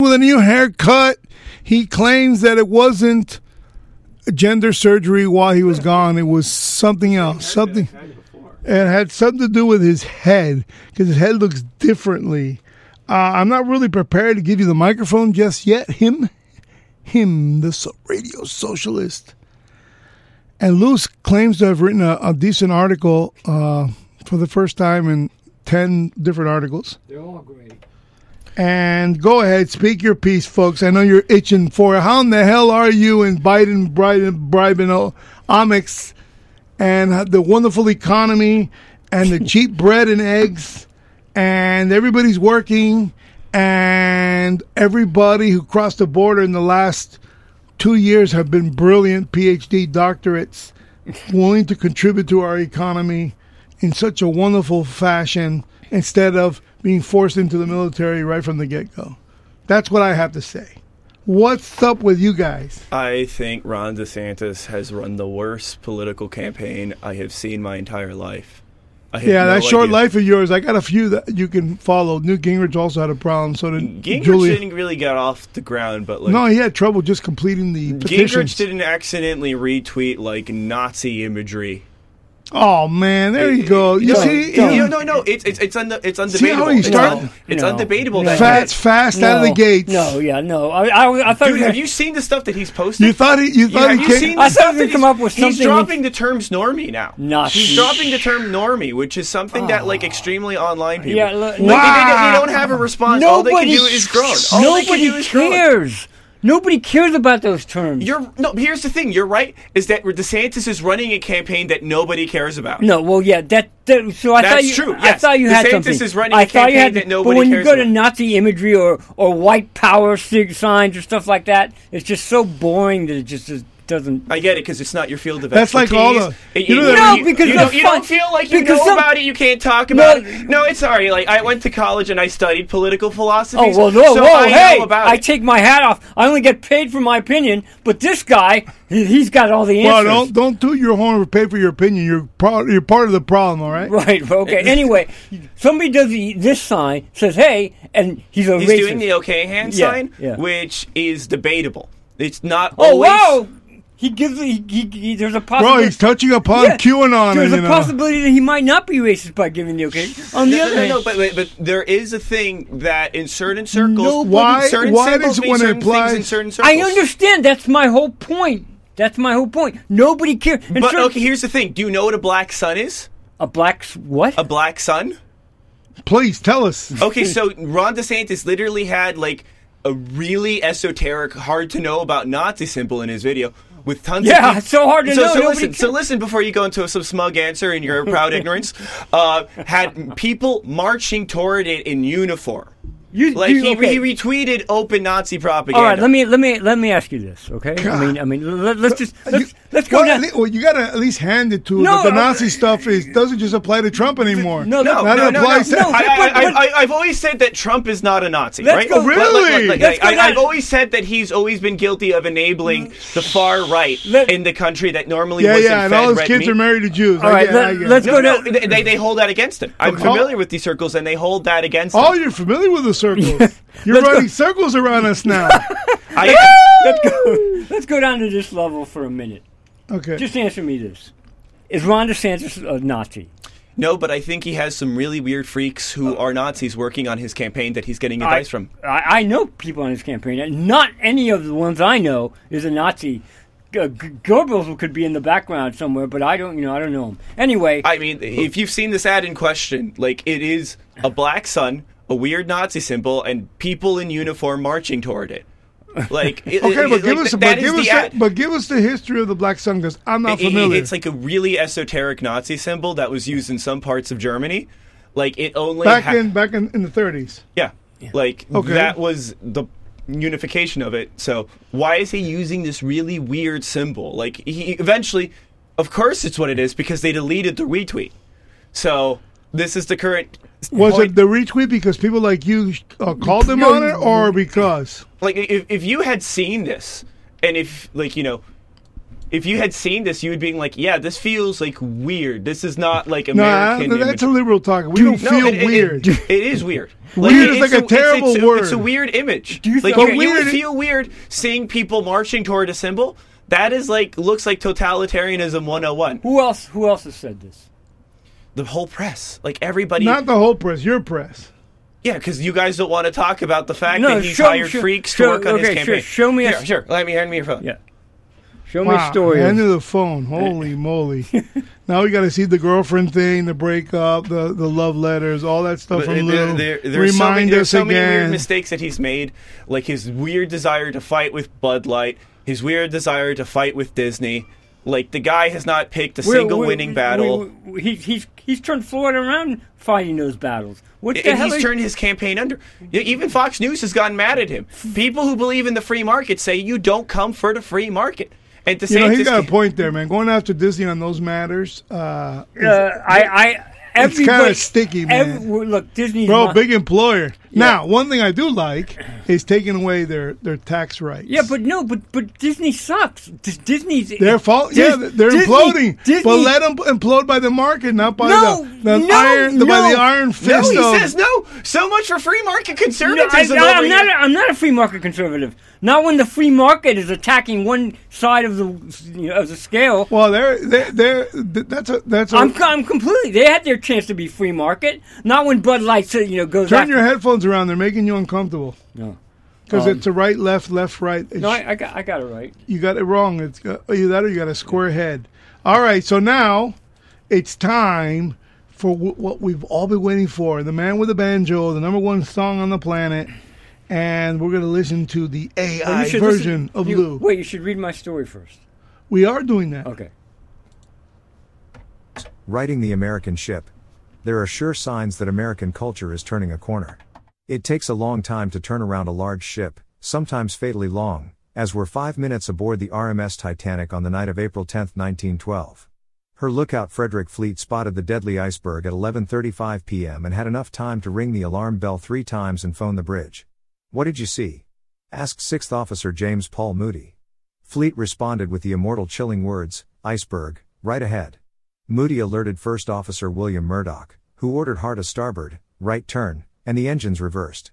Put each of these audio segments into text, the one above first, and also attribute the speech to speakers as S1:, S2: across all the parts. S1: a new haircut. He claims that it wasn't gender surgery while he was gone. It was something else. Something. And it had something to do with his head because his head looks differently. Uh, I'm not really prepared to give you the microphone just yet. Him, him, the so- radio socialist. And Luce claims to have written a, a decent article uh, for the first time in 10 different articles.
S2: They're all great.
S1: And go ahead, speak your piece, folks. I know you're itching for it. How in the hell are you in Biden, Biden, bribing oh, omics and the wonderful economy and the cheap bread and eggs and everybody's working and everybody who crossed the border in the last two years have been brilliant PhD doctorates willing to contribute to our economy in such a wonderful fashion instead of being forced into the military right from the get go. That's what I have to say. What's up with you guys?
S3: I think Ron DeSantis has run the worst political campaign I have seen my entire life. I have
S1: Yeah,
S3: no
S1: that short
S3: idea.
S1: life of yours, I got a few that you can follow. Newt Gingrich also had a problem. So did
S3: Gingrich
S1: Julia.
S3: didn't really get off the ground, but like
S1: no, he had trouble just completing the petitions.
S3: Gingrich didn't accidentally retweet like Nazi imagery.
S1: Oh man, there you go. You
S3: No,
S1: see,
S3: no,
S1: you-
S3: no, no, it's it's it's, unde- it's undebatable.
S1: See how he
S3: It's
S1: started?
S3: un- It's,
S2: No,
S3: undebatable.
S2: no.
S3: that-
S1: fast, fast out of the
S2: No,
S1: gates.
S2: No, yeah, no. I, I, I thought
S3: Dude,
S2: you-
S3: have you seen the stuff that he's posted?
S1: you thought he, you
S3: You-
S1: thought
S3: have
S1: he
S3: you
S1: came-
S3: seen?
S2: I
S3: the
S2: thought
S3: stuff
S2: he
S3: that
S2: would come
S3: he's-
S2: up with
S3: He's
S2: something
S3: dropping the terms normie now.
S2: Nazi.
S3: He's dropping the term normie, which is something that like extremely online people.
S2: Ah. Yeah,
S3: like,
S2: look-
S3: they- they, they
S1: Wow.
S3: don't have a response. All they
S2: nobody
S3: can do is groan. All they can
S2: nobody
S3: do is groan.
S2: cares. Nobody cares about those terms.
S3: You're no. Here's the thing. You're right. Is that DeSantis is running a campaign that nobody cares about?
S2: no, well, yeah, that. that so I
S3: That's
S2: thought you,
S3: true,
S2: I
S3: yes.
S2: thought you had
S3: DeSantis
S2: something.
S3: is running
S2: I
S3: a
S2: thought you
S3: campaign
S2: had,
S3: that nobody
S2: But when
S3: cares
S2: you go to
S3: about.
S2: Nazi imagery or or white power sig- signs or stuff like that, it's just so boring that it just is, doesn't.
S3: I get it because it's not your field of
S1: That's like
S3: expertise.
S1: all the-
S3: It- you
S1: you know that-
S3: you-
S2: No, because
S3: you,
S2: the
S3: don't, you don't
S2: fuck-
S3: feel like you
S2: because
S3: know
S2: some-
S3: about it. You can't talk about
S2: No.
S3: it. No, it's sorry. Like I went to college and I studied political philosophy.
S2: Oh well,
S3: so
S2: no, whoa,
S3: I
S2: hey!
S3: know about
S2: I
S3: it.
S2: take my hat off. I only get paid for my opinion, but this guy, he- he's got all the
S1: Well, don't
S2: answers.
S1: don't do your horn or pay for your opinion. You're pro- you're part of the problem. All right.
S2: Right. Okay. Anyway, somebody does the, this sign, says "Hey," and he's a
S3: He's
S2: racist.
S3: doing the okay hand
S2: Yeah,
S3: sign,
S2: yeah.
S3: which is debatable. It's not.
S2: oh
S3: always,
S2: wow! He gives. He, he, he, there's a
S1: Bro,
S2: possibility.
S1: he's touching upon
S2: Yeah,
S1: QAnon.
S2: There's
S1: you
S2: a
S1: know.
S2: possibility that he might not be racist by giving the okay. On the
S3: No,
S2: other
S3: no,
S2: hand,
S3: no, but, but but there is a thing that in certain circles,
S1: Nobody- Why-
S3: certain
S1: why
S3: symbols
S1: does
S3: mean
S1: one
S3: certain
S1: imply-
S3: things in certain circles.
S2: I understand. That's my whole point. That's my whole point. Nobody cares. And
S3: But
S2: sure-
S3: okay, here's the thing. Do you know what a black sun is?
S2: a black s- what?
S3: A black sun.
S1: Please tell us.
S2: Oh,
S3: Okay, so Ron DeSantis literally had like a really esoteric, hard to know about Nazi symbol in his video with tons of
S2: Yeah,
S3: peop-
S2: it's so hard to
S3: so,
S2: know,
S3: So
S2: nobody
S3: listen, so
S2: cares.
S3: listen before you go into some smug answer in your proud ignorance. Uh, had people marching toward it in uniform.
S2: you,
S3: Like
S2: you-
S3: he,
S2: okay.
S3: he retweeted open Nazi propaganda.
S2: All right. Let me let me let me ask you this. Okay. I mean I mean let, let's just
S3: Uh,
S2: let's, let's go
S1: Well,
S2: down.
S1: at le- well, you gotta at least hand it to
S2: No,
S1: that the
S2: no,
S1: Nazi stuff is doesn't just apply to Trump anymore.
S2: No,
S3: No,
S1: That
S3: no, no, no.
S1: applies to-
S2: No,
S3: I,
S2: but-
S3: I,
S2: but-
S3: I, I, I've always said that Trump is not a Nazi,
S2: Let's
S3: right?
S2: go-
S3: Like- like-
S1: Really?
S3: like- like-
S2: Let's go
S3: I, have
S2: down-
S3: always said that he's always been guilty of enabling the far right
S2: Let-
S3: in the country that normally
S1: yeah,
S3: wasn't
S1: yeah, and
S3: fed
S1: all his
S3: red
S1: kids
S3: meat.
S1: are married to Jews.
S2: All
S1: I
S2: right,
S1: get, it,
S2: let-
S1: I get it.
S2: let's
S3: No,
S2: go
S3: no,
S2: to-
S3: they, they- they hold that against him. I'm
S1: Okay.
S3: familiar with these circles, and they hold that against him.
S1: Oh, you're familiar with the circles. You're
S2: Let's go.
S1: running circles around us now.
S3: I,
S2: let's go. Let's go down to this level for a minute.
S1: Okay.
S2: Just answer me this: Is Ron DeSantis a Nazi?
S3: no, but I think he has some really weird freaks
S1: Oh.
S3: who are Nazis working on his campaign that he's getting advice from.
S2: I, I know people on his campaign, and not any of the ones I know is a Nazi. G- G- Goebbels could be in the background somewhere, but I don't. You know, I don't know him. Anyway,
S3: I mean,
S1: Oh.
S3: if you've seen this ad in question, like it is a black sun, a weird Nazi symbol, and people in uniform marching toward it. Like, it,
S2: uh,
S1: Okay, but
S3: it- like,
S1: give us,
S3: th-
S1: but
S3: that is
S1: give us,
S3: the
S1: the,
S3: ad.
S1: but give us the history of the Black Sun because I'm not
S3: It- it-
S1: familiar.
S3: it's like a really esoteric Nazi symbol that was used in some parts of Germany. Like it only
S1: back
S3: ha-
S1: in back in, in the 30s.
S3: Yeah. Like
S1: Okay.
S3: that was the unification of it. So why is he using this really weird symbol? Like he eventually of course it's what it is because they deleted the retweet. So this is the current
S1: Was
S3: point.
S1: it the retweet because people like you uh, called them
S2: No.
S1: on it, or because?
S3: like if if you had seen this and if like you know if you had seen this, you would be like, yeah, this feels like weird. This is not like
S1: No, I-
S3: American. image."
S1: that's a liberal talk. We don't
S3: No,
S1: feel
S3: it- it- it-
S1: weird.
S3: it is weird.
S1: Weird is
S3: it's
S1: like a terrible
S3: it's
S1: word.
S3: It's a weird image.
S2: you
S3: like
S2: think-
S3: you,
S1: But
S3: you would
S1: weird-
S3: feel weird seeing people marching toward a symbol. That is like looks like totalitarianism 101.
S2: Who else? Who else has said this?
S3: The whole press, like everybody,
S1: Not the whole press, your press.
S3: yeah, because you guys don't want to talk about the fact
S2: No,
S3: that he's
S2: show-
S3: hired
S2: show-
S3: freaks
S2: show-
S3: to work on
S2: okay,
S3: his
S2: sure,
S3: campaign.
S2: show me a-
S3: Here, sure. Let me hand me your phone.
S2: Yeah. Show me
S1: Wow,
S2: a story.
S1: End
S2: of-
S1: of the phone. Holy moly. Now we got to see the girlfriend thing, the breakup, the, the love letters, all that stuff
S3: But uh,
S1: from Lou.
S3: there, there, there's so many,
S1: Remind
S3: there's
S1: us
S3: so many weird
S1: again.
S3: mistakes that he's made, like his weird desire to fight with Bud Light, his weird desire to fight with Disney. Like the guy has not picked a
S2: We're-
S3: single
S2: we're-
S3: winning
S2: we-
S3: battle.
S2: we- we- he's he's he's turned Florida around fighting those battles. What the
S3: and
S2: hell?
S3: he's
S2: is-
S3: turned his campaign under. Y- Even Fox News has gotten mad at him. People who believe in the free market say you don't come for the free market. And
S1: you know, he's
S3: DeSantis,
S1: got a point there, man. Going after Disney on those matters. Uh,
S2: uh, I I.
S1: It's kinda
S2: everybody-
S1: sticky,
S2: every-
S1: man.
S2: well, look, Disney's
S1: bro,
S2: not-
S1: big employer. Now, one thing I do like is taking away their, their tax rights.
S2: Yeah, but no, but but Disney sucks. Dis- Disney's
S1: Their fault?
S2: Dis-
S1: yeah, they're
S2: Disney-
S1: imploding.
S2: Disney-
S1: But let them implode by the market, not by
S2: No,
S1: the, the
S2: no,
S1: iron, the- by
S2: no.
S1: the iron
S3: no,
S1: fist.
S3: he
S1: of-
S3: says no. So much for free market
S2: No, I,
S3: conservatism. over
S2: am
S3: here.
S2: not. A, I'm not a free market conservative. Not when the free market is attacking one side of the you know, of the scale.
S1: well, they're, they're, they're, th- that's a, that's a,
S2: I'm, I'm completely. They had their chance to be free market. Not when Bud Light, said, you know, goes.
S1: Turn
S2: after-
S1: your headphones around. They're making you uncomfortable
S2: No,
S1: because
S2: Um,
S1: it's a right, left, left, right. It's-
S2: no, I, I got. I got it right.
S1: you got it wrong. It's got- either that or you got a square head. All right, so now it's time for w- what we've all been waiting for: the man with the banjo, the number one song on the planet, and we're going to listen to the
S2: Well,
S1: AI
S2: Oh, you should
S1: version
S2: listen-
S1: of
S2: you-
S1: Lou.
S2: Wait, you should read my story first.
S1: We are doing that.
S2: Okay.
S4: Writing the American ship. There are sure signs that American culture is turning a corner. It takes a long time to turn around a large ship, sometimes fatally long, as were five minutes aboard the RMS Titanic on the night of April 10, 1912. Her lookout Frederick Fleet spotted the deadly iceberg at 11:35 p.m. and had enough time to ring the alarm bell 3 times and phone the bridge. "What did you see?" asked 6th officer James Paul Moody. Fleet responded with the immortal chilling words, "Iceberg, right ahead." Moody alerted First Officer William Murdoch, who ordered hard a starboard, right turn, and the engines reversed.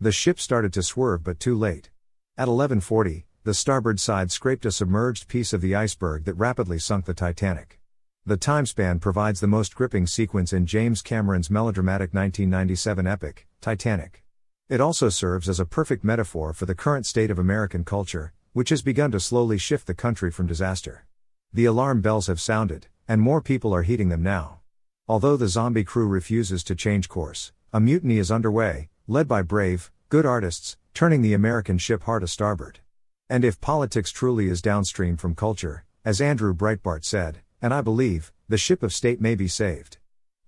S4: The ship started to swerve but too late. At 11:40, the starboard side scraped a submerged piece of the iceberg that rapidly sunk the Titanic. The timespan provides the most gripping sequence in James Cameron's melodramatic 1997 epic, Titanic. It also serves as a perfect metaphor for the current state of American culture, which has begun to slowly shift the country from disaster. The alarm bells have sounded, and more people are heeding them now. Although the zombie crew refuses to change course, a mutiny is underway, led by brave, good artists, turning the American ship hard a starboard. And if politics truly is downstream from culture, as Andrew Breitbart said, and I believe, the ship of state may be saved.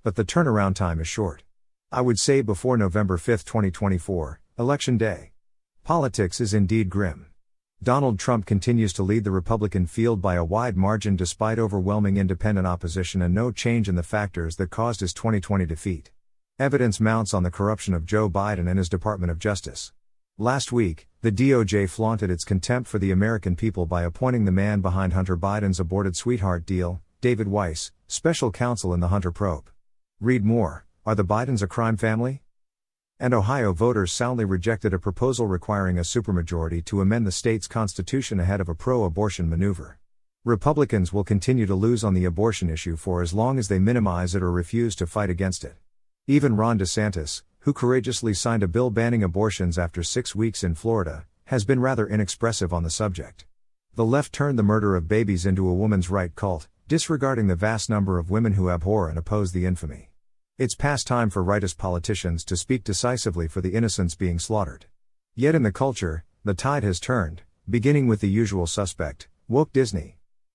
S4: But the turnaround time is short. I would say before November 5, 2024, Election Day. Politics is indeed grim. Donald Trump continues to lead the Republican field by a wide margin despite overwhelming independent opposition and no change in the factors that caused his 2020 defeat. Evidence mounts on the corruption of Joe Biden and his Department of Justice. Last week, the DOJ flaunted its contempt for the American people by appointing the man behind Hunter Biden's aborted sweetheart deal, David Weiss, special counsel in the Hunter probe. Read more Are the Bidens a crime family? and Ohio voters soundly rejected a proposal requiring a supermajority to amend the state's constitution ahead of a pro abortion maneuver. Republicans will continue to lose on the abortion issue for as long as they minimize it or refuse to fight against it. Even Ron DeSantis, who courageously signed a bill banning abortions after six weeks in Florida, has been rather inexpressive on the subject. The left turned the murder of babies into a woman's right cult, disregarding the vast number of women who abhor and oppose the infamy. It's past time for rightist politicians to speak decisively for the innocents being slaughtered. Yet in the culture, the tide has turned, beginning with the usual suspect, woke Disney.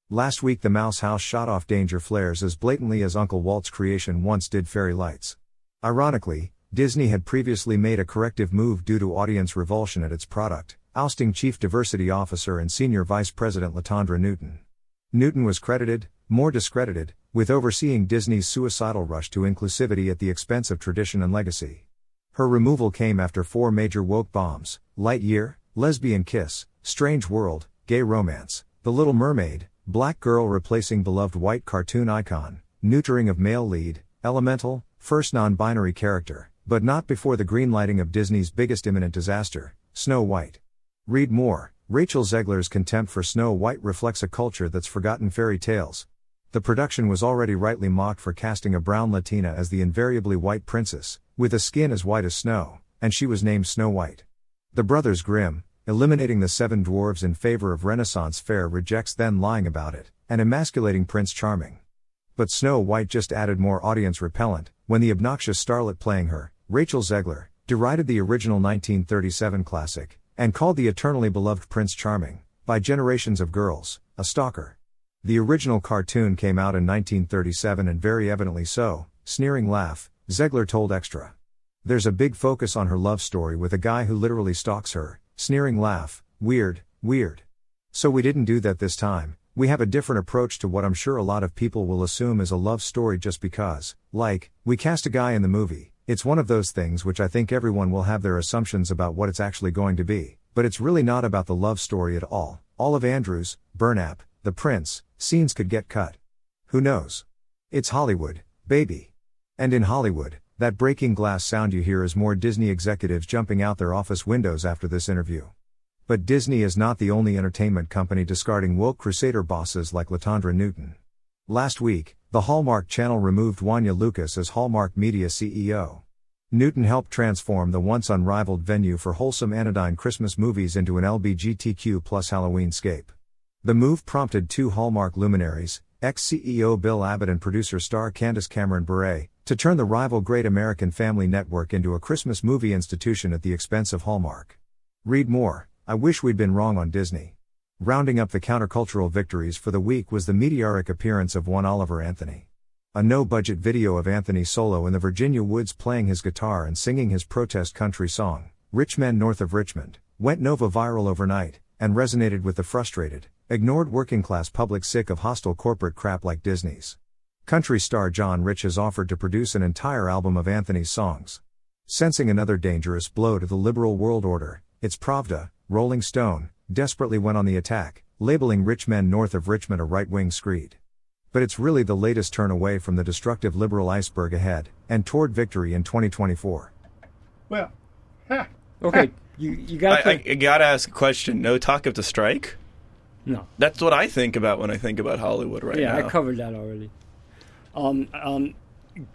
S4: Last week, the Mouse House shot off danger flares as blatantly as Uncle Walt's creation once did fairy lights. Ironically, Disney had previously made a corrective move due to audience revulsion at its product, ousting Chief Diversity Officer and Senior Vice President Latondra Newton. Newton was credited, more discredited, with overseeing Disney's suicidal rush to inclusivity at the expense of tradition and legacy. Her removal came after four major woke bombs Lightyear, Lesbian Kiss, Strange World, Gay Romance, The Little Mermaid, Black Girl replacing beloved white cartoon icon, neutering of male lead, elemental, first non binary character, but not before the greenlighting of Disney's biggest imminent disaster, Snow White. Read more Rachel Zegler's contempt for Snow White reflects a culture that's forgotten fairy tales. The production was already rightly mocked for casting a brown Latina as the invariably white princess, with a skin as white as snow, and she was named Snow White. The Brothers Grimm, eliminating the seven dwarves in favor of Renaissance fair rejects then lying about it, and emasculating Prince Charming. But Snow White just added more audience repellent, when the obnoxious starlet playing her, Rachel Zegler, derided the original 1937 classic, and called the eternally beloved Prince Charming, by generations of girls, a stalker. The original cartoon came out in 1937 and very evidently so, sneering laugh, Zegler told Extra. There's a big focus on her love story with a guy who literally stalks her, sneering laugh, weird, weird. So we didn't do that this time, we have a different approach to what I'm sure a lot of people will assume is a love story just because, like, we cast a guy in the movie, it's one of those things which I think everyone will have their assumptions about what it's actually going to be, but it's really not about the love story at all. Olive Andrews, Burnap, The Prince, scenes could get cut. Who knows? It's Hollywood, baby. And in Hollywood, that breaking glass sound you hear is more Disney executives jumping out their office windows after this interview. But Disney is not the only entertainment company discarding woke crusader bosses like Latondra Newton. Last week, the Hallmark Channel removed Wanya Lucas as Hallmark Media CEO. Newton helped transform the once unrivaled venue for wholesome anodyne Christmas movies into an LBGTQ plus Halloween scape. The move prompted two Hallmark luminaries, ex CEO Bill Abbott and producer star Candace Cameron Bure, to turn the rival Great American Family Network into a Christmas movie institution at the expense of Hallmark. Read more I wish we'd been wrong on Disney. Rounding up the countercultural victories for the week was the meteoric appearance of one Oliver Anthony. A no budget video of Anthony solo in the Virginia woods playing his guitar and singing his protest country song, Rich Men North of Richmond, went Nova viral overnight and resonated with the frustrated, ignored working class public sick of hostile corporate crap like Disney's. Country star John Rich has offered to produce an entire album of Anthony's songs. Sensing another dangerous blow to the liberal world order, it's Pravda, Rolling Stone, desperately went on the attack, labeling rich men north of Richmond a right wing screed. But it's really the latest turn away from the destructive liberal iceberg ahead, and toward victory in 2024.
S1: Well, huh.
S2: Okay, you you got
S3: I,
S2: to
S3: I, I gotta ask a question. No talk of the strike?
S2: no.
S3: That's what I think about when I think about Hollywood right
S2: Yeah,
S3: now.
S2: I covered that already. Um, um,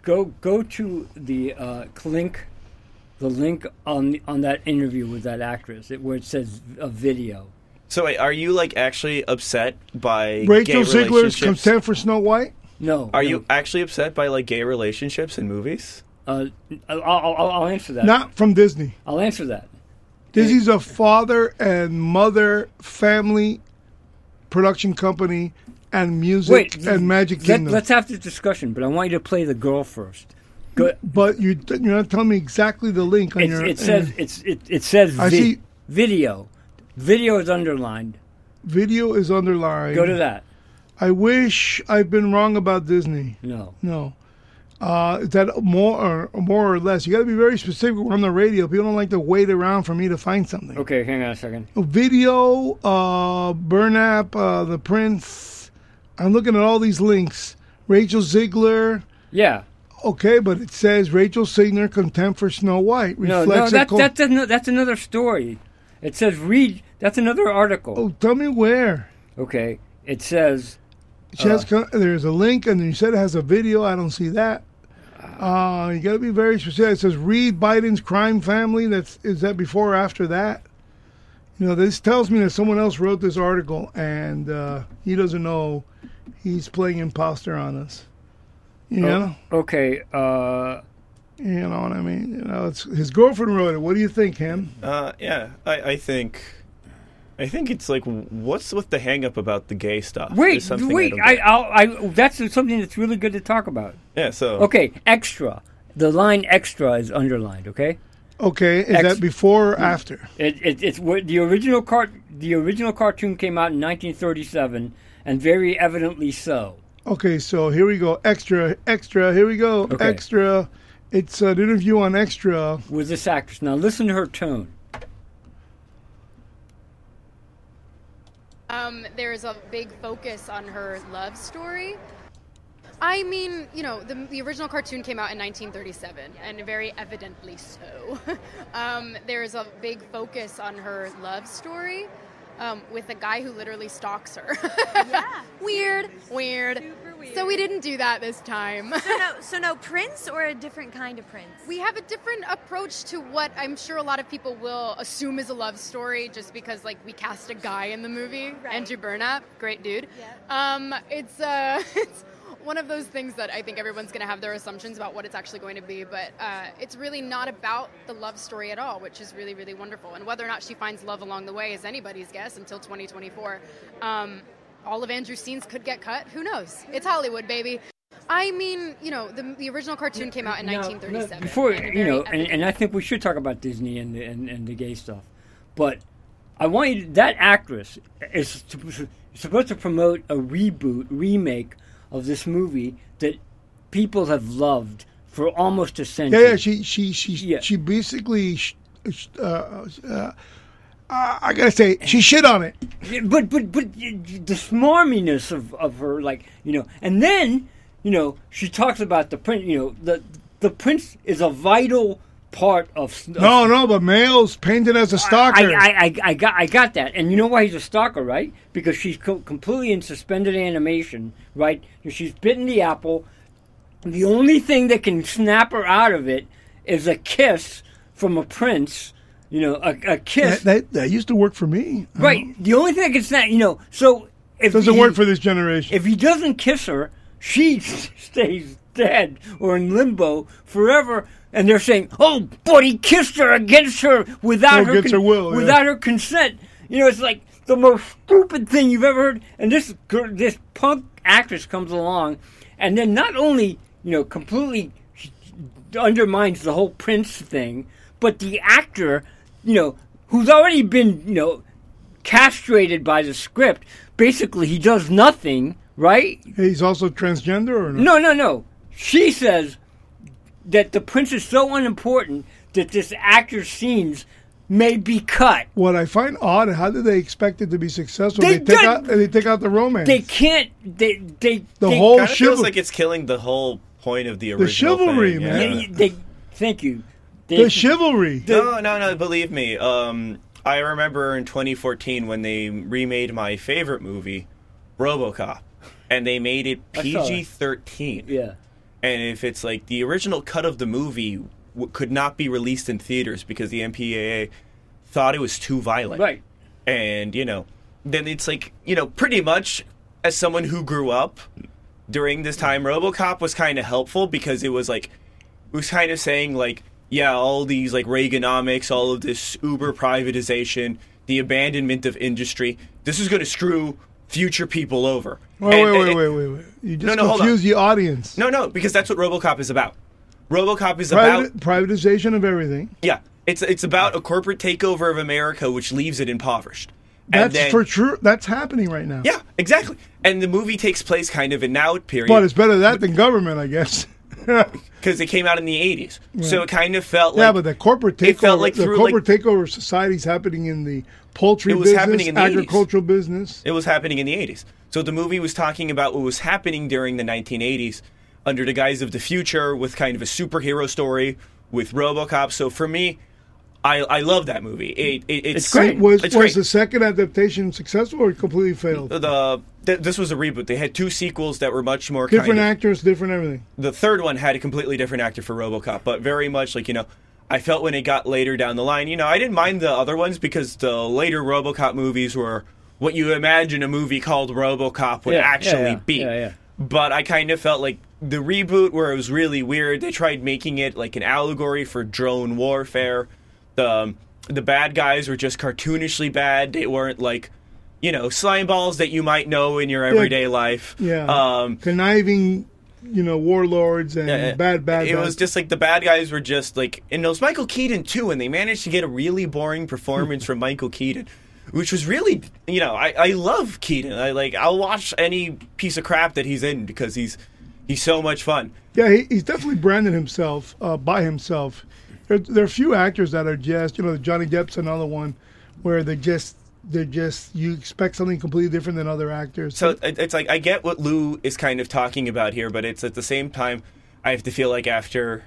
S2: go go to the uh, link, the link on on that interview with that actress it, where it says a video.
S3: so wait, are you like actually upset by
S1: Rachel
S3: gay
S1: Ziegler's
S3: relationships?
S1: contempt for Snow White.
S2: No,
S3: Are
S2: no.
S3: you actually upset by like gay relationships in movies?
S2: Uh, I'll, I'll, I'll answer that.
S1: Not from Disney.
S2: I'll answer that.
S1: This is a father and mother family production company and music
S2: Wait,
S1: and Magic
S2: Let,
S1: Kingdom.
S2: let's have this discussion, but I want you to play the girl first. Go,
S1: but you, you're not telling me exactly the link on
S2: it,
S1: your
S2: it says it's it, it says
S1: I
S2: vi-
S1: see-
S2: video. Video is underlined.
S1: video is underlined.
S2: Go to that.
S1: I wish I've been wrong about Disney.
S2: No.
S1: No. Uh, is that more or more or less? You got to be very specific when on the radio. People don't like to wait around for me to find something.
S2: Okay, hang on a second.
S1: Video, uh, Burnap, uh, The Prince. I'm looking at all these links. Rachel Ziegler.
S2: Yeah.
S1: Okay, but it says Rachel Ziegler contempt for Snow White
S2: No,
S1: reflects
S2: no,
S1: a
S2: that,
S1: cul-
S2: that's, an, that's another story. It says read. That's another article.
S1: Oh, tell me where.
S2: Okay. It says
S1: She has con- there's a link, and you said it has a video. I don't see that. Uh, you got to be very specific. It says Reed Biden's crime family. That's is that before or after that? You know, this tells me that someone else wrote this article, and uh, he doesn't know he's playing imposter on us. You
S2: Oh.
S1: know,
S2: okay. Uh,
S1: you know what I mean. You know, it's his girlfriend wrote it. What do you think, him?
S3: Uh, yeah, I, I think, I think it's like, what's with the hang up about the gay stuff? There's
S2: wait,
S3: something
S2: wait.
S3: don't
S2: I,
S3: get.
S2: I'll, I that's something that's really good to talk about.
S3: yeah. So
S2: Okay, extra. The line extra is underlined. Okay.
S1: Okay, is
S2: Ex-
S1: that before or after?
S2: It, it, it's what the original cart. The original cartoon came out in 1937, and very evidently so.
S1: Okay, so here we go. Extra, extra. Here we go.
S2: Okay.
S1: Extra. It's uh, an interview on Extra.
S2: with this actress. Now listen to her tone.
S5: Um, there is a big focus on her love story. I mean, you know, the, the original cartoon came out in 1937, and very evidently so. um, there is a big focus on her love story um, with a guy who literally stalks her.
S6: Yeah.
S5: weird, weird.
S6: Super weird.
S5: So we didn't do that this time.
S6: So no, so no prince or a different kind of prince.
S5: We have a different approach to what I'm sure a lot of people will assume is a love story, just because like we cast a guy in the movie,
S6: Right.
S5: Andrew Burnap, great dude.
S6: Yeah.
S5: Um, it's uh, it's one of those things that I think everyone's going to have their assumptions about what it's actually going to be, but uh, it's really not about the love story at all, which is really really wonderful. And whether or not she finds love along the way is anybody's guess until 2024. Um, all of Andrew's scenes could get cut. Who knows? It's Hollywood, baby. I mean, you know, the, the original cartoon came out in
S2: Now, no,
S5: 1937.
S2: Before
S5: and
S2: you
S5: very
S2: know, and, and I think we should talk about Disney and the and, and the gay stuff, but I want you that actress is supp- supposed to promote a reboot remake of this movie that people have loved for almost a
S1: Yeah,
S2: century.
S1: yeah. She she she
S2: Yeah.
S1: she basically. sh- sh- Uh, uh, I I gotta say, she shit on it.
S2: Yeah, but but but y- y- the smarminess of, of her, like you know, and then you know she talks about the prince. You know, the the prince is a vital part of. s- of
S1: No, no, but males painted as a stalker.
S2: I, I, I, I got I got that, and you know why he's a stalker, right? Because she's co- completely in suspended animation, right? She's bitten the apple. The only thing that can snap her out of it is a kiss from a prince. You know, a, a kiss.
S1: that, that, that used to work for me.
S2: right. The only thing that can snap. You know, so if
S1: Doesn't
S2: he-
S1: work for this generation.
S2: if he doesn't kiss her, she stays dead or in limbo forever. And they're saying, "Oh, but he kissed her against her
S1: Well,
S2: without her,
S1: against her will, yeah.
S2: without her consent." You know, it's like the most stupid thing you've ever heard. And this girl, this punk actress comes along, and then not only you know completely undermines the whole Prince thing, but the actor, you know, who's already been you know castrated by the script. Basically, he does nothing, right?
S1: He's also transgender or no?
S2: No, no, no. She says that the prince is so unimportant that this actor's scenes may be cut.
S1: What I find odd, how do they expect it to be successful?
S2: They
S1: They, take
S2: did-
S1: out they take out the romance.
S2: They can't. They they
S1: the
S2: they,
S1: whole
S3: Kind of feels
S1: Oh, chivalry.
S3: like it's killing the whole point of the original
S1: chivalry,
S3: thing,
S1: man.
S3: yeah.
S2: They, they- thank you. They,
S1: the chivalry.
S3: No, no, no. Believe me. Um, I remember in 2014 when they remade my favorite movie, RoboCop, and they made it
S2: I saw that.
S3: PG-13.
S2: yeah.
S3: And if it's like the original cut of the movie w- could not be released in theaters because the MPAA thought it was too violent.
S2: Right.
S3: And you know, then it's like you know, pretty much as someone who grew up during this time, RoboCop was kind of helpful because it was like it was kind of saying like, yeah, all these like Reaganomics, all of this uber privatization, the abandonment of industry. This is going to screw future people over.
S1: Wait,
S3: And-
S1: wait, wait,
S3: and-
S1: wait, wait, wait. You just
S3: no, hold on.
S1: confuse the audience.
S3: no, no, because that's what RoboCop is about. RoboCop is
S1: Private,
S3: about
S1: privatization of everything.
S3: yeah, it's it's about a corporate takeover of America, which leaves it impoverished.
S1: That's
S3: and then,
S1: for true. That's happening right now.
S3: Yeah, exactly. And the movie takes place kind of in now period.
S1: But it's better that than government, I guess.
S3: because it came out in the eighties, so it kind of felt like
S1: yeah, but the corporate takeover,
S3: it felt like
S1: the
S3: through,
S1: corporate
S3: like-
S1: takeover of society is happening in the poultry
S3: It was
S1: business,
S3: happening in the 80s.
S1: agricultural business.
S3: it was happening in the eighties. So the movie was talking about what was happening during the nineteen eighties under the guise of the future, with kind of a superhero story with RoboCop. So for me, I I love that movie. It, it it's,
S2: It's great.
S1: Was
S3: It's
S1: was
S3: great. Uh,
S1: the second adaptation successful or completely failed?
S3: the th- this was a reboot. They had two sequels that were much more
S1: different
S3: kind of-
S1: actors, different everything.
S3: the third one had a completely different actor for RoboCop, but very much like you know, I felt when it got later down the line, you know, I didn't mind the other ones because the later RoboCop movies were what you imagine a movie called RoboCop would
S2: Yeah, yeah,
S3: actually
S2: yeah,
S3: be.
S2: yeah, yeah.
S3: But I kind of felt like the reboot where it was really weird. They tried making it like an allegory for drone warfare. The um, the bad guys were just cartoonishly bad. They weren't like you know slime balls that you might know in your everyday life.
S1: Yeah,
S3: Um,
S1: conniving, you know, warlords and
S3: yeah,
S1: Mm, bad, bad.
S3: It
S1: bad.
S3: was just like the bad guys were just like, and it was Michael Keaton too, and they managed to get a really boring performance from Michael Keaton, which was really, you know, I, I love Keaton. I like I'll watch any piece of crap that he's in because he's he's so much fun.
S1: yeah. He, he's definitely branded himself uh, by himself. There, there are few actors that are just, you know, Johnny Depp's another one, where they just they're just you expect something completely different than other actors.
S3: So it- it's like I get what Lou is kind of talking about here, but it's at the same time I have to feel like after,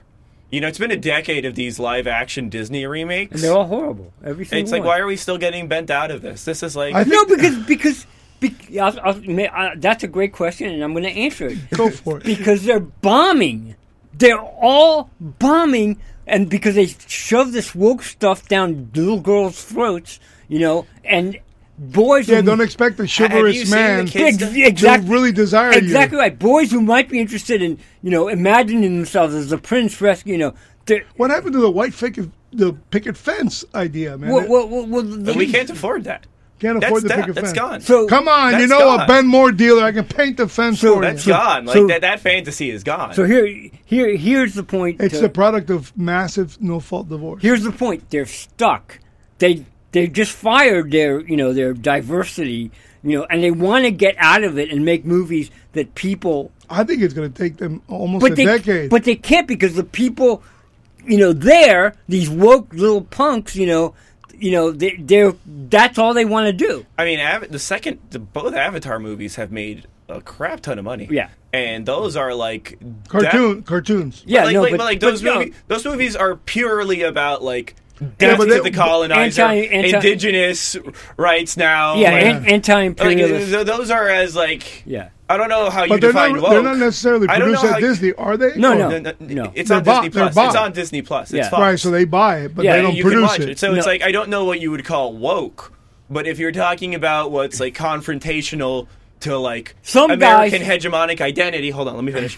S3: you know, it's been a decade of these live action Disney remakes.
S2: And they're all horrible. Every single
S3: it's like
S2: one.
S3: why are we still getting bent out of this? This is like
S1: I think
S2: No, because because. bec- I'll, I'll, admit, I, that's a great question, and I'm going to answer it.
S1: go for it.
S2: because they're bombing. They're all bombing, and because they shove this woke stuff down little girls' throats, you know, and boys.
S1: Yeah,
S2: who-
S1: don't expect the
S3: have you
S1: chivalrous
S3: seen
S1: man
S3: the kids?
S2: Ex-
S3: to-
S2: exact-
S1: to really desire you.
S2: exactly right. Boys who might be interested in, you know, imagining themselves as a prince rescue, you know. they're-
S1: What happened to the white picket, the picket fence idea, man?
S2: Well, well, well, well,
S3: But we
S2: the-
S3: can't afford that.
S1: Can't
S3: That's
S1: afford the
S3: done.
S1: picket
S3: That's
S1: fence.
S3: gone.
S2: So
S1: Come on, you
S3: That's
S1: know a
S3: gone.
S1: Ben Moore dealer. I can paint the fence for
S2: So-
S1: you.
S3: That's gone. Like
S2: so-
S3: that, that fantasy is gone.
S2: So here, here, here's the point.
S1: It's
S2: to-
S1: the product of massive no fault divorce.
S2: here's the point they're stuck they they just fired their you know their diversity you know and they want to get out of it and make movies that people
S1: I think it's going to take them almost
S2: but
S1: a
S2: they
S1: decade.
S2: but they can't because the people you know there these woke little punks you know you know they, they're that's all they want to do
S3: I mean, Av- the second the, both Avatar movies have made a crap ton of money.
S2: Yeah.
S3: and those are like that-
S1: Cartoon, cartoons.
S2: yeah
S3: like,
S2: no
S3: like-
S2: but,
S3: but, like
S2: but
S3: those
S2: no.
S3: movies, those movies are purely about like death
S1: but
S3: to
S1: they-
S3: the colonizer,
S2: anti- anti-
S3: indigenous rights now.
S2: yeah
S3: like,
S2: an-
S3: like,
S2: anti-imperialist
S3: th- those are as like
S2: Yeah.
S3: I don't know how you
S1: But they're
S3: define
S1: not,
S3: woke.
S1: they're not necessarily
S3: I don't
S1: produced
S3: know how
S1: at
S3: you- Oh,
S1: Disney, are they?
S2: No,
S1: Or-
S2: no.
S3: N- n-
S2: No.
S3: It's
S1: They're
S3: on
S1: bought-
S3: Disney
S1: they're
S3: Plus.
S1: bought.
S3: It's on Disney Plus. It's
S2: Yeah.
S3: Fox.
S1: Right, so they buy it, but
S2: Yeah.
S1: they
S2: And
S1: don't
S3: you can
S1: produce
S3: watch it.
S1: it.
S3: So it's
S2: No.
S3: like I don't know what you would call woke, but if you're talking about what's like confrontational to like
S2: Some
S3: American
S2: guys-
S3: hegemonic identity. Hold on, let me finish.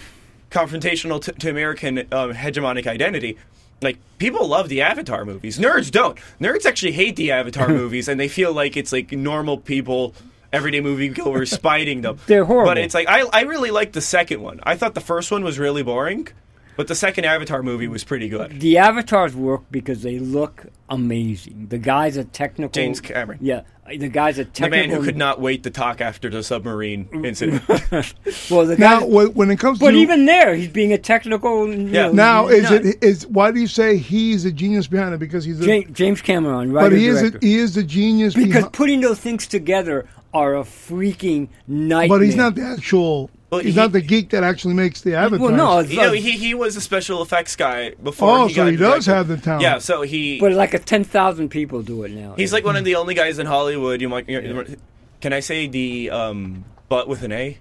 S3: confrontational to, to American um, hegemonic identity. Like people love the Avatar movies. Nerds don't. Nerds actually hate the Avatar movies, and they feel like it's like normal people. Everyday moviegoers spiting them.
S2: They're horrible.
S3: But it's like I, I really liked the second one. I thought the first one was really boring, but the second Avatar movie was pretty good.
S2: the avatars work because they look amazing. The guy's a technical.
S3: James Cameron.
S2: Yeah, the guy's a
S3: The
S2: technical.
S3: man who could not wait to talk after the submarine
S1: Mm.
S3: incident.
S2: Well, the
S1: Now,
S2: guy.
S1: wh- when it comes
S2: But
S1: to
S2: even there, he's being a technical. you
S3: Yeah.
S2: know,
S1: now, is
S2: nut.
S1: it is why do you say he's the genius behind it? Because he's a,
S2: Ja- James Cameron, right?
S1: but he is a, he is the genius
S2: because
S1: behind,
S2: putting those things together are a freaking nightmare.
S1: but he's not the actual.
S3: Well,
S1: he's
S3: he-
S1: not the geek that actually makes the avatar.
S2: Well, no, it's-
S3: you know, he, he was a special effects guy before.
S1: Oh,
S3: he
S1: so
S3: got
S1: he does
S3: directed.
S1: have the talent.
S3: Yeah, so he
S2: but like a ten thousand people do it now.
S3: he's like one
S1: Mm.
S3: of the only guys in Hollywood. You might, can I say the um, butt with an A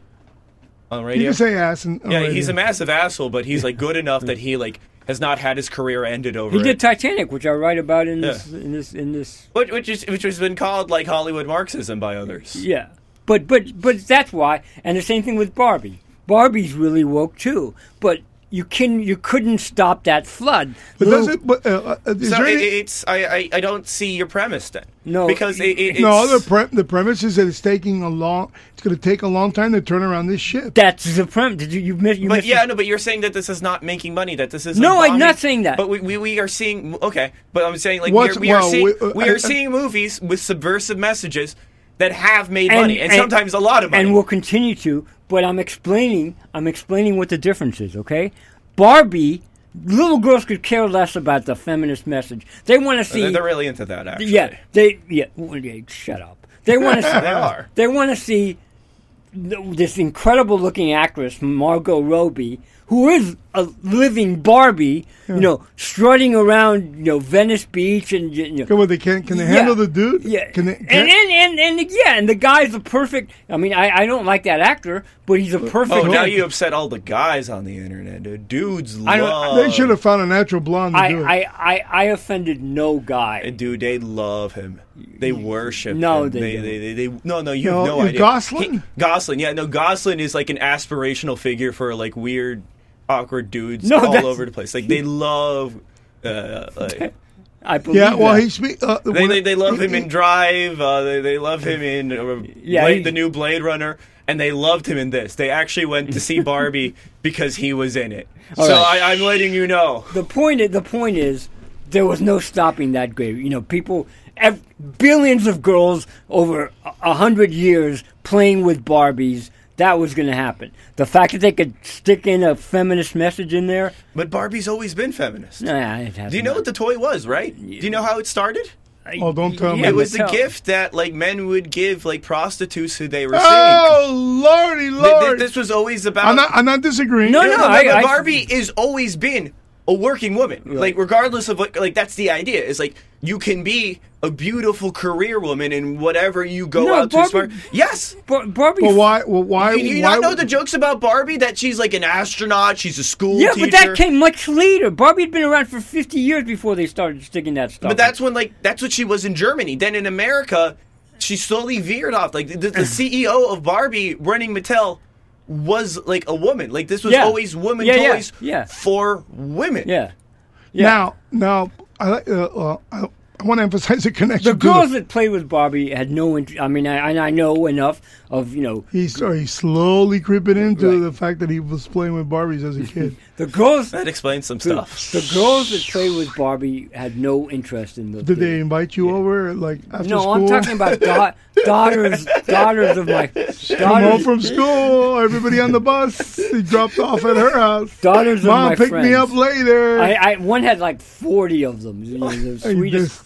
S3: on radio?
S1: you can say ass. And,
S3: yeah,
S1: already.
S3: he's a massive asshole, but he's like good enough that he like has not had his career ended over.
S2: he did
S3: it.
S2: Titanic, which I write about in this
S3: Yeah.
S2: in this in this
S3: which which, is, which has been called like Hollywood Marxism by others.
S2: Yeah, but but but that's why. And the same thing with Barbie. Barbie's really woke too, but you can you couldn't stop that flood.
S1: But
S2: Little-
S1: does it? But, uh, uh, is
S3: So
S1: there
S3: it,
S1: any,
S3: it's I, I I don't see your premise then.
S2: No,
S3: because it, it, it's,
S1: no, the, pre- the premise is that it's taking a long. It's going to take a long time to turn around this ship.
S2: That's the premise. Did you you miss? You
S3: But
S2: missed
S3: yeah,
S2: it.
S3: no, but you're saying that this is not making money. That this is
S2: No,
S3: like
S2: I'm not saying that.
S3: But we, we, we are seeing okay. But I'm saying like
S1: What's-
S3: we're, we are
S1: well,
S3: seeing
S1: we-
S3: we,
S1: uh, I-
S3: are
S1: I-
S3: seeing movies with subversive messages that have made
S2: And-
S3: money and,
S2: and-
S3: sometimes a lot of money.
S2: and will continue to. But I'm explaining. I'm explaining what the difference is. Okay, Barbie. Little girls could care less about the feminist message. They want to see.
S3: they're, they're really into that actually.
S2: Yeah, they yeah. well, yeah, shut up. They want to.
S3: They are.
S2: They want to see th- this incredible looking actress Margot Robbie, who is a living Barbie. You know, strutting around. You know, Venice Beach and you know.
S1: Can, well, they can, can they
S2: Yeah.
S1: handle the dude?
S2: Yeah,
S1: Can they,
S2: and, and and and yeah, and the guy's the perfect. I mean, I, I don't like that actor, but he's a perfect.
S3: Oh, now
S2: man.
S3: you upset all the guys on the internet. dude. Dudes
S2: I don't-
S3: love.
S1: they should have found a natural blonde to
S2: I,
S1: do it.
S2: I, I, I offended no guy.
S3: Dude, they love him. They worship.
S2: No,
S3: him.
S2: they
S3: they,
S2: don't.
S3: they, they, they- no, no. You
S1: No,
S3: have no
S1: is
S3: idea.
S1: Gosling?
S3: He- Gosling, yeah, no. Gosling is like an aspirational figure for like weird, awkward dudes
S2: No,
S3: all
S2: that's-
S3: over the place. Like they love. Uh, like,
S2: I believe.
S1: yeah, well,
S2: that.
S1: he speak. Uh,
S3: They,
S1: when-
S3: they, they love
S1: he-
S3: him in Drive. Uh, they, they love him in uh,
S2: Yeah,
S3: Blade-
S2: he-
S3: the new Blade Runner, and they loved him in this. They actually went to see Barbie because he was in it. so
S2: right.
S3: I, I'm letting you know.
S2: the point is, the point is there was no stopping that grave. You know, people ev- billions of girls over a- a hundred years playing with Barbies. That was going to happen. The fact that they could stick in a feminist message in there,
S3: But Barbie's always been feminist.
S2: nah, it hasn't.
S3: Do you know what the toy was, right? Do you know how it started?
S1: Oh, don't tell me.
S3: It was
S2: but
S3: a
S2: tell-
S3: gift that like men would give like prostitutes who they were seeing.
S1: Oh, lordy,
S3: Th- th-
S1: lord!
S3: this was always about.
S1: I'm not. I'm not disagreeing.
S2: No,
S3: no,
S2: no,
S3: no,
S2: I-
S3: but
S2: I-
S3: Barbie is always been a working woman. Like regardless of what, like that's the idea. Is like you can be a beautiful career woman in whatever you go
S2: No,
S3: out to.
S2: Barbie-
S3: Smart. Yes.
S2: Bar- Barbie.
S1: But why? Well, why?
S3: Do you
S1: why
S3: not know the jokes about Barbie that she's like an astronaut, she's a school
S2: Yeah,
S3: teacher.
S2: but that came much later. Barbie had been around for 50 years before they started sticking that stuff.
S3: But that's when like that's what she was in Germany. Then in America, she slowly veered off. Like the, the CEO of Barbie running Mattel was like a woman. Like this was
S2: Yeah.
S3: always women
S2: Yeah, yeah,
S3: toys
S2: yeah.
S3: for women.
S2: yeah.
S1: Now, now, I like. Uh, uh, I, I want to emphasize the connection. to
S2: The girls that played with Barbie had no. Int- I mean, I, and I know enough of you know
S1: He's, uh, he's slowly creeping into
S2: Right.
S1: the fact that he was playing with Barbies as a kid.
S2: the girls.
S3: That explains some
S2: The,
S3: stuff.
S2: the girls that played with Barbie had no interest in the.
S1: Did they invite you over, like after
S2: No,
S1: school?
S2: I'm talking about da- daughters, daughters of my
S1: Come home
S2: daughters,
S1: from school. Everybody on the bus. He dropped off at her house.
S2: daughters of
S1: Mom,
S2: my
S1: pick
S2: friends.
S1: me up later.
S2: I, I one had like 40 of them. You know, the
S1: Hey,
S2: sweetest.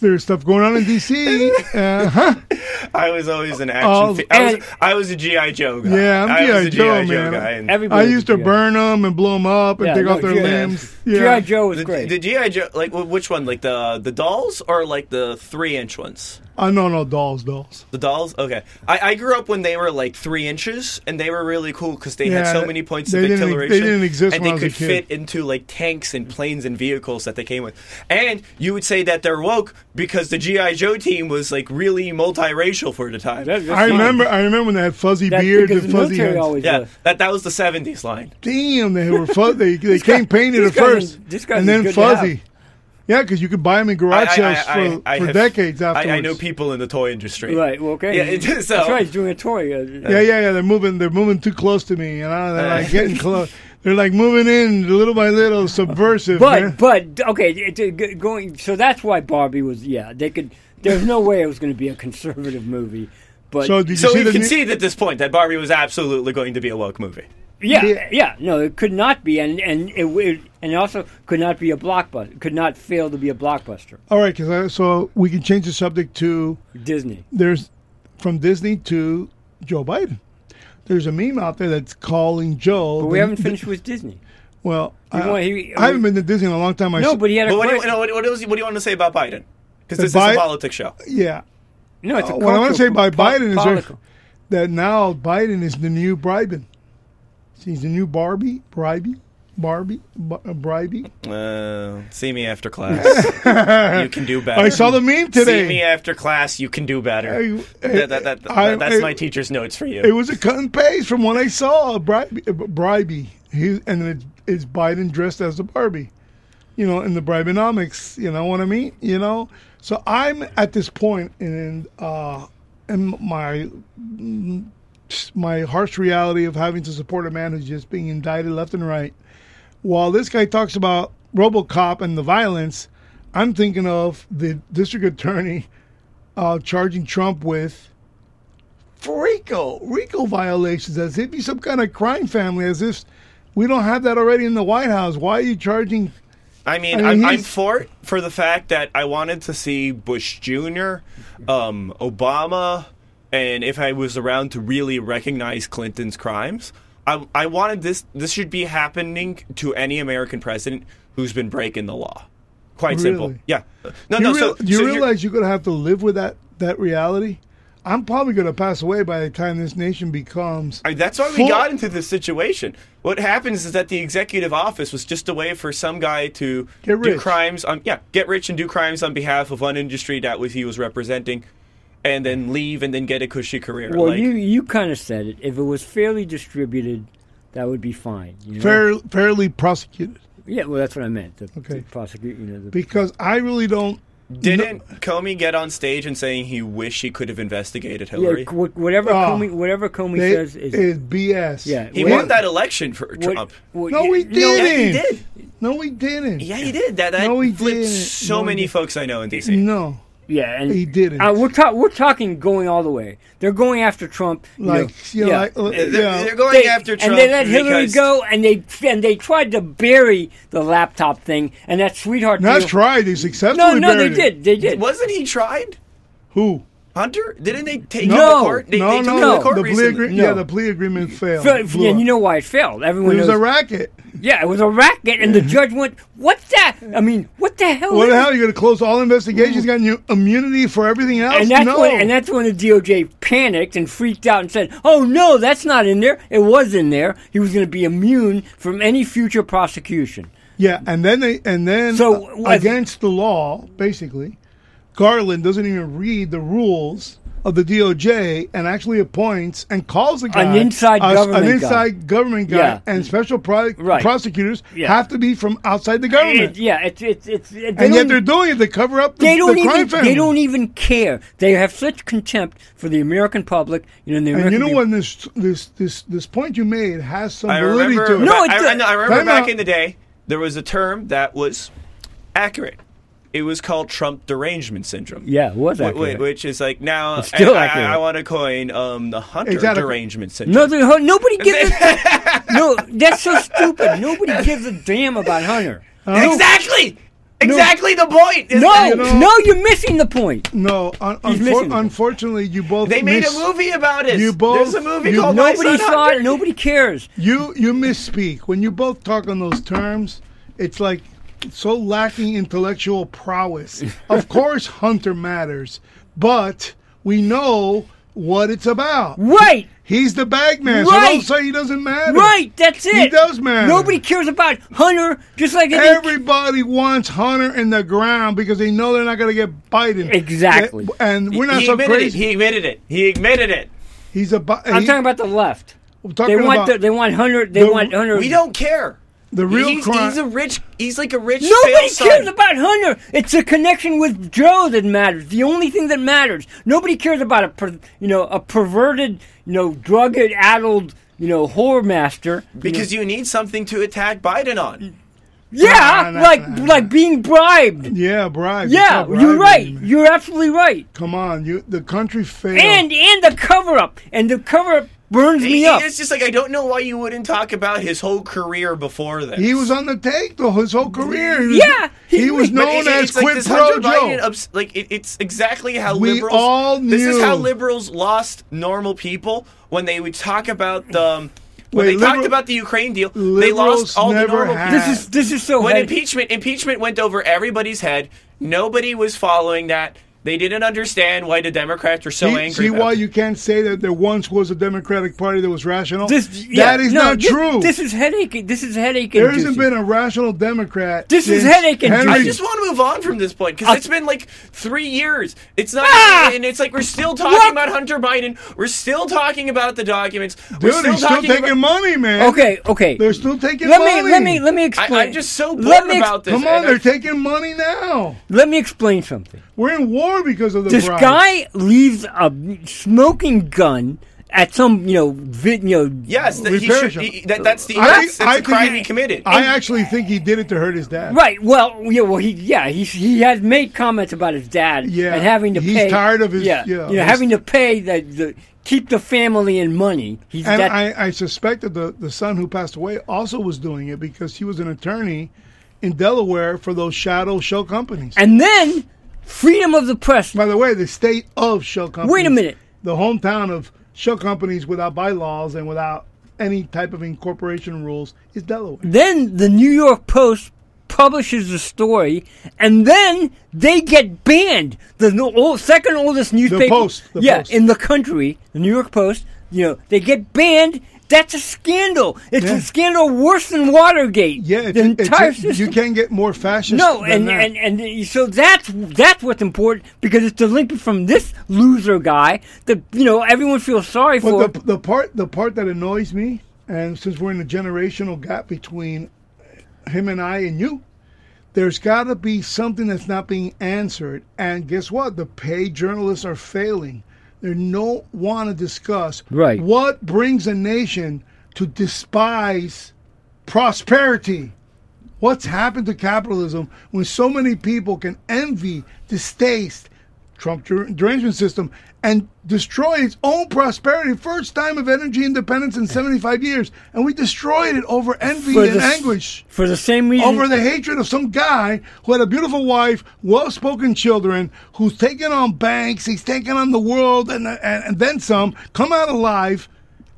S1: there's, there's stuff going on in D.C. Uh, huh?
S3: I was always an action.
S1: Oh,
S3: fi- I,
S2: and-
S3: was, I was a GI Joe guy.
S1: Yeah, I'm
S3: I
S1: G.I.
S3: was a GI
S1: Joe, man.
S3: guy. And
S2: Everybody
S1: I
S2: was
S1: used to
S2: GI.
S1: burn them and blow them up and
S2: Yeah,
S1: take
S2: no,
S1: off their
S2: GI.
S1: limbs.
S2: GI Joe was
S3: the,
S2: great.
S3: the GI Joe, like wh- which one? Like the the dolls or like the three inch ones?
S1: Oh, no, no, dolls, dolls.
S3: The dolls. Okay, I, I grew up when they were like three inches, and they were really cool because they
S1: Yeah,
S3: had so
S1: they-
S3: many points
S1: they
S3: of
S1: didn't- e-, they
S3: acceleration.
S1: didn't exist when
S3: and they
S1: I was a
S3: could
S1: kid.
S3: fit into like tanks and planes and vehicles that they came with. And you would say that they're woke because the GI Joe team was like really multiracial for the time.
S2: That- that's
S1: I
S2: fine.
S1: remember. I remember when they had fuzzy
S2: that
S1: beards
S2: because
S1: and
S2: the
S1: fuzzy
S2: military
S1: heads.
S2: always
S3: yeah,
S2: was.
S3: that that was the '70s line.
S1: Damn, they were fuzzy. They, they
S2: guy-
S1: came painted
S2: this
S1: at
S2: guy's in-
S1: first,
S2: this guy's
S1: and then
S2: in good to have.
S1: fuzzy. Yeah, because you could buy them in garage sales for, for
S3: have-
S1: decades
S3: I-
S1: afterwards.
S3: I, know people in the toy industry.
S2: Right. Well, okay.
S3: Yeah, it- so-
S2: that's right. He's doing a toy. Uh,
S1: Yeah, yeah, yeah. They're moving. They're moving too close to me, and I, they're like getting close. They're like moving in little by little, subversive. man.
S2: But but okay, it, it- g- going. So that's why Barbie was. Yeah, they could. There's no way it was going to be a conservative movie. But
S1: so did you
S3: So
S1: see
S3: we
S1: the
S3: can
S1: new-
S3: see at this point that Barbie was absolutely going to be a woke movie.
S2: yeah,
S1: Yeah.
S2: yeah, no, it could not be, and and it, would and also could not be a blockbuster. Could not fail to be a blockbuster.
S1: All right, 'cause I, so we can change the subject to
S2: Disney.
S1: there's from Disney to Joe Biden. There's a meme out there that's calling Joe.
S2: But we
S1: the-
S2: haven't finished with Disney.
S1: Well, I,
S2: want- he-
S1: I haven't been to Disney in a long time. I
S2: No,
S1: s-
S2: but he had a
S3: But what do you,
S2: question-
S3: no, what, what, else- what do you want to say about Biden? Because
S1: The
S3: this
S1: Bi-
S3: is a politics show.
S1: yeah.
S2: no. It's a
S1: What I want
S2: cultural-
S1: to say by
S2: po-
S1: Biden is there-
S2: political.
S1: that now Biden is the new Bribin. He's the new Barbie, Bribey, Barbie, Bar- Bribey.
S3: Uh, see me after class. you can do better.
S1: I saw the meme today.
S3: See me after class. You can do better.
S1: I-
S3: that, that, that,
S1: I-
S3: that's
S1: I-
S3: my teacher's notes for you.
S1: It was a cut and paste from what I saw. Bribey, Bribey. He, and it, it's Biden dressed as a Barbie, you know, in the Bribenomics. You know what I mean? You know. So I'm at this point in uh, in my my harsh reality of having to support a man who's just being indicted left and right. While this guy talks about RoboCop and the violence, I'm thinking of the district attorney uh, charging Trump with RICO, RICO violations, as if he's some kind of crime family, as if we don't have that already in the White House. Why are you charging?
S3: I mean,
S1: I mean,
S3: I am I'm
S1: he's-
S3: for it for the fact that I wanted to see Bush Jr., um, Obama, and if I was around to really recognize Clinton's crimes, I, I wanted this. This should be happening to any American president who's been breaking the law. Quite simple.
S1: Really?
S3: Yeah. No,
S1: You,
S3: no.
S1: real-
S3: so
S1: you
S3: so you're-
S1: realize you're going to have to live with that that reality. I'm probably going to pass away by the time this nation becomes.
S3: I- that's why
S1: full-
S3: we got into this situation. What happens is that the executive office was just a way for some guy to
S1: Get
S3: do
S1: rich.
S3: crimes on yeah, get rich and do crimes on behalf of one industry that was he was representing, and then leave and then get a cushy career.
S2: Well,
S3: like,
S2: you you kind of said it. If it was fairly distributed, that would be fine. You know?
S1: fair, fairly prosecuted
S2: Yeah. Well, that's what I meant. The,
S1: Okay.
S2: the prosecute. You know. The,
S1: because I really don't.
S3: didn't Comey get on stage and saying he wished he could have investigated Hillary?
S2: yeah. wh- Whatever
S1: Ah,
S2: Comey, whatever Comey
S1: They,
S2: says is
S1: it's BS.
S2: Yeah.
S3: he
S2: What-
S3: won that election for
S2: What-
S3: Trump.
S2: what-
S1: No,
S2: you-
S1: we
S2: no,
S1: didn't.
S3: yeah, he did.
S1: No, we didn't.
S3: Yeah, he did. That, that
S1: No, he
S3: flipped
S1: didn't.
S3: so
S1: No, he
S3: many
S1: didn't.
S3: folks I know in D.C.
S1: No.
S2: yeah, and
S1: He didn't.
S2: Uh, we're ta- we're talking going all the way. They're going after Trump. you know.
S1: Like, you know,
S2: yeah.
S1: like, uh,
S3: They're,
S1: you know,
S3: they're going
S2: They-
S3: after Trump.
S2: And they let Hillary
S3: because-
S2: go, and they and they tried to bury the laptop thing and that sweetheart.
S1: not
S2: deal.
S1: tried. They successfully
S2: No, no, they
S1: buried it.
S2: did. They did.
S3: Wasn't he tried?
S1: Who?
S3: Hunter? Didn't they take him
S2: No.
S3: to court? They,
S1: no,
S3: they took
S1: no,
S3: him to
S1: the,
S3: court
S1: plea
S3: recently.
S1: agreement.
S2: No.
S1: Yeah, the plea agreement failed.
S2: Fe-
S1: Blew
S2: and you
S1: up.
S2: know why it failed. Everyone
S1: it was
S2: knows.
S1: a racket.
S2: yeah, it was a racket, and the judge went, "What the? I mean, what the hell?"
S1: What
S2: is
S1: the hell? You're going to close all investigations? Got new immunity for everything else?
S2: And that's
S1: no.
S2: when and that's when the DOJ panicked and freaked out and said, "Oh no, that's not in there. It was in there. He was going to be immune from any future prosecution."
S1: yeah, and then they and then
S2: So,
S1: uh,
S2: what-
S1: against the law, basically, Garland doesn't even read the rules of the DOJ and actually appoints and calls a guy
S2: inside
S1: a-
S2: government
S1: an
S2: guy.
S1: inside government guy,
S2: Yeah.
S1: and special pro-
S2: Right.
S1: prosecutors
S2: Yeah.
S1: have to be from outside the government.
S2: It- yeah, it's it's it's they
S1: and yet
S2: don't-
S1: they're doing it to cover up the,
S2: they don't
S1: the crime
S2: even
S1: family.
S2: they don't even care. They have such contempt for the American public, you know. And the
S1: and
S2: American
S1: you know
S2: people.
S1: when this this this this point you made has some
S3: I
S1: validity
S3: remember,
S1: to it.
S2: No, it
S3: I, I,
S2: does-
S3: I remember
S1: Time
S3: back
S1: out.
S3: in the day, there was a term that was accurate. It was called Trump derangement syndrome.
S2: Yeah, it was
S3: Wh- wh-
S2: accurate.
S3: Which is like now
S2: It's still
S3: I, I-
S2: accurate.
S3: I, want to coin um, the Hunter
S1: Exactly.
S3: derangement syndrome.
S2: No, they- nobody gives a, no. That's so stupid. Nobody gives a damn about Hunter.
S3: Exactly. Exactly the point. is
S2: No,
S3: that
S1: know-
S2: no, you're missing the point.
S1: No, un-
S2: He's
S1: unfor-
S2: missing it.
S1: unfortunately, you both
S3: They made
S1: miss-
S3: a movie about it.
S1: you both-
S3: There's a movie
S1: you-
S3: called My
S2: Nobody
S3: Son
S2: saw
S3: Hunter.
S2: it. Nobody cares.
S1: You you misspeak when you both talk on those terms. It's like so lacking intellectual prowess. of course, Hunter matters, but we know what it's about.
S2: Right,
S1: He's the bag man, so
S2: Right.
S1: don't say he doesn't matter.
S2: right. That's it.
S1: He does matter.
S2: Nobody cares about Hunter. Just like they didn't
S1: Everybody wants Hunter in the ground because they know they're not going to get Biden.
S2: Exactly. E-
S1: And we're not
S3: he
S1: so
S3: admitted
S1: crazy.
S3: it. He admitted it. He admitted it.
S1: He's a. bi-
S2: I'm
S1: he-
S2: talking about the left.
S1: we're
S2: They
S1: talking
S2: want
S1: about
S2: the, they want Hunter. They
S1: The-
S2: want Hunter.
S3: We don't care.
S1: the real
S3: he's,
S1: crime.
S3: he's a rich. He's like a rich.
S2: Nobody
S3: failed son.
S2: cares about Hunter. It's the connection with Joe that matters. The only thing that matters. Nobody cares about a per, you know a perverted you know drug addled you know whore master.
S3: because you need something to attack Biden on.
S2: Yeah,
S1: Nah, nah,
S2: like
S1: nah, nah.
S2: like being bribed.
S1: Yeah, bribe.
S2: Yeah,
S1: It's not
S2: you're right.
S1: bribery, man.
S2: You're absolutely right.
S1: Come on, you. The country failed.
S2: And and the cover up and the cover up burns me
S3: It-
S2: up.
S3: It's just like I don't know why you wouldn't talk about his whole career before this.
S1: he was on the take though his whole career. He was-
S2: Yeah,
S1: he,
S2: he-
S1: was
S3: But
S1: known
S3: it-
S1: as
S3: it's like
S1: quid
S3: this
S1: pro
S3: Hunter Biden
S1: Joe.
S3: obs- like it, it's exactly how
S1: We
S3: liberals.
S1: all
S3: This is
S1: knew.
S3: how liberals lost normal people when they would talk about the. um, When
S1: Wait,
S3: they
S1: liber-
S3: talked about the Ukraine deal, they
S1: liberals
S3: lost all the
S1: never
S3: normal.
S1: had-
S3: people.
S2: this is this is so.
S3: when
S2: heady.
S3: impeachment impeachment went over everybody's head, nobody was following that. They didn't understand why the Democrats were so
S1: See,
S3: angry.
S1: see
S3: about
S1: why
S3: it.
S1: you can't say that there once was a Democratic Party that was rational.
S2: This, yeah,
S1: that is
S2: no,
S1: not
S2: this-
S1: true.
S2: This is headache. This is headache.
S1: there hasn't
S2: inducing.
S1: been a rational Democrat.
S2: This is
S1: since
S2: headache and
S1: Henry
S3: I
S2: juice.
S3: just want to move on from this point because
S2: I-
S3: it's been like three years. It's not,
S2: Ah!
S3: and it's like we're still talking
S2: What?
S3: about Hunter Biden. We're still talking about the documents. we're
S1: Dude,
S3: still
S1: he's still
S3: talking
S1: taking
S3: about.
S1: money, man.
S2: Okay, okay.
S1: They're still taking
S2: let
S1: money.
S2: me let me let me explain.
S3: I, I'm just so bored
S2: let me ex-
S3: about this.
S1: Come on,
S3: and I-
S1: they're taking money now.
S2: Let me explain something.
S1: We're in war because of the
S2: This
S1: bribe.
S2: guy leaves a smoking gun at some you know vid, you know
S3: yes, that he
S1: Repair
S3: should.
S1: shop.
S3: He, that, that's the
S1: I
S3: that's,
S1: think-
S3: that's
S1: I
S3: a
S1: think
S3: crime
S1: he-
S3: he committed.
S1: I actually think he did it to hurt his dad.
S2: Right. Well, yeah. Well, he yeah. He he has made comments about his dad.
S1: Yeah,
S2: And having to
S1: he's
S2: pay.
S1: tired of his-
S2: Yeah.
S1: yeah,
S2: you know,
S1: his-
S2: having to pay the, the keep the family in money. He's
S1: And
S2: that.
S1: I, I suspect that the, the son who passed away also was doing it because he was an attorney in Delaware for those shadow shell companies.
S2: and then freedom of the press.
S1: By the way, the state of shell companies.
S2: Wait a minute.
S1: The hometown of shell companies without bylaws and without any type of incorporation rules is Delaware.
S2: Then the New York Post publishes the story, and then they get banned. The no- old, second oldest newspaper,
S1: Post, the
S2: yeah,
S1: Post.
S2: in the country, the New York Post. You know, they get banned. That's a scandal. It's
S1: Yeah.
S2: a scandal worse than Watergate.
S1: Yeah, it's,
S2: the entire
S1: it's,
S2: system.
S1: you can't get more fascist.
S2: no,
S1: than
S2: and,
S1: that.
S2: and and and so that's that's what's important because it's delinquent from this loser guy that you know everyone feels sorry for.
S1: But the, the part the part that annoys me, and since we're in a generational gap between him and I and you, there's got to be something that's not being answered. And guess what? The paid journalists are failing. They don't want to discuss
S2: Right.
S1: what brings a nation to despise prosperity. What's happened to capitalism when so many people can envy, distaste, Trump der- derangement system and destroy its own prosperity. First time of energy independence in 75 years. And we destroyed it over envy and
S2: the s-
S1: anguish.
S2: for the same reason.
S1: Over the hatred of some guy who had a beautiful wife, well spoken children, who's taken on banks, he's taken on the world, and, and, and then some, come out alive,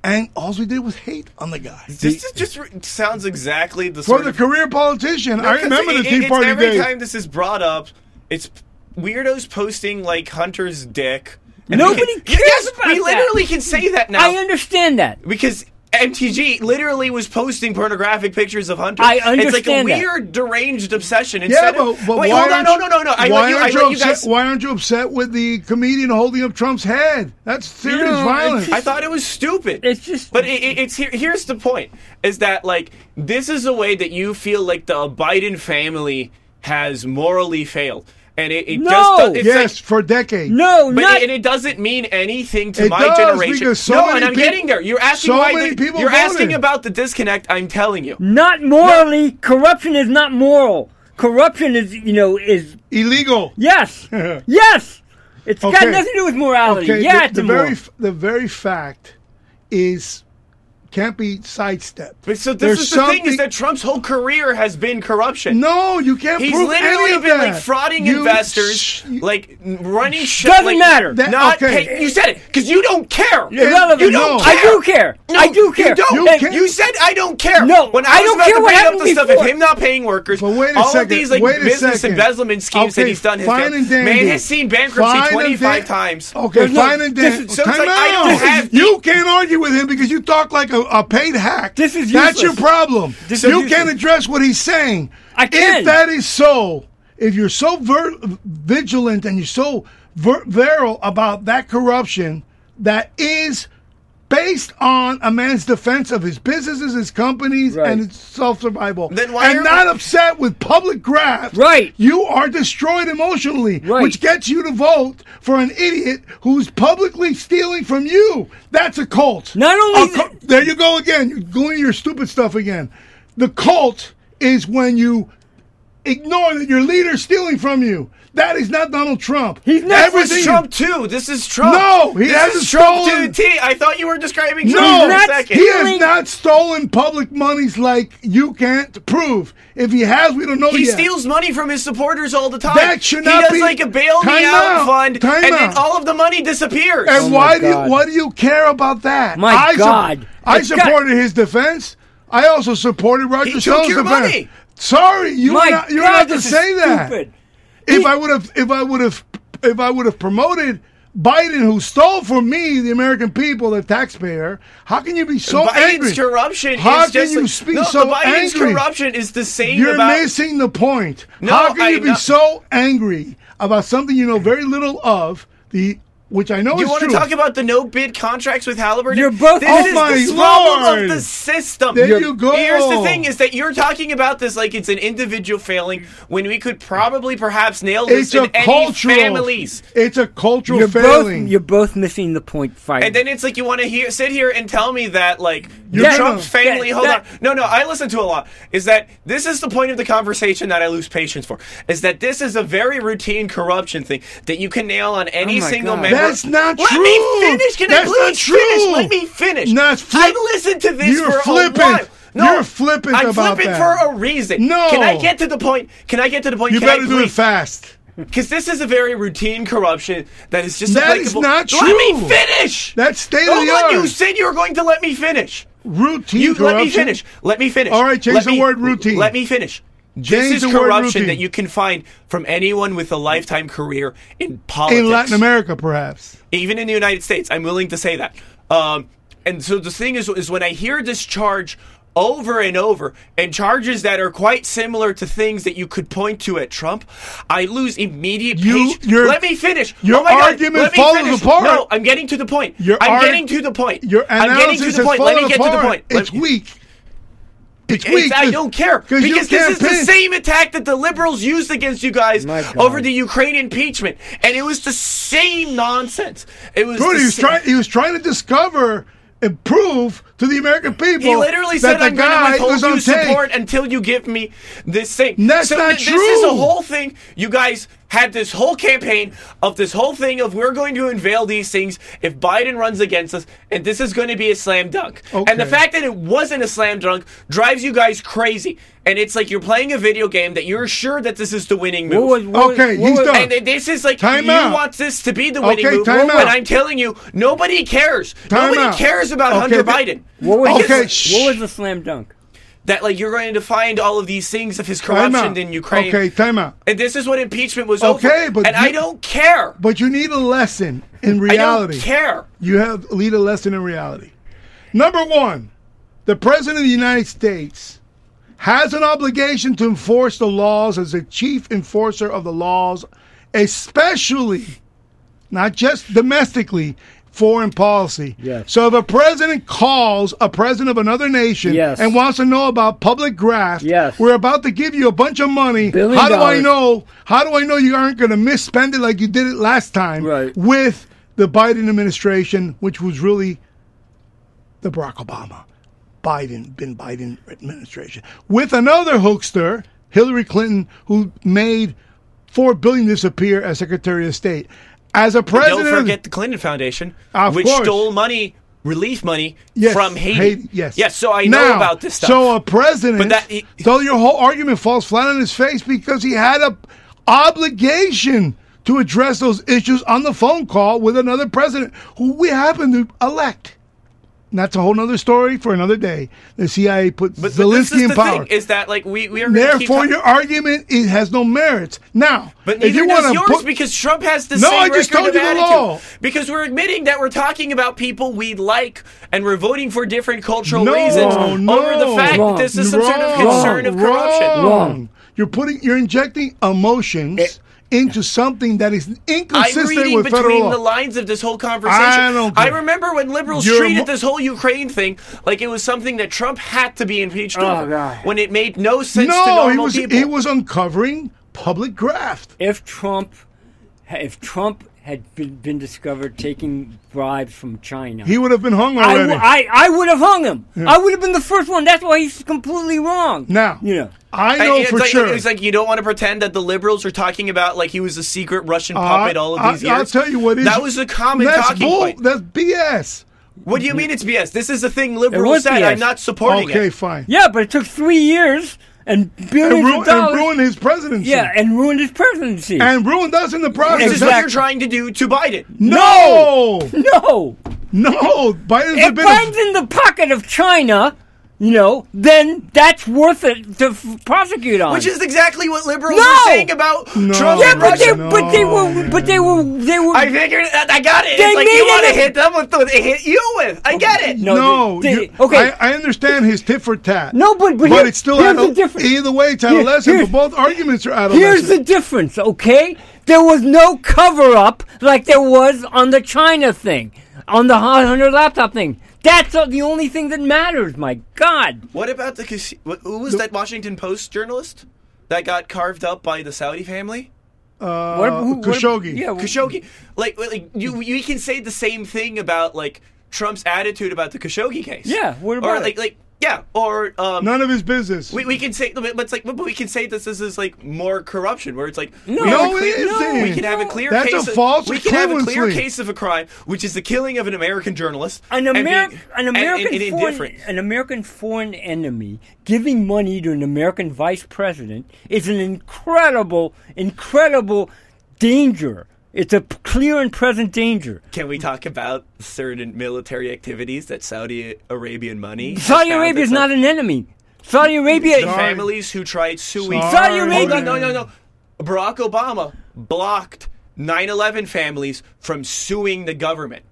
S1: and all we did was hate on the guy.
S3: This is just re- sounds exactly the
S1: For
S3: sort
S1: the
S3: of
S1: career politician,
S3: No,
S1: I
S3: 'cause
S1: remember the
S3: it-
S1: Tea
S3: it's
S1: Party
S3: every
S1: days.
S3: time this is brought up, it's weirdos posting like Hunter's dick. And
S2: Nobody
S3: we can-
S2: cares
S3: Yes,
S2: about
S3: we
S2: that.
S3: literally can say that now
S2: I understand that.
S3: because MTG literally was posting pornographic pictures of Hunter.
S2: I
S3: It's like a
S2: understand that.
S3: weird, deranged obsession.
S1: Yeah,
S3: Instead
S1: but,
S3: of,
S1: but
S3: wait,
S1: why
S3: hold on,
S1: aren't
S3: no,
S1: you-
S3: no, no, no. I
S1: why
S3: let you, I
S1: aren't you
S3: let you
S1: upset?
S3: guys.
S1: Why aren't you upset with the comedian holding up Trump's head? That's serious
S2: know,
S1: violence.
S2: it's
S3: I thought it was stupid.
S2: It's just-
S3: But it, it- it's here. Here's the point: is that like this is a way that you feel like the Biden family has morally failed, and it, it
S2: No!
S3: just it's
S1: yes,
S3: like-
S1: for decades.
S2: No,
S3: but
S2: not
S3: it, and it doesn't mean anything to
S1: It
S3: my
S1: does,
S3: generation.
S1: because so
S3: no,
S1: many
S3: and I'm
S1: peop-
S3: getting there. You're asking
S1: so
S3: why
S1: many
S3: the-
S1: people
S3: You're asking
S1: voted.
S3: about the disconnect. I'm telling you.
S2: not morally. Corruption is not moral. Corruption is you know is
S1: illegal.
S2: yes, yes. It's got
S1: Okay.
S2: nothing to do with morality.
S1: Okay,
S2: yeah,
S1: the,
S2: it's
S1: the
S2: immoral.
S1: very f- the very fact is can't be sidestepped.
S3: But so this
S1: There's
S3: is the thing: is
S1: something-
S3: that Trump's whole career has been corruption.
S1: no, you can't
S3: He's
S1: prove any
S3: literally
S1: of
S3: been
S1: that.
S3: like frauding
S1: You-
S3: investors,
S1: sh- you-
S3: like n- running shit.
S2: Doesn't
S3: like,
S2: matter.
S1: That-
S3: not
S1: okay.
S3: pay- you said it because you don't care.
S2: Irrelevant.
S3: You
S1: No.
S3: don't care.
S2: I do care.
S3: No,
S2: I do care.
S3: You don't.
S1: You
S3: You,
S1: care.
S3: said I don't care.
S2: No,
S3: when
S2: I
S3: I, was
S2: don't
S3: about
S2: care
S3: to
S2: what
S3: bring up
S2: happened
S3: the stuff
S2: before.
S3: of him not paying workers,
S1: But wait a
S3: all of
S1: second,
S3: these like
S1: wait a
S3: business
S1: second.
S3: embezzlement schemes that
S1: Okay,
S3: he's done. his
S1: fine
S3: deal.
S1: and dandy.
S3: Man has seen bankruptcy
S1: Fine and
S3: 25
S1: dan-
S3: times.
S1: Okay,
S2: There's no-
S1: fine and
S2: this
S1: dan-
S2: is-
S3: so it's
S1: Time
S3: like, I
S1: out.
S3: don't have-
S1: you can't argue with him because you talk like a, a paid hack.
S2: This is
S1: That's your
S2: useless.
S1: problem.
S2: This is
S1: you can't
S2: useless.
S1: address what he's saying.
S2: I can.
S1: If that is so, if you're so ver- vigilant and you're so ver- virile about that corruption that is based on a man's defense of his businesses, his companies,
S2: Right.
S1: and his self-survival,
S3: Then why
S1: and
S3: are-
S1: not upset with public graft,
S2: Right.
S1: You are destroyed emotionally,
S2: Right.
S1: which gets you to vote for an idiot who's publicly stealing from you. That's a cult.
S2: Not only
S1: A cul-
S2: th-
S1: there you go again. You're going to your stupid stuff again. The cult is when you ignore that your leader's stealing from you. That is not Donald Trump.
S2: He's not-
S3: This is Trump too. This is Trump.
S1: No, he
S3: this
S1: hasn't
S3: is Trump to
S1: stolen-
S3: the T. I thought you were describing Trump
S1: No,
S3: for a
S2: He's not
S3: second.
S1: he has
S2: stealing-
S1: not stolen public monies like you can't prove. If he has, we don't know
S3: He
S1: yet.
S3: steals money from his supporters all the time.
S1: That should not
S3: he does
S1: be-
S3: like a bail
S1: Time
S3: me
S1: out.
S3: out fund,
S1: Time
S3: and
S1: out.
S3: then all of the money disappears.
S1: And
S2: my
S1: why do you,
S2: God.
S1: why do you care about that?
S2: My
S1: I sup-
S2: God.
S1: I
S2: It's got-
S1: supported his defense. I also supported Roger
S3: He took
S1: Stone's
S3: your
S1: defense.
S3: money.
S1: Sorry, you
S2: My
S1: were not, you're
S2: God,
S1: not to
S2: this is
S1: say that.
S2: stupid.
S1: If I would have, if I would have, if I would have promoted Biden, who stole from me, the American people, the taxpayer, how can you be so
S3: Biden's
S1: angry?
S3: corruption
S1: How
S3: is just
S1: can you
S3: like-
S1: speak
S3: no,
S1: so
S3: the Biden's
S1: angry?
S3: corruption is the same
S1: You're
S3: about
S1: missing the point.
S3: No,
S1: How can
S3: I-
S1: you be
S3: no.
S1: so angry about something you know very little of? The which I know
S3: you
S1: is
S3: want
S1: true.
S3: to talk about the no bid contracts with Halliburton?
S2: You're both-
S3: This
S2: Oh
S3: is
S1: my
S3: the problem
S1: Lord.
S3: of the system.
S1: There you go.
S3: Here's the thing: is that you're talking about this like it's an individual failing when we could probably perhaps nail
S1: it's
S3: this
S1: a
S3: in any
S1: cultural
S3: families.
S1: It's a cultural
S2: You're
S1: failing.
S2: both you're both missing the point. Fight.
S3: And then it's like you want to hear, sit here and tell me that like your
S1: Yeah,
S3: Trump
S1: no,
S3: family.
S2: that-
S3: hold
S2: that-
S3: on, no, no. I listen to a lot. Is that this is the point of the conversation that I lose patience for? Is that this is a very routine corruption thing that you can nail on any
S2: Oh my
S3: single
S2: God.
S3: member?
S1: That's not
S3: Let
S1: true.
S3: me finish. Can
S1: That's
S3: I
S1: not
S3: please
S1: true.
S3: finish? Let me finish.
S1: No, it's flip-
S3: I listened to this
S1: You're
S3: for
S1: flippant.
S3: a while. No,
S1: You're flippant
S3: I'm
S1: about that.
S3: flippant for a reason.
S1: No.
S3: Can I get to the point? Can I get to the point?
S1: you
S3: Can I
S1: better do it
S3: please-
S1: fast.
S3: because this is a very routine corruption that is just
S1: That is
S3: applicable-
S1: not
S3: Let me
S1: true.
S3: finish.
S1: That's state of
S3: Hold
S1: the
S3: on,
S1: art.
S3: You said you were going to let me finish.
S1: Routine
S3: You
S1: corruption.
S3: let me finish. Let me finish.
S1: All right, change
S3: Let
S1: the
S3: me-
S1: word routine.
S3: Let me finish.
S1: Change
S3: this
S1: the
S3: is
S1: word
S3: corruption
S1: routine.
S3: that you can find from anyone with a lifetime career in politics,
S1: In Latin America, perhaps.
S3: even in the United States. I'm willing to say that. Um, and so the thing is, is when I hear this charge over and over, and charges that are quite similar to things that you could point to at Trump, I lose immediate
S1: You-
S3: patience.
S1: your-
S3: Let me finish.
S1: your
S3: oh my God,
S1: argument
S3: let me
S1: falls
S3: finish.
S1: apart.
S3: No, I'm getting to the point.
S1: Your
S3: I'm
S1: arg-
S3: getting to the point.
S1: Your
S3: I'm
S1: analysis
S3: getting to the
S1: has
S3: point. Let me
S1: fallen
S3: get to the
S1: apart.
S3: point. Let
S1: It's
S3: me-
S1: weak. It's
S3: it's-
S1: weak.
S3: I don't care
S1: Because you
S3: because this
S1: can't
S3: is the
S1: pinch.
S3: same attack that the liberals used against you guys
S2: My God.
S3: over the Ukraine impeachment, and it was the same nonsense. It was.
S1: Dude,
S3: the
S1: he was
S3: sa-
S1: trying. He was trying to discover and prove to the American people.
S3: He literally
S1: that
S3: said,
S1: the
S3: "I'm going to
S1: guy
S3: withhold
S1: was
S3: you
S1: on tape."
S3: support until you give me this thing."
S1: That's
S3: so
S1: not
S3: th- This is
S1: true.
S3: a whole thing. You guys had this whole campaign of this whole thing of we're going to unveil these things if Biden runs against us, and this is going to be a slam dunk. And the
S1: Okay.
S3: fact that it wasn't a slam dunk drives you guys crazy. And it's like you're playing a video game that you're sure that this is the winning move.
S2: What was, what
S1: Okay,
S2: was, what
S1: he's
S2: was-
S1: done.
S3: And th- this is like
S1: Time
S3: you
S1: out.
S3: want this to be the winning
S1: Okay,
S3: move,
S1: time
S3: and
S1: out.
S3: I'm telling you, nobody cares.
S1: Time
S3: nobody
S1: out.
S3: cares about
S1: Okay,
S3: Hunter
S1: th-
S3: Biden.
S2: What was,
S1: Okay,
S2: the,
S1: shh.
S2: what was the slam dunk?
S3: That like you're going to find all of these things of his
S1: Time
S3: corruption
S1: out.
S3: in Ukraine.
S1: Okay, time out.
S3: And this is what impeachment was
S1: Okay,
S3: over.
S1: but
S3: and
S1: you-
S3: I don't care.
S1: But you need a lesson in
S3: I don't
S1: reality.
S3: care.
S1: You have lead a lesson in reality. Number one, the president of the United States has an obligation to enforce the laws as the chief enforcer of the laws, especially not just domestically, foreign policy.
S2: Yes.
S1: So if a president calls a president of another nation
S2: Yes.
S1: and wants to know about public graft,
S2: Yes.
S1: we're about to give you a bunch of money.
S2: Billion
S1: how do I
S2: dollars.
S1: know? How do I know you aren't going to misspend it like you did it last time?
S2: Right.
S1: with the Biden administration, which was really the Barack Obama, Biden, bin Biden administration, with another hoaxster, Hillary Clinton, who made four billion disappear as Secretary of State. As a president,
S3: don't forget the Clinton Foundation,
S1: Of
S3: which
S1: course.
S3: stole money, relief money
S1: Yes,
S3: from Haiti.
S1: yes.
S3: Yes. So I know
S1: Now,
S3: about this stuff.
S1: So a president,
S3: But that- he-
S1: so your whole argument falls flat on his face because he had a obligation to address those issues on the phone call with another president who we happen to elect. And that's a whole nother story for another day. The CIA put
S3: but, but this
S1: Zelensky
S3: is
S1: in
S3: the
S1: power.
S3: thing: is that like we we are gonna keep
S1: Therefore,
S3: talk-
S1: your argument it has no merits. Now,
S3: But
S1: if
S3: neither
S1: you
S3: does
S1: want to
S3: yours
S1: put,
S3: because Trump has the
S1: No,
S3: same
S1: I just
S3: record
S1: told
S3: of
S1: you the
S3: attitude.
S1: law.
S3: Because we're admitting that we're talking about people we like and we're voting for different cultural
S1: No,
S3: reasons
S1: no.
S3: over the fact
S2: Wrong.
S3: that this is some sort of concern of corruption. Eh.
S1: Wrong.
S2: Wrong.
S1: You're putting you're injecting emotions into something that is
S3: I'm
S1: inconsistent
S3: reading
S1: with
S3: between
S1: federal law.
S3: the lines of this whole conversation.
S1: I don't care.
S3: remember when liberals
S1: You're
S3: treated
S1: mo-
S3: this whole Ukraine thing like it was something that Trump had to be impeached
S2: Oh,
S3: over,
S2: God.
S3: when it made no sense to
S1: no,
S3: normal
S1: he was
S3: people.
S1: he was uncovering public graft.
S2: If Trump, if Trump had been, been discovered taking bribes from China,
S1: He would have been hung
S2: I,
S1: already.
S2: w- I, I would have hung him. I would have been the first one. That's why he's completely wrong.
S1: now,
S2: you know.
S1: I
S3: And
S1: know
S3: it's
S1: for
S3: like,
S1: sure.
S3: It's like you don't want to pretend that the liberals are talking about like he was a secret Russian puppet all of these
S1: Uh, I,
S3: years.
S1: I'll tell you what is
S3: That was a common
S1: that's
S3: talking
S1: bull,
S3: point.
S1: That's BS.
S3: What do you mean it's BS? This is the thing liberals
S2: was
S3: said.
S2: BS.
S3: I'm not supporting
S1: okay,
S3: it.
S1: fine.
S2: Yeah, but it took three years and billions
S1: and,
S2: of
S1: ruin,
S2: dollars.
S1: and ruin his presidency.
S2: yeah, and ruined his presidency.
S1: and ruined us in the process.
S3: This is what you're
S2: Exactly.
S3: trying to do to Biden.
S1: No,
S2: no,
S1: no. Biden's a
S2: if
S1: bit.
S2: Biden's in the pocket of China, you know, then that's worth it to f- prosecute on.
S3: Which is exactly what liberals
S2: No!
S3: are saying about Trump
S2: yeah,
S3: and
S2: but they,
S3: Russia.
S1: No,
S2: but they were,
S1: man.
S2: but they were, they were.
S3: I figured I got it.
S2: They
S3: it's like
S2: made
S3: you want
S2: it-
S3: to hit them with what they hit you with. I get it.
S2: No.
S1: No,
S2: they-
S1: you-
S2: okay.
S1: I, I understand his tit for tat.
S2: No, but- but here-
S1: it's still
S2: here's
S1: adole-
S2: the difference.
S1: Either way, it's adolescent.
S2: here's-
S1: but both arguments are adolescent.
S2: Here's the difference, okay? There was no cover up like there was on the China thing, on the Hunter laptop thing. That's uh, the only thing that matters. My God.
S3: What about the cas- wh- who was that Washington Post journalist that got carved up by the Saudi family?
S2: What-
S1: Uh,
S2: who- what-
S1: Khashoggi.
S2: yeah, wh-
S3: Khashoggi. Like, like you, you can say the same thing about like Trump's attitude about the Khashoggi case.
S2: Yeah, what about
S3: or
S2: it?
S3: like, like yeah, or um,
S1: None of his business.
S3: We, we can say, but it's like, but we can say this, this is like more corruption, where it's like,
S2: No,
S3: we have a
S1: No, it
S3: clear-
S1: isn't.
S3: We can have a clear
S1: That's
S3: case.
S1: a false
S3: we can have a clear
S1: equivalency.
S3: case of a crime, which is the killing of an American journalist.
S2: An,
S3: and
S2: Ameri-
S3: being-
S2: an
S3: and-
S2: American
S3: and- and
S2: foreign,
S3: indifferent.
S2: an American foreign enemy giving money to an American vice president is an incredible, incredible danger. It's a p- clear and present danger.
S3: Can we talk about certain military activities that Saudi Arabian money? has
S2: Saudi
S3: found
S2: Arabia is
S3: itself-
S2: not an enemy. Saudi Arabia.
S3: The families who tried suing.
S1: Sorry.
S2: Saudi
S3: Hold
S2: Arabia.
S3: on, no, no, no. Barack Obama blocked 9/11 families from suing the government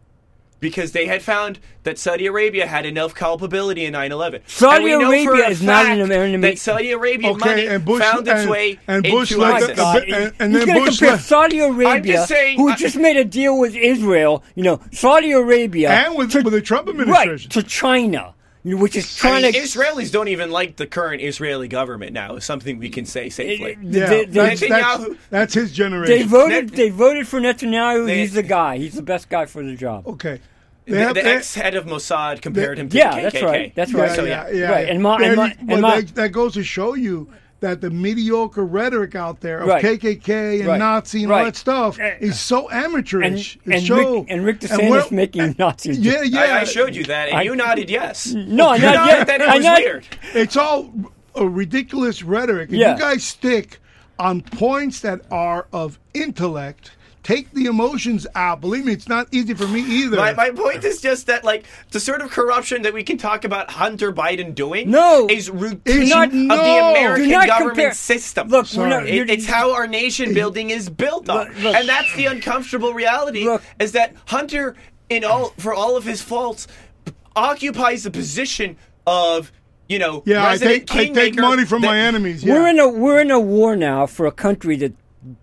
S3: because they had found that Saudi Arabia had enough culpability in 9/11.
S2: Saudi
S3: And we know for
S2: Arabia
S3: a
S2: is not
S3: fact
S2: an enemy.
S3: That Saudi Arabian money found its
S1: and,
S3: way
S1: and Bush
S3: into
S1: let
S2: My
S1: the,
S3: ISIS.
S1: the-
S2: God.
S1: and, and
S2: He's
S1: then
S2: gonna
S1: Bush
S2: compare
S1: let,
S2: Saudi Arabia,
S3: saying-
S2: who
S3: I-
S2: just made a deal with Israel, you know, Saudi Arabia,
S1: and with, with the Trump administration.
S2: right to China, you know, which is
S3: I
S2: trying
S3: mean,
S2: to.
S3: Israelis don't even like the current Israeli government now. Is something we can say safely.
S1: Yeah,
S2: They- they-
S1: that's, that's,
S3: Netanyahu-
S1: that's his
S2: They
S1: generation.
S2: voted.
S3: Net-
S2: They voted for Netanyahu.
S3: They-
S2: He's the guy. He's the best guy for the job.
S1: okay,
S3: The,
S1: they have
S3: the
S1: they-
S3: ex-head of Mossad compared him to
S2: Yeah,
S3: the
S2: that's
S3: KKK.
S2: right. That's right.
S3: So, yeah.
S2: Right, and my- and
S1: There
S2: my-
S1: you-
S2: and
S1: but
S2: my-
S1: that, that goes to show you that the mediocre rhetoric out there of
S2: Right.
S1: KKK and
S2: Right.
S1: Nazi and all
S2: Right.
S1: that stuff
S2: And-
S1: is so
S2: And,
S1: amateurish. it's
S2: and,
S1: so,
S2: Rick, and Rick DeSantis
S1: we're-
S2: making Nazi jokes.
S1: Yeah, yeah.
S3: I, I showed you that, and
S2: I-
S3: you nodded yes.
S2: No,
S3: you
S2: not
S3: nodded
S2: yet.
S3: That it
S2: I
S3: was
S2: not-
S3: weird.
S1: it's all a ridiculous rhetoric. If
S2: Yeah.
S1: you guys stick on points that are of intellect, take the emotions out. Believe me, it's not easy for me either.
S3: My, my point is just that, like, the sort of corruption that we can talk about Hunter Biden doing
S2: No.
S3: is routine
S1: It's
S3: of
S1: no.
S3: the
S1: Do
S3: American
S2: not
S3: government
S2: compare-
S3: system.
S2: Look, we're
S1: not-
S3: It-
S2: you're-
S3: it's how our nation building is built on.
S2: Look, look.
S3: and that's the uncomfortable reality
S2: Look.
S3: is that Hunter, in all for all of his faults, occupies the position of, you know,
S1: yeah, I
S3: resident
S1: take, I take
S3: kingmaker
S1: money from
S3: that-
S1: my enemies. Yeah.
S2: We're in a we're in a war now for a country that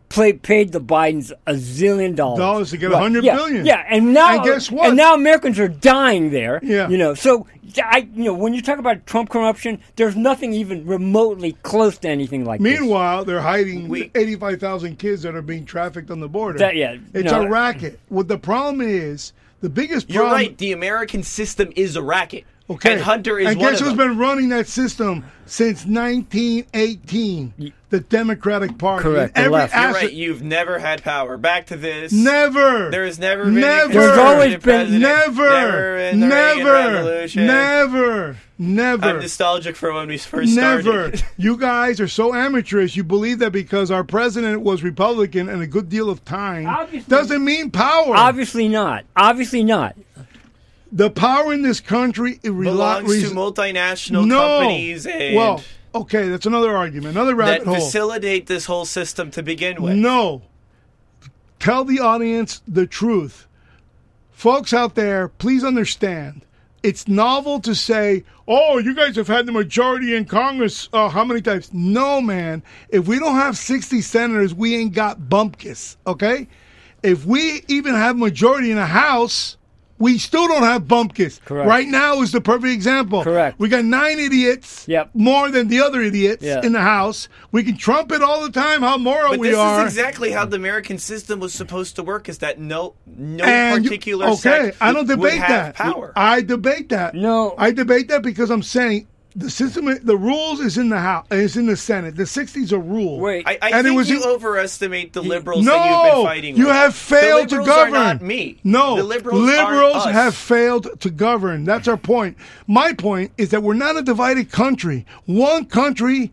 S2: play, paid the Bidens a zillion dollars.
S1: Dollars to get
S2: Right,
S1: 100
S2: yeah,
S1: billion.
S2: Yeah, and now
S1: And guess what?
S2: And now Americans are dying there.
S1: Yeah.
S2: you know. So I, you know, when you talk about Trump corruption, there's nothing even remotely close to anything like this.
S1: Meanwhile, they're hiding
S3: We-
S1: 85,000 kids that are being trafficked on the border.
S2: That- yeah,
S1: it's
S2: no.
S1: a racket. What the problem is, the biggest
S3: You're
S1: problem.
S3: right. The American system is a racket.
S1: Okay.
S3: And Hunter is
S1: And
S3: one
S1: guess
S3: of
S1: who's
S3: them.
S1: been running that system since 1918? The Democratic Party.
S2: Correct,
S1: In
S2: the
S1: every
S2: left. You're
S3: You're
S1: aspect-
S3: right. You've never had power. Back to this.
S1: Never.
S3: There has never been. a
S1: Never.
S2: There's always
S3: conservative
S2: been-
S3: president. Never.
S1: never,
S3: in the Reagan
S1: never,
S3: Revolution.
S1: never, never.
S3: I'm nostalgic for when we first
S1: Never.
S3: started.
S1: you guys are so amateurish. You believe that because our president was Republican and a good deal of time
S2: Obviously.
S1: doesn't mean power.
S2: Obviously not. Obviously not.
S1: the power in this country it rel-
S3: Belongs
S1: res-
S3: to multinational
S1: no.
S3: companies and
S1: well, okay, that's another argument, another
S3: that
S1: rabbit hole.
S3: facilitate this whole system to begin with.
S1: No. Tell the audience the truth. Folks out there, please understand. It's novel to say, oh, you guys have had the majority in Congress uh, how many times? No, man. If we don't have 60 senators, we ain't got bumpkis, okay? If we even have majority in the House, we still don't have bumpkis.
S2: Correct.
S1: Right now is the perfect example.
S2: Correct.
S1: We got nine idiots,
S2: Yep.
S1: more than the other idiots
S2: Yeah.
S1: in the House. We can trump it all the time how moral
S3: But
S1: we
S3: this
S1: are.
S3: is exactly how the American system was supposed to work: is that no, no
S1: And you-
S3: particular
S1: okay,
S3: sect
S1: I don't
S3: would
S1: debate that.
S3: have power.
S1: I debate that.
S2: No.
S1: I debate that because I'm saying the system, the rules is in the house, is in the Senate. The '60s are rule.
S2: Wait.
S3: I, I
S1: And it
S3: think
S1: was
S3: you
S1: in-
S3: overestimate the liberals
S1: no,
S3: that you've been fighting.
S1: you
S3: with.
S1: have failed
S3: the
S1: to
S3: liberals
S1: govern.
S3: Are not me.
S1: No,
S3: the liberals,
S1: Liberals
S3: are us.
S1: have failed to govern. That's our point. My point is that we're not a divided country. One country,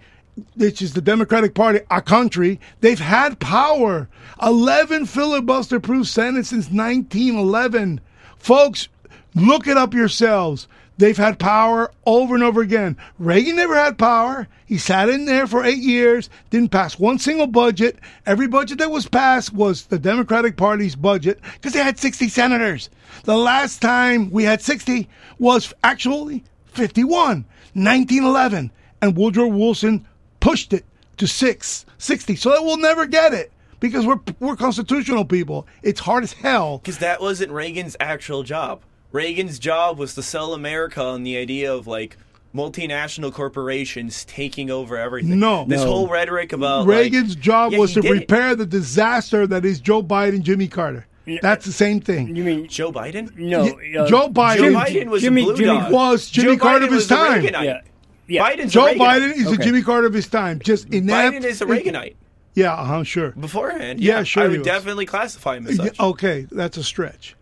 S1: which is the Democratic Party, our country, they've had power. Eleven filibuster-proof Senate since 1911. Folks, look it up yourselves. They've had power over and over again. Reagan never had power. He sat in there for eight years, didn't pass one single budget. Every budget that was passed was the Democratic Party's budget because they had 60 senators. The last time we had 60 was actually 51, 1911. And Woodrow Wilson pushed it to six, 60. So that we'll never get it because we're, we're constitutional people. It's hard as hell.
S3: Because that wasn't Reagan's actual job. Reagan's job was to sell America on the idea of like multinational corporations taking over everything.
S1: No.
S3: this
S1: No.
S3: whole rhetoric about like-
S1: Reagan's job
S3: Yeah,
S1: was
S3: he
S1: to
S3: did it.
S1: repair the disaster that is Joe Biden, Jimmy Carter. That's the same thing.
S2: You mean
S3: Joe Biden.
S2: no?
S1: Y-
S2: uh,
S1: Joe
S3: Joe
S1: Biden-
S3: Biden was
S2: Jimmy-
S3: a blue
S2: Jimmy
S3: dog.
S1: was
S3: Joe
S1: Jimmy Carter
S3: Biden
S1: of his
S3: was a
S1: time.
S3: Reaganite.
S2: Yeah. Yeah.
S3: Biden's a
S1: Joe
S3: Reaganite.
S1: Biden is the
S2: Okay.
S1: Jimmy Carter of his time. Just inept.
S3: Biden is a Reaganite.
S1: Yeah, uh-huh, sure.
S3: Beforehand,
S1: Yeah, sure
S3: I
S1: he
S3: would
S1: was.
S3: definitely classify him as
S1: Yeah, oh,
S3: such.
S1: Okay, that's a stretch.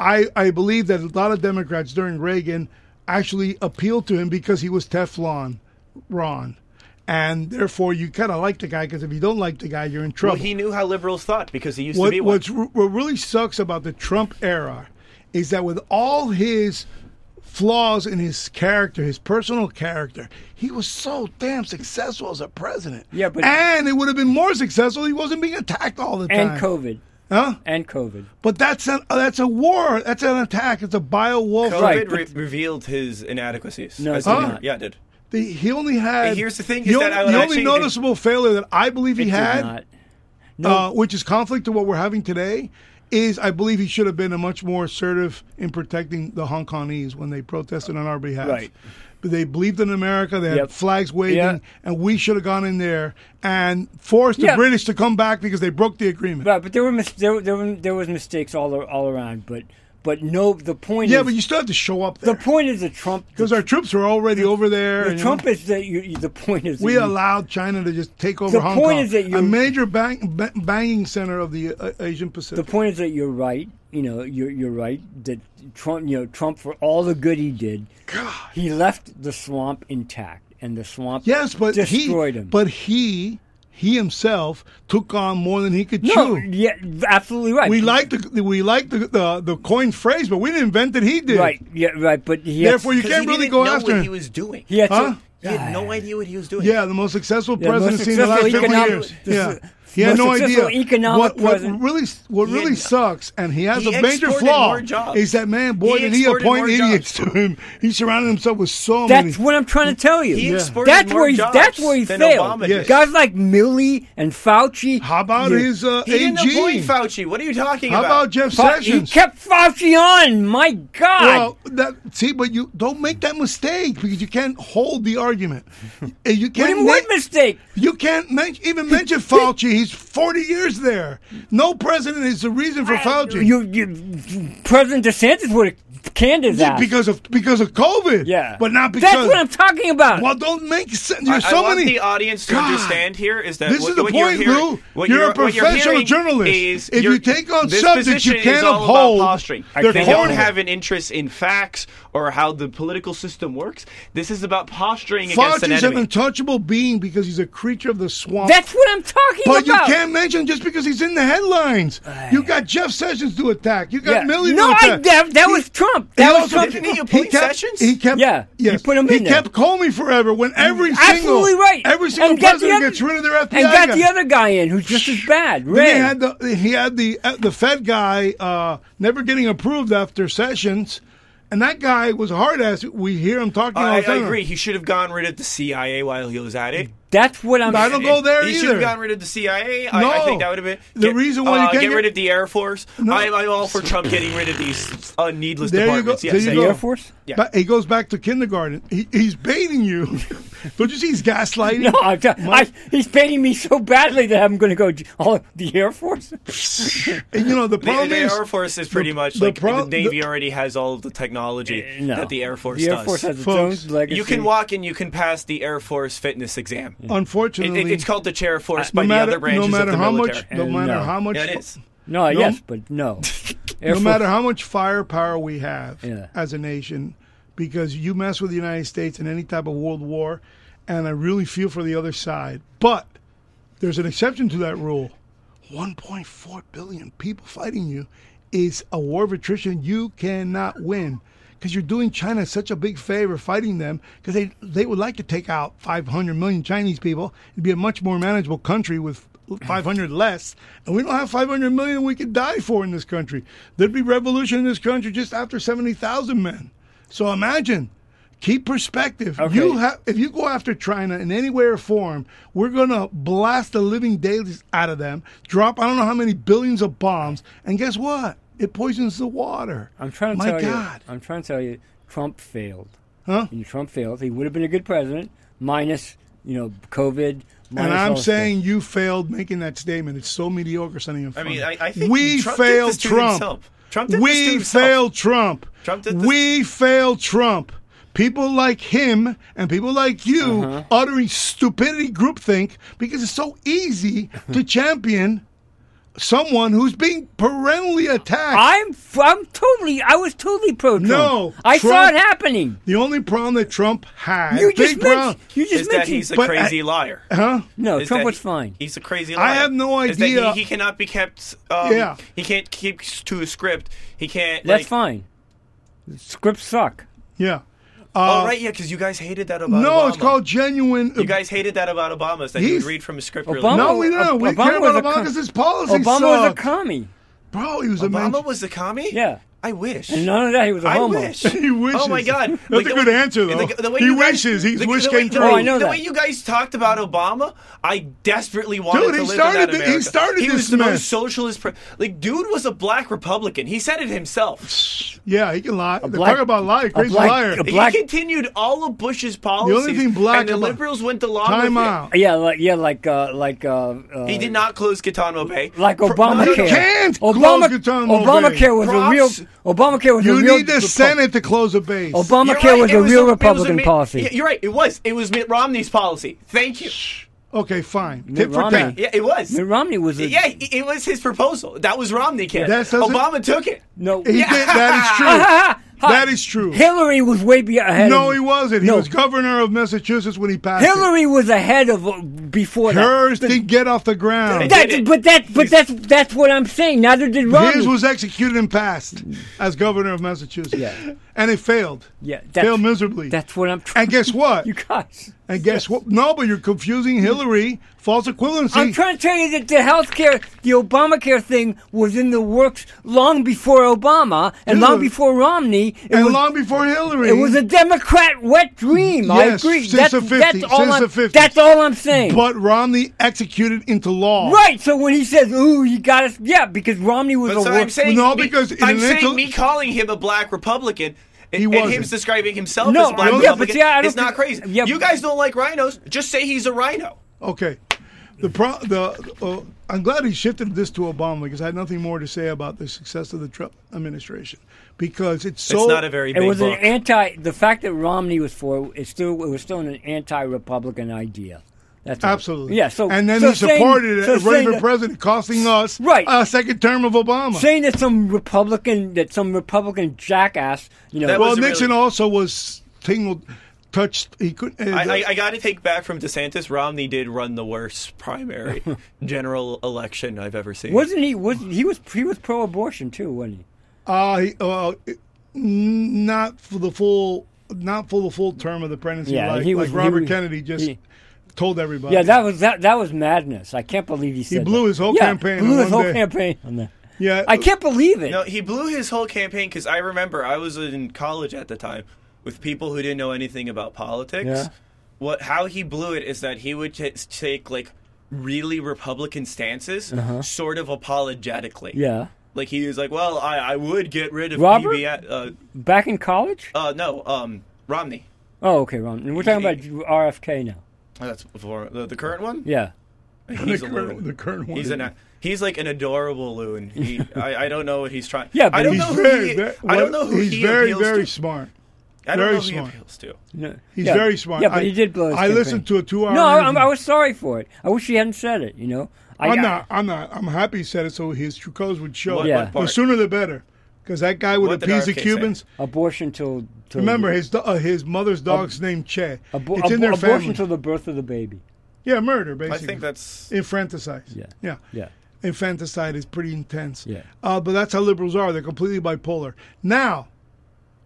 S1: I, I believe that a lot of Democrats during Reagan actually appealed to him because he was Teflon Ron. And therefore, you kind of like the guy because if you don't like the guy, you're in
S3: well,
S1: trouble.
S3: he knew how liberals thought because he used to
S1: what,
S3: be one.
S1: what's, re- what really sucks about the Trump era is that with all his flaws in his character, his personal character, he was so damn successful as a president.
S2: Yeah, but-
S1: and it would have been more successful if he wasn't being attacked all the time.
S2: and COVID.
S1: Huh?
S2: And COVID.
S1: But that's an, uh, that's a war. That's an attack. It's a bio wolf.
S3: COVID
S2: Right,
S3: re- revealed his inadequacies.
S2: No,
S3: as
S2: it did
S3: leader.
S2: not.
S3: Yeah, it did.
S1: The, he only had.
S3: And here's the thing
S1: The,
S3: is
S1: only-
S3: that I would
S1: the only
S3: actually-
S1: noticeable failure that I believe he
S2: It did
S1: had.
S2: not.
S1: uh, which is conflict to what we're having today, is I believe he should have been a much more assertive in protecting the Hong Kongese when they protested on our behalf.
S2: Right.
S1: But they believed in America. They
S2: Yep.
S1: had flags waving,
S2: Yeah.
S1: and we should have gone in there and forced the
S2: Yeah.
S1: British to come back because they broke the agreement.
S2: Right, but there were mis- there, were- there were there was mistakes all ar- all around, but But no, the point
S1: Yeah,
S2: is
S1: but you still have to show up
S2: the
S1: there
S2: point is the Trump. The,
S1: because our troops were already over there.
S2: the
S1: and, you know,
S2: Trump is that you. you- The point is that
S1: we
S2: you-
S1: allowed China to just take over
S2: The
S1: Hong
S2: point
S1: Kong,
S2: is that you-
S1: a major bang, ba- banging center of the uh, Asian Pacific.
S2: The point is that you're right. You know, you're you're right that Trump. You know, Trump for all the good he did, God. he left the swamp intact, and the swamp
S1: yes, but
S2: destroyed
S1: he,
S2: him.
S1: but he, he himself took on more than he could
S2: no,
S1: chew.
S2: yeah, absolutely right.
S1: We like the we like the, the the coin phrase, but we didn't invent it. He did.
S2: right, yeah, right. But he
S1: Therefore, you
S2: had,
S3: Because
S1: can't
S3: he
S1: really
S3: didn't
S1: go
S3: know
S1: after
S3: what
S1: him.
S3: he was doing.
S2: he had
S1: Huh?
S3: He had no idea what he was doing.
S1: Yeah, the most successful
S2: Yeah, most
S1: presidency in the last
S2: successful
S1: 50
S2: economic-
S1: years.
S2: this-
S1: yeah.
S2: this
S1: He had
S2: most
S1: no idea.
S2: successful economic
S1: what, what
S2: president.
S1: really, what
S3: He had
S1: really
S3: no-
S1: sucks, and he has
S3: He
S1: a major
S3: exported
S1: flaw,
S3: more jobs.
S1: is that man, boy,
S3: He
S1: did he
S3: exported
S1: appoint
S3: more
S1: idiots to
S3: jobs.
S1: him. He surrounded himself with so
S2: That's
S1: many.
S2: what I'm trying to tell you.
S3: He
S2: Yeah.
S3: exported
S2: that's
S3: more
S2: where he,
S3: jobs
S2: that's where he
S3: than
S2: failed.
S3: Obama did.
S1: Yes.
S2: Guys like Milley and Fauci.
S1: How about
S2: Yeah.
S1: his uh,
S3: He didn't appoint
S1: AG?
S3: Fauci. What are you talking
S1: How about
S3: about?
S1: Jeff
S2: Fa- he
S1: Sessions?
S2: kept Fauci on. My God.
S1: Well, that see, but you don't make that mistake because you can't hold the argument. And You
S2: what do
S1: can't.
S2: you mean,
S1: make-
S2: what mistake?
S1: You can't men- even mention Fauci. He's 40 years there. No president is the reason for Fauci.
S2: You, you, President DeSantis would have canned his ass.
S1: because of because of COVID.
S2: yeah,
S1: but not because.
S2: that's what I'm talking about.
S1: Well, don't make sense.
S3: I,
S1: There's so
S3: I want
S1: many.
S3: the audience to
S1: God.
S3: understand here is that
S1: This
S3: what,
S1: is the
S3: what
S1: point,
S3: you're hearing,
S1: Lou.
S3: What
S1: You're a
S3: what
S1: professional
S3: hearing
S1: journalist.
S3: is
S1: If
S3: you're-
S1: you take on
S3: this
S1: subjects
S3: position
S1: you can't
S3: is all
S1: uphold,
S3: about posturing.
S1: I they're
S3: they
S1: think-
S3: don't
S1: corny.
S3: have an interest in facts or how the political system works. This is about posturing against an
S1: Fauci's an
S3: enemy.
S1: untouchable being because he's a creature of the swamp.
S2: that's what I'm talking
S1: but you
S2: about.
S1: can't mention him just because he's in the headlines. You got Jeff Sessions to attack. You got
S2: Yeah.
S1: Milley to
S2: No, I,
S1: attack.
S2: that, that
S1: He-
S2: was Trump.
S1: he
S2: That was
S1: also-
S2: Trump.
S3: Didn't he appoint
S1: kept,
S3: Sessions?
S1: He kept,
S2: Yeah, he
S1: yes.
S2: put him
S1: He
S2: in there. Mm,
S1: kept Comey forever when every single,
S2: Absolutely right.
S1: every single
S2: and got the
S1: president
S2: other-
S1: gets rid of their FBI
S2: And got
S1: guy.
S2: the other guy in who's just as bad.
S1: Then
S2: Ray.
S1: He had the he had the uh, the Fed guy uh, never getting approved after Sessions, and that guy was a hard ass. We hear him talking. all
S3: I,
S1: the
S3: I
S1: time.
S3: agree. He should have gotten rid of the CIA while he was at it.
S2: that's what I'm.
S1: I don't go there
S3: he should
S1: either.
S3: have gotten rid of the CIA. I,
S1: No.
S3: I think that would have been
S1: The reason why you
S3: uh,
S1: can't
S3: get,
S1: get-
S3: rid of the Air Force. I'm, I'm all for Trump getting rid of these uh, needless
S1: There you go.
S3: departments.
S1: There
S3: Yes,
S1: you
S3: thank
S2: The
S1: go.
S2: Air Force.
S3: Yeah.
S1: But he goes back to kindergarten. He, he's baiting you. don't you see he's gaslighting?
S2: No, I'm t- I, he's paying me so badly that I'm going to go. j- Oh, the Air Force.
S1: And, you know the
S3: The,
S1: problem
S3: the
S1: is
S3: Air Force is pretty much
S1: the
S3: like
S1: pro-
S3: the Navy
S1: the-
S3: already has all of the technology
S2: Eh, No.
S3: that the Air Force
S2: The Air
S3: does.
S2: Force has its
S1: Folks,
S2: own legacy.
S3: you can walk and you can pass the Air Force fitness exam. It,
S1: Unfortunately,
S3: it, it's called the chair force by
S1: no matter,
S3: the other branches
S1: no matter
S3: of the
S1: how
S3: military.
S1: much, no
S2: And
S1: matter
S2: no.
S1: how much,
S3: Yeah, it is.
S2: No,
S1: No?
S2: yes, but no. Air
S1: no
S2: Force-
S1: matter how much firepower we have
S2: Yeah.
S1: as a nation, because you mess with the United States in any type of world war, and I really feel for the other side. But there's an exception to that rule. 1.4 billion people fighting you is a war of attrition you cannot win because you're doing China such a big favor fighting them because they, they would like to take out 500 million Chinese people. It'd be a much more manageable country with 500 less. And we don't have 500 million we could die for in this country. There'd be revolution in this country just after 70,000 men. So imagine Keep perspective.
S2: Okay.
S1: You have if you go after China in any way or form, we're gonna blast the living daylies out of them. Drop I don't know how many billions of bombs, and guess what? It poisons the water.
S2: I'm trying to
S1: My
S2: tell
S1: God.
S2: you. I'm trying to tell you. Trump failed.
S1: Huh?
S2: And Trump failed. He would have been a good president, minus you know COVID. minus
S1: And
S2: all
S1: I'm
S2: this
S1: saying you failed making that statement. It's so mediocre, Sonny. and
S3: I mean,
S1: funny.
S3: I- I think
S1: we
S3: Trump did
S1: failed
S3: this to
S1: Trump.
S3: himself. Trump did this
S1: we
S3: to himself.
S1: failed Trump.
S3: Trump did this-
S1: we failed Trump. People like him and people like you
S2: Uh-huh.
S1: uttering stupidity groupthink because it's so easy to champion someone who's being parentally attacked.
S2: I'm f- I'm totally. I was totally pro Trump.
S1: No,
S2: I saw
S1: Trump-
S2: it happening.
S1: the only problem that Trump had,
S2: You
S1: big
S2: just
S1: problem,
S2: mentioned. You just
S3: Is that
S2: mentioned.
S3: he's a
S1: But I-
S3: crazy liar?
S1: huh?
S2: no,
S3: Is
S2: Trump
S3: that
S2: was
S3: he-
S2: fine.
S3: He's a crazy liar.
S1: I have no
S3: Is that he-
S1: idea.
S3: He, cannot be kept. Um,
S1: Yeah.
S3: He can't keep s- to a script. He can't.
S2: That's
S3: like,
S2: fine. Scripts suck.
S1: Yeah. Uh,
S3: Oh right, yeah, because you guys hated that about.
S1: No, it's
S3: Obama.
S1: called genuine.
S3: You guys hated that about Obama. Is that he would
S1: He's-
S3: read from a script.
S2: Obama-
S3: Really.
S1: no, we
S2: Ob-
S1: don't. We
S2: Oh, Obama
S1: care about
S2: was a
S1: Obama
S2: con-
S1: because his policy
S2: Obama was a
S1: sucked.
S2: commie.
S1: Bro, he was a man.
S3: Obama was the commie.
S2: Yeah.
S3: I wish.
S2: And none of that. He was a
S3: I
S2: homo.
S3: wish.
S1: He wishes.
S3: Oh my God.
S1: That's a good answer, though. He
S3: you
S1: wishes. His
S3: the-
S1: wish
S3: the
S1: came
S3: way,
S1: true.
S2: Oh, I know
S3: the
S2: that.
S3: way you guys talked about Obama, I desperately wanted
S1: Dude,
S3: to
S1: he
S3: live in
S1: started
S3: that
S1: th- he
S3: America.
S1: started
S3: He
S1: this
S3: was the
S1: mess.
S3: most socialist. Pre- like, dude was a black Republican. He said it himself.
S1: Yeah, he can lie.
S2: black-
S1: Talk about lie,
S2: a
S1: crazy
S2: black-
S1: liar.
S2: a black-
S3: He continued all of Bush's
S1: only
S3: policies.
S1: thing black
S3: and the
S1: about-
S3: liberals went along
S1: Time
S3: with it.
S1: out.
S2: Yeah, like yeah, like uh, like uh, uh,
S3: He did not close Guantanamo Bay.
S2: like
S3: no, no,
S2: Obamacare.
S1: You can't close
S2: Obama-
S1: Guantanamo Bay.
S2: Obamacare was
S3: Props
S2: a real Obamacare was a
S1: You
S2: real
S1: need the
S2: Repu-
S1: Senate to close a base.
S3: You're
S2: Obamacare
S3: right,
S2: was
S3: it
S2: a real
S3: it was
S2: Republican
S3: Mi-
S2: policy.
S3: Yeah, You're right. It was. It was Mitt Romney's policy. Thank you.
S1: Okay, fine. Tip for
S2: Romney.
S1: tat.
S3: Yeah, it was.
S2: Mitt Romney was a
S3: Yeah, it it was his proposal. That was Romney, kid.
S1: That doesn't-
S3: Obama took it.
S2: no.
S1: He did. That is true. that is true.
S2: Hillary was way be ahead.
S1: No,
S2: of,
S1: he wasn't. He
S2: No.
S1: was governor of Massachusetts when he passed. it.
S2: Hillary was ahead of uh, before
S1: Hers
S2: that.
S1: didn't get off the ground.
S3: That-
S2: That's, but that, but that's that's what I'm saying. Neither did Romney.
S1: His was executed and passed as governor of Massachusetts.
S2: Yeah.
S1: And it failed.
S2: yeah, that's,
S1: Failed miserably.
S2: That's what I'm. Trying.
S1: and guess what?
S2: you guys.
S1: and guess what? No, but you're confusing Hillary, false equivalency.
S2: I'm trying to tell you that the healthcare, the Obamacare thing, was in the works long before Obama and long
S1: Dude.
S2: before Romney. It
S1: and
S2: was,
S1: long before Hillary.
S2: It was a Democrat wet dream. I
S1: Yes,
S2: agree.
S1: since
S2: that's,
S1: the 50s,
S2: that's all
S1: since
S2: I'm,
S1: the 50s.
S2: That's all I'm saying.
S1: But Romney executed into law.
S2: right. So when he says, "Ooh, you got us," yeah, because Romney was
S3: That's
S2: a
S3: what I'm
S2: work-
S3: saying.
S1: No,
S3: Me-
S1: because in
S3: I'm
S1: an
S3: saying
S1: intel-
S3: me calling him a black Republican. And,
S1: He
S3: and him
S1: wasn't.
S3: describing himself
S2: No,
S3: as black
S2: yeah, but
S3: Republican
S2: see, I don't
S3: is not
S2: think-
S3: crazy.
S2: yeah,
S3: you
S2: but-
S3: guys don't like rhinos. Just say he's a rhino.
S1: Okay. The pro, the uh, I'm glad he shifted this to Obama because I had nothing more to say about the success of the Trump administration because it's so
S3: it's not a very
S2: It
S3: big
S2: was
S3: book.
S2: an anti. The fact that Romney was for it, it still it was still an anti-Republican idea. That's all.
S1: absolutely
S2: Yeah. So
S1: and then
S2: so
S1: he supported
S2: saying,
S1: it
S2: so
S1: running
S2: saying
S1: for
S2: that-
S1: president, costing us
S2: Right.
S1: a second term of Obama.
S2: Saying that some Republican that some Republican jackass, you know,
S3: That
S1: well,
S3: was really-
S1: Nixon also was tingled, touched. He couldn't. uh,
S3: I, I, I got to take back from DeSantis. Romney did run the worst primary general election I've ever seen.
S2: wasn't he? Was he was he was pro-abortion too, wasn't he?
S1: Uh, he- uh, n- not for the full, not for the full term of the presidency.
S2: Yeah,
S1: like,
S2: he was-
S1: like Robert
S2: he was-
S1: Kennedy just
S2: he-
S1: told everybody.
S2: Yeah, that was that that was madness. I can't believe he said
S1: blew
S2: that.
S1: his whole
S2: yeah,
S1: campaign
S2: Blew
S1: in
S2: his
S1: one
S2: whole
S1: day.
S2: campaign on that.
S1: Yeah,
S2: I can't believe it.
S3: No, he blew his whole campaign because I remember I was in college at the time with people who didn't know anything about politics.
S2: Yeah.
S3: What how he blew it is that he would t- take like really Republican stances, sort of apologetically.
S2: Uh-huh. yeah,
S3: like he was like, "Well, I, I would get rid of
S2: Robert?
S3: PBS." Uh,
S2: back in college.
S3: uh, no, um, Romney.
S2: Oh, okay, Ron. We're talking about RFK now.
S3: Oh, that's before the, the current one.
S2: Yeah.
S1: the
S3: he's a
S1: current,
S3: loon.
S1: the current one.
S3: He's an he's like an adorable loon. He, I, I don't know what he's trying.
S2: Yeah, but
S3: I don't
S1: He's
S3: know who
S1: very,
S3: he,
S1: very-
S3: I don't know who
S1: he's
S3: he
S1: very,
S3: appeals
S1: very
S3: to.
S1: smart.
S3: I don't
S1: very
S3: know who
S1: smart.
S3: he appeals to.
S2: No,
S1: He's
S2: yeah.
S1: very smart.
S2: Yeah, but
S1: I-
S2: he did blow. His
S1: I
S2: campaign.
S1: listened to a two-hour
S2: No, I, I'm-
S1: interview.
S2: I was sorry for it. I wish he hadn't said it. You know, I,
S1: I'm
S2: I-
S1: not. I'm not. I'm happy he said it so his true colors would show.
S3: What-
S2: Yeah.
S3: what
S1: The
S3: part?
S1: sooner the better, because that guy would
S3: What did
S1: appease the
S3: RFK say?
S1: Cubans.
S2: abortion till. till
S1: Remember his do- uh, his mother's dog's named Che.
S2: abo-
S1: it's in
S2: abo-
S1: their
S2: abortion
S1: family.
S2: till the birth of the baby.
S1: yeah, murder
S3: I
S1: basically.
S3: think that's
S1: infanticide.
S2: Yeah.
S1: yeah,
S2: Yeah.
S1: Infanticide is pretty intense.
S2: Yeah.
S1: uh, but that's how liberals are. They're completely bipolar. Now,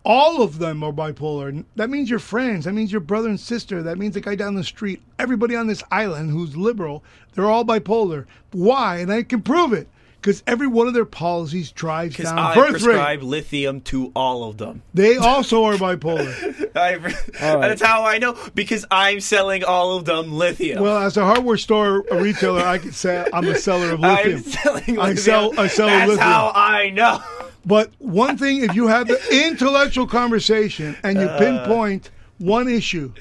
S1: all of them are bipolar. That means your friends. That means your brother and sister. That means the guy down the street. Everybody on this island who's liberal, they're all bipolar. Why? And I can prove it. Because every one of their policies drives
S3: because
S1: down
S3: I
S1: birth
S3: prescribe
S1: rate.
S3: lithium to all of them.
S1: They also are bipolar.
S3: I, That's how I know because I'm selling all of them lithium.
S1: Well, as a hardware store a retailer, I could say I'm a seller of lithium.
S3: I'm selling lithium.
S1: I sell- I sell
S3: That's
S1: lithium.
S3: how I know.
S1: But one thing, if you have the intellectual conversation and
S2: Uh.
S1: you pinpoint one issue,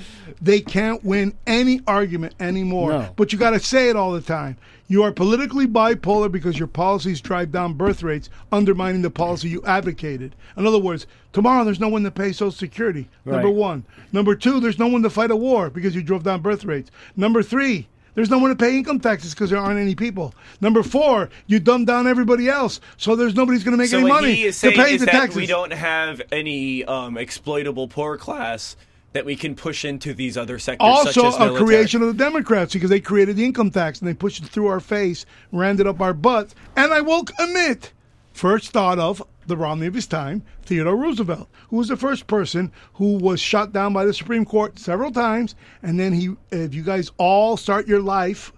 S1: they can't win any argument anymore.
S2: No.
S1: But you got to say it all the time. You are politically bipolar because your policies drive down birth rates, undermining the policy you advocated. In other words, tomorrow there's no one to pay Social Security. Number
S2: Right.
S1: one. Number two, there's no one to fight a war because you drove down birth rates. Number three, there's no one to pay income taxes because there aren't any people. Number four, you dumb down everybody else, so there's nobody's going to make
S3: So
S1: any
S3: what
S1: money
S3: he is
S1: to
S3: saying
S1: pay
S3: is
S1: the
S3: that
S1: taxes.
S3: we don't have any um, exploitable poor class that we can push into these other sectors.
S1: also,
S3: such as
S1: a
S3: military.
S1: creation of the Democrats because they created the income tax and they pushed it through our face, rammed it up our butts. And I will admit, first thought of the Romney of his time, Theodore Roosevelt, who was the first person who was shot down by the Supreme Court several times. And then he, if you guys all start your life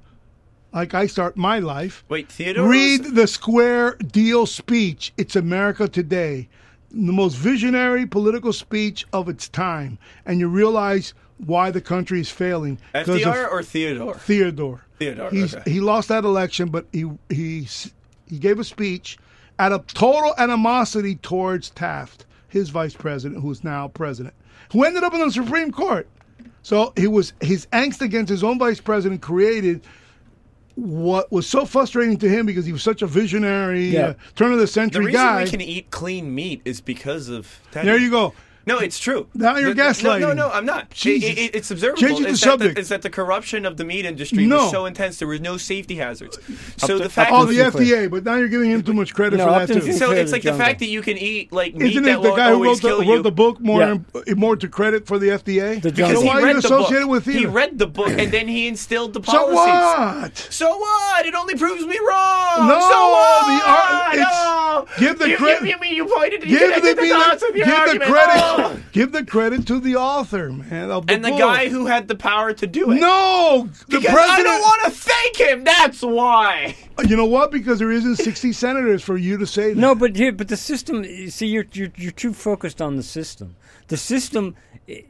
S1: like I start my life,
S3: Wait, Theodore.
S1: Read
S3: Roosevelt?
S1: the Square Deal speech. It's America Today. The most visionary political speech of its time. And you realize why the country is failing. 'Cause of
S3: FDR or Theodore?
S1: Theodore.
S3: Theodore,
S1: He's,
S3: okay.
S1: He lost that election, but he, he, s- he gave a speech out of total animosity towards Taft, his vice president, who is now president, who ended up in the Supreme Court. So he was his angst against his own vice president created what was so frustrating to him because he was such a visionary,
S2: Yeah.
S1: uh, turn of the
S3: The
S1: century
S3: reason
S1: guy.
S3: we can eat clean meat is because of that.
S1: there you go.
S3: No, it's true.
S1: Now you're
S3: The-
S1: gaslighting.
S3: No, no, no, I'm not. It,
S1: Jesus.
S3: it, it- it's observable.
S1: Changing the
S3: is That
S1: subject.
S3: the, is that the corruption of the meat industry
S1: No.
S3: was so intense there were no safety hazards. So
S7: to-
S3: the fact
S1: Oh,
S7: Upton
S1: the
S7: Sinclair.
S1: FDA, but now you're giving him too much credit
S2: No,
S1: for that
S2: Upton
S1: too.
S2: Sinclair-
S3: so it's
S2: the
S3: like the
S2: jungle.
S3: fact that you can eat like meat
S1: Isn't
S3: that
S1: it the
S3: won't
S1: guy who
S3: always
S1: wrote the,
S3: kill
S1: wrote
S3: you.
S1: the book more
S2: Yeah.
S1: im- more to credit for the FDA?
S2: The
S1: so
S2: jungle.
S1: why
S3: he
S1: are you
S3: read the
S1: associated
S3: book.
S1: with him?
S3: He read the book and then he instilled the
S1: so
S3: policies.
S1: what?
S3: So what? It only proves me wrong.
S1: No,
S3: so what?
S1: the ar- it's-
S3: no.
S1: give the
S3: you,
S1: credit-
S3: You, you, you pointed.
S1: Give
S3: You
S1: the,
S3: connected the dots with your
S1: give the
S3: argument.
S1: credit.
S3: Oh.
S1: Give the credit to the author, man. of
S3: And the
S1: book.
S3: guy who had the power to do it.
S1: No, the
S3: Because
S1: president.
S3: I don't want to thank him. That's why.
S1: You know what? Because there isn't 60 senators for you to say that.
S2: No, but here, but the system. you See, you're you're, you're too focused on the system. The system. i-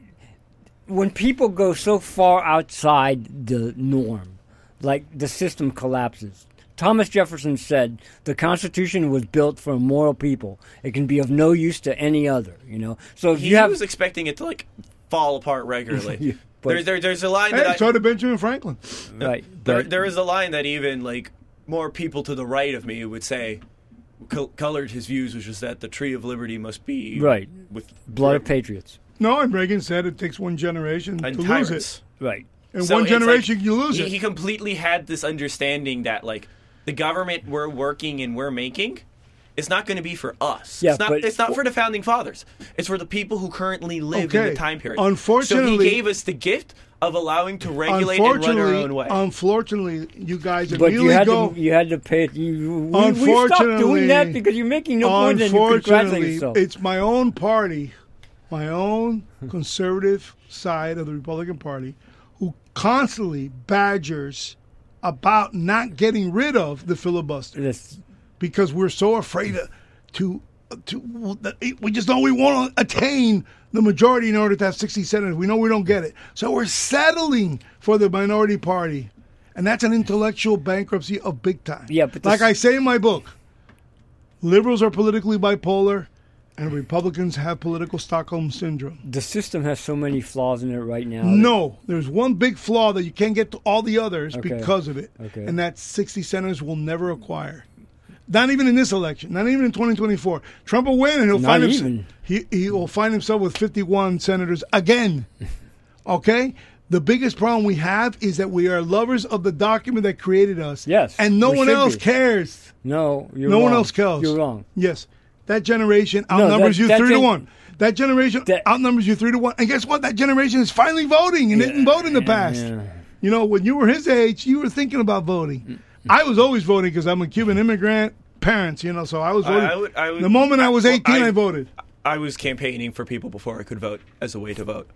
S2: When people go so far outside the norm, like the system collapses. Thomas Jefferson said the Constitution was built for moral people. It can be of no use to any other. You know. So if
S3: He
S2: you have
S3: was expecting it to like fall apart regularly.
S2: Yeah, but-
S3: there, there, there's a line
S1: Hey,
S3: that I,
S1: so did Benjamin Franklin.
S2: right,
S3: there,
S2: but-
S3: there is a line that even like more people to the right of me would say co- colored his views, which is that the tree of liberty must be
S2: Right.
S3: with
S2: blood of patriots.
S1: No, and Reagan said it takes one generation
S3: and
S1: to
S3: tyrants.
S1: lose it.
S2: Right.
S1: In
S3: So
S1: one
S3: it's like
S1: generation, you lose
S3: he,
S1: it.
S3: He completely had this understanding that like the government we're working and we're making is not going to be for us.
S2: Yeah,
S3: it's not.
S2: but-
S3: it's not for the founding fathers. It's for the people who currently live in
S1: Okay.
S3: the time period. so
S1: Unfortunately-
S3: he gave us the gift of allowing to regulate and run our
S1: unfortunately,
S3: own way.
S1: unfortunately, you guys
S2: But you
S1: really
S2: had
S1: go.
S2: to you had to pay. You, we, we stopped doing
S1: Unfortunately-
S2: that because you're making no point and you're congratulating
S1: unfortunately,
S2: yourself.
S1: it's my own party, my own conservative side of the Republican Party, who constantly badgers about not getting rid of the filibuster
S2: This-
S1: because we're so afraid to to, to we just know we want to attain the majority in order to have 60 senators. We know we don't get it, so we're settling for the minority party, and that's an intellectual bankruptcy of big time.
S2: Yeah, but
S1: like
S2: this-
S1: I say in my book, liberals are politically bipolar, and Republicans have political Stockholm syndrome.
S2: the system has so many flaws in it right now. that-
S1: No, there's one big flaw that you can't get to all the others
S2: Okay.
S1: because of it,
S2: Okay.
S1: and that 60 senators will never acquire. Not even in this election. Not even in 2024. Trump will win, and he'll
S2: Not
S1: find himself,
S2: even.
S1: He he will find himself with 51 senators again. Okay. The biggest problem we have is that we are lovers of the document that created us.
S2: Yes,
S1: And no
S2: we
S1: one
S2: should
S1: else
S2: be.
S1: cares.
S2: no, you're
S1: no one
S2: wrong.
S1: else cares.
S2: You're wrong.
S1: Yes. That generation outnumbers
S2: that-
S1: you
S2: that
S1: three to
S2: gen-
S1: one. That generation
S2: That-
S1: outnumbers you three to one. And guess what? That generation is finally voting and didn't vote in the past. You know, when you were his age, you were thinking about voting. I was always voting because I'm a Cuban immigrant parents, you know, so I was
S3: I- I
S1: voting.
S3: would- I would-
S1: the moment I was
S3: well,
S1: 18, I,
S3: I-
S1: voted.
S3: I was campaigning for people before I could vote as a way to vote.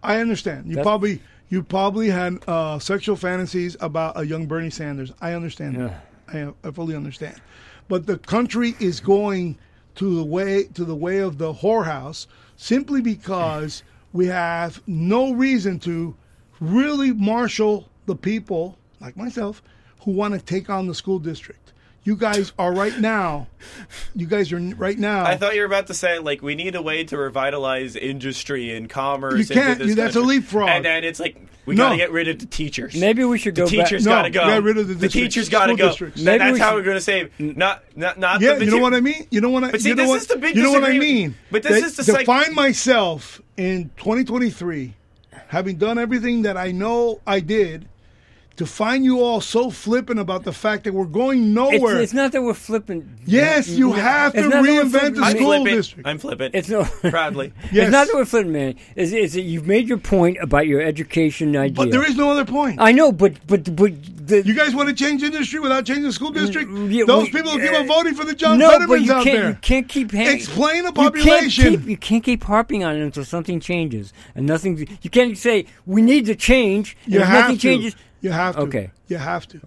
S1: I understand. You
S2: That-
S1: probably you probably had uh, sexual fantasies about a young Bernie Sanders. I understand. that. I, I fully understand. But the country is going to the way to the way of the whorehouse simply because we have no reason to really marshal the people like myself who want to take on the school district. You guys are right now. You guys are n- right now.
S3: I thought you were about to say like we need a way to revitalize industry and commerce.
S1: You
S3: into
S1: can't.
S3: this
S1: You- that's a
S3: country.
S1: leapfrog.
S3: And then it's like we
S1: No.
S3: gotta get rid of the teachers.
S2: Maybe we should
S3: the
S2: go back-
S3: teachers
S1: No,
S3: gotta go.
S1: get rid of the districts,
S3: teachers gotta
S1: school
S3: go.
S1: districts.
S3: Th-
S2: Maybe
S3: that's
S2: we
S3: how
S2: should-
S3: we're gonna save. Not not not.
S1: Yeah,
S3: the
S1: you know
S3: materi-
S1: what I mean. You know what I.
S3: But see,
S1: you know
S3: this
S1: what,
S3: is the big
S1: You know what I
S3: disagreement.
S1: mean.
S3: But this
S1: That-
S3: is the
S1: to
S3: psych-
S1: find myself in 2023, having done everything that I know I did, to find you all so flippant about the fact that we're going
S2: It's,
S1: nowhere.
S2: it's not that we're flipping.
S1: yes, you have to
S2: It's not that we're
S1: reinvent the
S2: flipping-
S3: I'm
S1: school
S3: flippant.
S1: district.
S3: I'm flippant.
S2: It's no.
S3: proudly.
S1: Yes.
S2: It's not that we're flipping, man. Is is that you've made your point about your education idea?
S1: but there is no other point.
S2: I know, but but but the,
S1: you guys want to change industry without changing the school district?
S2: Mm, yeah,
S1: Those
S2: we-
S1: people who keep
S2: uh,
S1: on voting for the John
S2: no,
S1: Fettermans
S2: but you
S1: out
S2: can't,
S1: there.
S2: You can't keep hang-
S1: Explain the
S2: You
S1: population.
S2: can't, keep, you can't keep harping on it until something changes, and nothing. You can't say we need to change. and
S1: you
S2: if
S1: have
S2: nothing
S1: to.
S2: changes.
S1: You have to.
S2: Okay.
S1: You have to.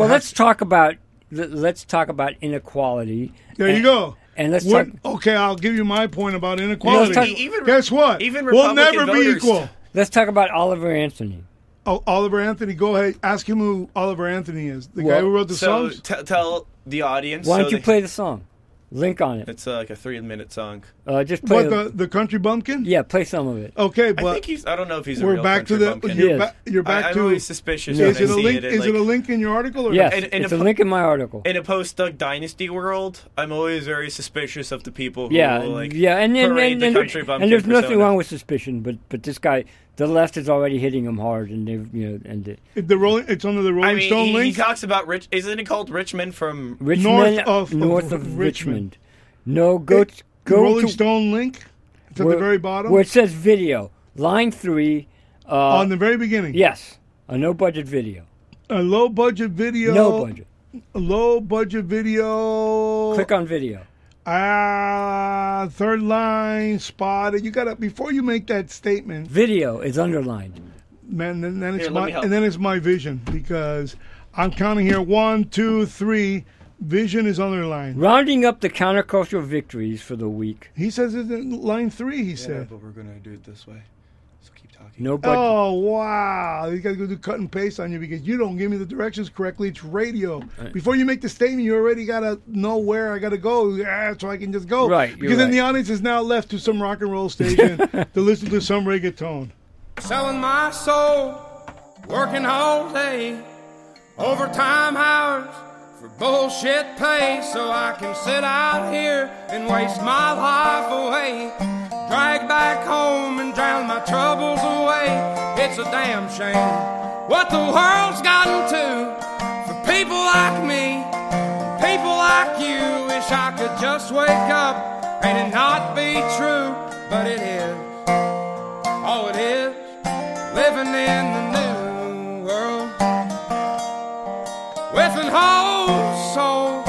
S1: You have
S2: let's
S1: to.
S2: talk about le- let's talk about inequality.
S1: There
S2: and,
S1: you go.
S2: And let's
S1: What-
S2: talk.
S1: Okay, I'll give you my point about inequality.
S2: talk-
S3: Even-
S1: Guess what?
S3: even
S1: we'll never
S3: Republican
S1: be
S3: voters-
S1: equal.
S2: Let's talk about Oliver Anthony.
S1: Oh, Oliver Anthony, go ahead. Ask him who Oliver Anthony is. The guy
S2: Well,
S1: who wrote the
S3: So
S1: songs.
S3: t- tell the audience.
S2: Why
S3: so
S2: don't you
S3: they-
S2: play the song? Link on it.
S3: It's uh, like a three-minute song.
S2: Uh, just play.
S1: What
S2: a-
S1: the, the country bumpkin?
S2: yeah, play some of it.
S1: Okay,
S3: I
S1: but
S3: think he's. I don't know if he's. A
S1: we're
S3: real
S1: back to
S3: country
S1: the
S3: bumpkin.
S1: you're,
S2: Yes.
S1: ba- you're back
S3: I, I'm
S1: to
S3: always suspicious.
S1: is
S3: when
S1: it
S3: I
S1: a
S3: see
S1: link?
S3: It,
S1: Is
S3: in, like,
S1: it a link in your article? Or
S2: Yes,
S3: And- and
S2: it's
S3: if-
S2: a link in my article.
S3: in a post Duck Dynasty world, I'm always very suspicious of the people who
S2: yeah,
S3: will, oh, like
S2: yeah, and and,
S3: parade
S2: and,
S3: the
S2: and,
S3: country bumpkin
S2: and there's nothing
S3: persona.
S2: wrong with suspicion, but but this guy, the left is already hitting him hard, and they've you know and the,
S1: If the rolling, it's under the Rolling
S3: I mean,
S1: Stone
S3: he, he
S1: link.
S3: talks about Rich. Isn't it called Richmond from?
S2: Richmond
S1: of-
S2: north
S1: of
S2: of, Richmond.
S1: Richmond.
S2: No, go t-
S1: The
S2: go
S1: Rolling
S2: to
S1: Stone link. It's at
S2: where,
S1: the very bottom.
S2: where it says video, line three. Uh,
S1: on the very beginning.
S2: yes, a no budget video.
S1: A low budget video.
S2: No budget.
S1: A low budget video.
S2: Click on video.
S1: Ah, third line spotted. You gotta before you make that statement,
S2: Video is underlined.
S1: man. Then, then it's
S3: Here, let
S1: my
S3: me help.
S1: and then it's my vision because I'm counting here. One, two, three. Vision is underlined.
S2: Rounding up the countercultural victories for the week.
S1: He says it's in line three. He said.
S3: we're gonna do it this way. So keep talking.
S2: No budget.
S1: Oh wow! These guys gonna do cut and paste on you because you don't give me the directions correctly. It's radio.
S2: Uh,
S1: Before you make the statement, you already gotta know where I gotta go, ah, so I can just go.
S2: Right, you're
S1: Because then
S2: right.
S1: the audience is now left to some rock and roll station to listen to some reggaeton.
S8: selling my soul, working all day, overtime hours for bullshit pay, so I can sit out here and waste my life away. Drag back home and drown my troubles away. It's a damn shame what the world's gotten to for people like me. People like you wish I could just wake up and it not be true, but it is. Oh, it is living in the new world with an old soul.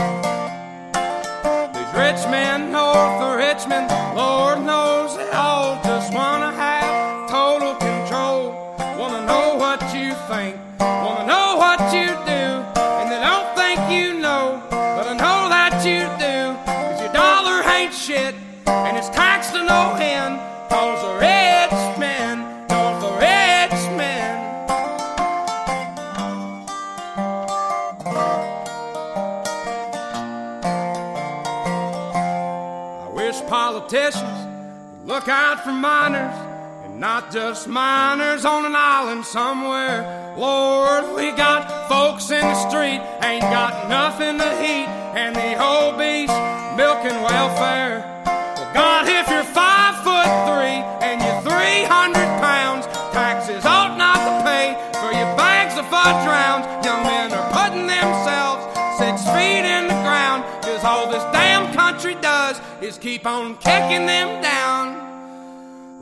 S8: These rich men north of Richmond, Lord knows they all just wanna have total control. Wanna know what you think, wanna know what you do, and they don't think you know, but I know that you do. Cause your dollar ain't shit, and it's taxed to no end. Cause the rich men, cause the rich men. I wish politicians would look out for miners and not just miners on an island somewhere. Lord, we got folks in the street, ain't got nothing to eat, and the obese milking welfare. Well, God, if you're five foot three and you're 300 pounds, taxes ought not to pay for your bags of fudge rounds. Young men are putting themselves six feet in the ground, cause all this damn country does is keep on kicking them down.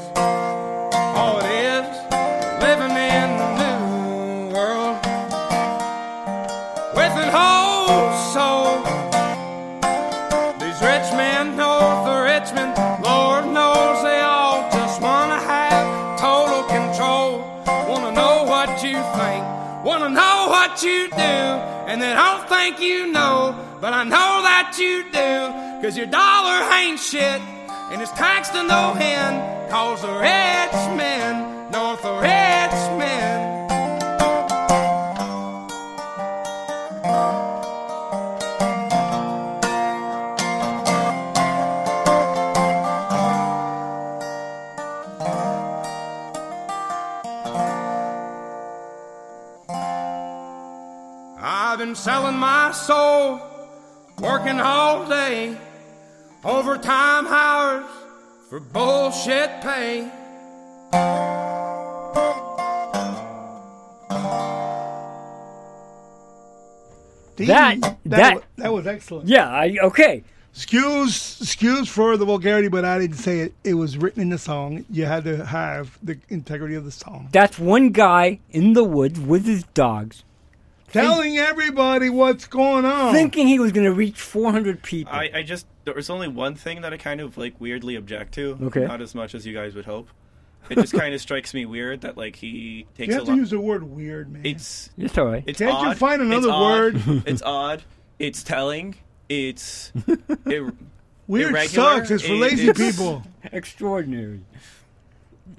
S8: Oh, it is living in the new world with an old soul. These rich men north of Richmond, Lord knows they all just wanna have total control. Wanna know what you think, wanna know what you do, and they don't think you know, but I know that you do, cause your dollar ain't shit, and it's taxed to no end, cause the rich men, north of rich men. I've been selling my soul, working all day, overtime hours for bullshit pay.
S2: That-
S1: Ding.
S2: that-
S1: wa- that was excellent.
S2: Yeah, I, okay.
S1: Excuse excuse for the vulgarity, but I didn't say it. It was written in the song. You had to have the integrity of the song.
S2: That's one guy in the woods with his dogs,
S1: Telling everybody what's going on.
S2: thinking he was going to reach 400 people.
S3: I, I just there was only one thing that I kind of like weirdly object to.
S2: Okay.
S3: Not as much as you guys would hope. It just kind of strikes me weird that like he takes
S1: you
S3: a
S1: have to
S3: lot.
S1: use the word weird, man.
S3: it's
S2: it's all right.
S3: it's
S1: Can't you
S3: odd.
S1: find
S3: it's
S1: another
S3: odd,
S1: word?
S3: it's odd. It's telling. It's it,
S1: weird
S3: irregular.
S1: sucks. It's for
S3: It-
S1: lazy
S3: it's-
S1: people.
S2: Extraordinary.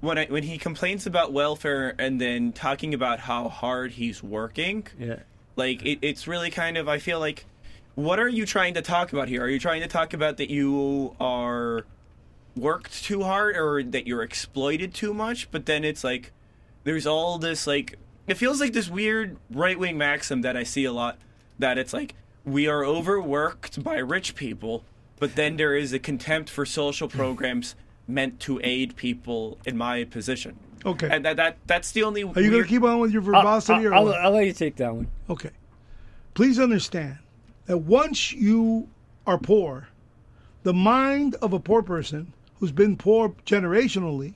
S3: when I, when he complains about welfare and then talking about how hard he's working,
S2: Yeah.
S3: like it, it's really kind of I feel like, what are you trying to talk about here? Are you trying to talk about that you are worked too hard or that you're exploited too much? But then it's like there's all this like it feels like this weird right wing maxim that I see a lot that it's like we are overworked by rich people, but then there is a contempt for social
S1: Hmm.
S3: programs meant to aid people in my position.
S1: Okay.
S3: and that, that that's the only.
S1: Are you going to keep on with your verbosity or
S2: I'll,
S1: what?
S2: I'll let you take that one.
S1: Okay. Please understand that once you are poor, the mind of a poor person who's been poor generationally,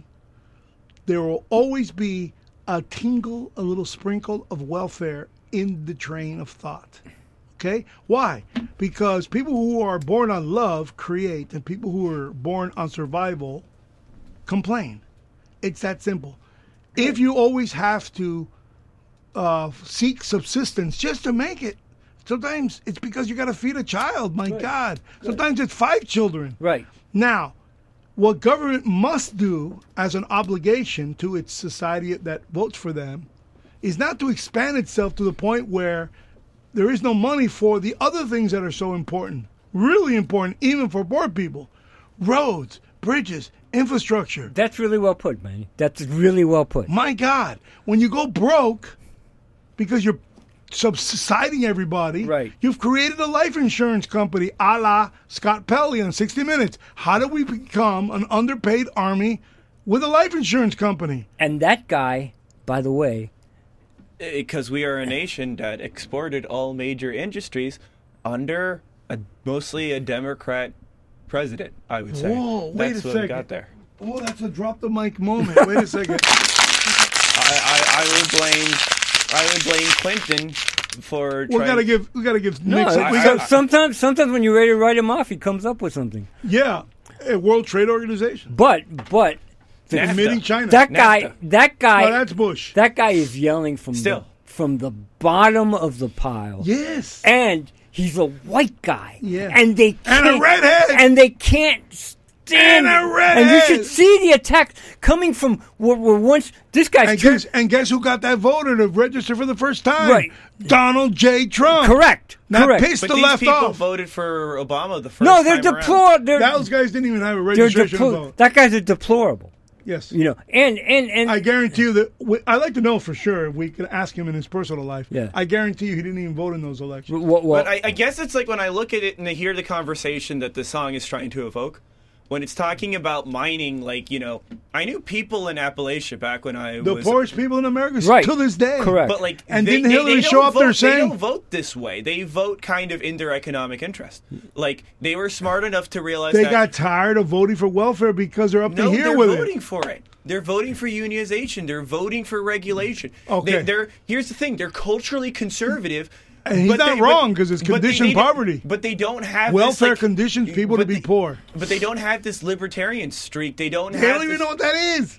S1: there will always be a tingle, a little sprinkle of welfare in the train of thought. Okay? Why? Because people who are born on love create, and people who are born on survival complain. It's that simple. If you always have to uh, seek subsistence just to make it. Sometimes it's because you got to feed a child. My God. Sometimes it's five children.
S2: Right.
S1: Now, what government must do as an obligation to its society that votes for them is not to expand itself to the point where there is no money for the other things that are so important, really important, even for poor people roads, bridges, infrastructure.
S2: That's really well put, man. That's really well put.
S1: My God, when you go broke because you're subsiding everybody,
S2: Right.
S1: you've created a life insurance company a la Scott Pelley on 60 Minutes. How do we become an underpaid army with a life insurance company?
S2: And that guy, by the way,
S3: because we are a nation that exported all major industries under a, mostly a Democrat president. I would say.
S1: Whoa, wait
S3: That's
S1: a
S3: what
S1: second.
S3: we got there.
S1: Oh, that's a drop the mic moment. Wait a second.
S3: I, I, I would blame I would blame Clinton for
S1: We
S3: trying-
S1: gotta give we gotta give
S2: no,
S1: Nixon. we
S2: so-
S1: got,
S2: sometimes sometimes when you're ready to write him off, he comes up with something.
S1: yeah, a World Trade Organization,
S2: But but the-
S3: NAFTA.
S1: admitting China.
S2: that guy
S3: NAFTA.
S2: that guy
S1: no, that's Bush.
S2: that guy is yelling from the,
S3: Still.
S2: from the bottom of the pile.
S1: yes,
S2: and he's a white guy.
S1: Yeah.
S2: And they
S1: And
S2: can't,
S1: a redhead!
S2: And they can't stand.
S1: And a
S2: it.
S1: redhead!
S2: And you should see the attack coming from what were once this guy's
S1: And
S2: tr-
S1: guess, and guess who got that voter to register for the first time?
S2: Right.
S1: Donald J. Trump.
S2: correct.
S1: Now
S2: correct.
S1: piss
S3: But
S1: the
S3: these
S1: left
S3: people
S1: off.
S3: voted for Obama the first
S2: no, they're
S3: time around.
S2: deplor. They're,
S1: Those guys didn't even have a
S2: they're
S1: registration
S2: deplor-
S1: vote.
S2: That guy's a deplorable.
S1: yes.
S2: You know, and and and
S1: I guarantee you that we, I'd like to know for sure if we could ask him in his personal life.
S2: Yeah.
S1: I guarantee you he didn't even vote in those elections.
S2: what, what,
S3: But I, I guess it's like when I look at it and I hear the conversation that the song is trying to evoke. When it's talking about mining, like you know, I knew people in Appalachia back when I
S1: The
S3: was
S1: poorest people in America
S2: Right.
S1: to this day.
S2: Correct.
S3: But like,
S1: And
S3: they,
S1: didn't
S3: they-
S1: Hillary
S3: they don't
S1: show up
S3: vote,
S1: there
S3: they
S1: saying-
S3: don't vote this way? They vote kind of in their economic interest. Like they were smart enough to realize
S1: They
S3: that,
S1: got tired of voting for welfare because they're up
S3: no,
S1: to here
S3: they're
S1: with
S3: voting
S1: it.
S3: for it. They're voting for unionization. They're voting for regulation.
S1: Okay.
S3: They, they're here's the thing. They're culturally conservative.
S1: And he's
S3: but
S1: not
S3: they-
S1: wrong 'cause it's
S3: but they-
S1: conditioned
S3: they don't-
S1: poverty.
S3: But they don't have
S1: Welfare
S3: this, like,
S1: conditions people to
S3: but
S1: be
S3: they-
S1: poor.
S3: But they don't have this libertarian streak. They don't.
S1: They
S3: have
S1: don't even
S3: this-
S1: know what that is.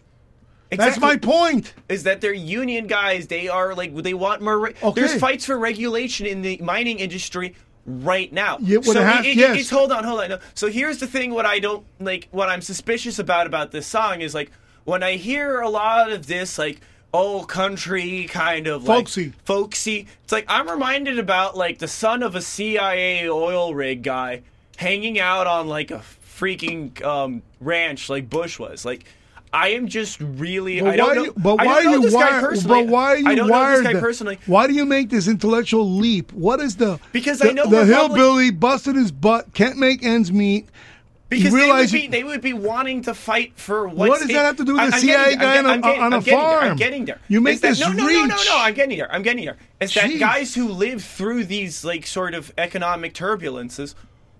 S1: That's
S3: Exactly.
S1: my point.
S3: is that they're union guys. They are like they want more. Re-
S1: Okay.
S3: There's fights for regulation in the mining industry right now.
S1: Yeah, what
S3: so
S1: it has-
S3: it- it-
S1: yes.
S3: it's hold on, hold on. No. So here's the thing: what I don't like, what I'm suspicious about about this song is like when I hear a lot of this like old country kind of like,
S1: Folksy.
S3: folksy. It's like I'm reminded about like the son of a CIA oil rig guy hanging out on like a freaking um, ranch like Bush was like. I am just really. I
S1: But
S3: don't
S1: why,
S3: know.
S1: you, but why
S3: I don't know
S1: are you
S3: this guy
S1: wired?
S3: personally.
S1: But why are you
S3: I don't
S1: wired?
S3: know this guy
S1: that-
S3: personally.
S1: Why do you make this intellectual leap? What is the
S3: Because
S1: the,
S3: I know
S1: the
S3: Republic-
S1: hillbilly busted his butt, can't make ends meet.
S3: Because
S1: you
S3: they would,
S1: realize
S3: be,
S1: you-
S3: they would be wanting to fight for what's
S1: What does
S3: in-
S1: that have to do with
S3: I-
S1: a
S3: I'm
S1: CIA
S3: getting there.
S1: guy on a-
S3: I'm getting-
S1: on a
S3: I'm getting there.
S1: farm?
S3: I'm getting there.
S1: You make
S3: It's that-
S1: this
S3: no, no, no, no,
S1: reach.
S3: no. I'm getting there. I'm getting there. It's that
S1: Jeez.
S3: guys who live through these like sort of economic turbulences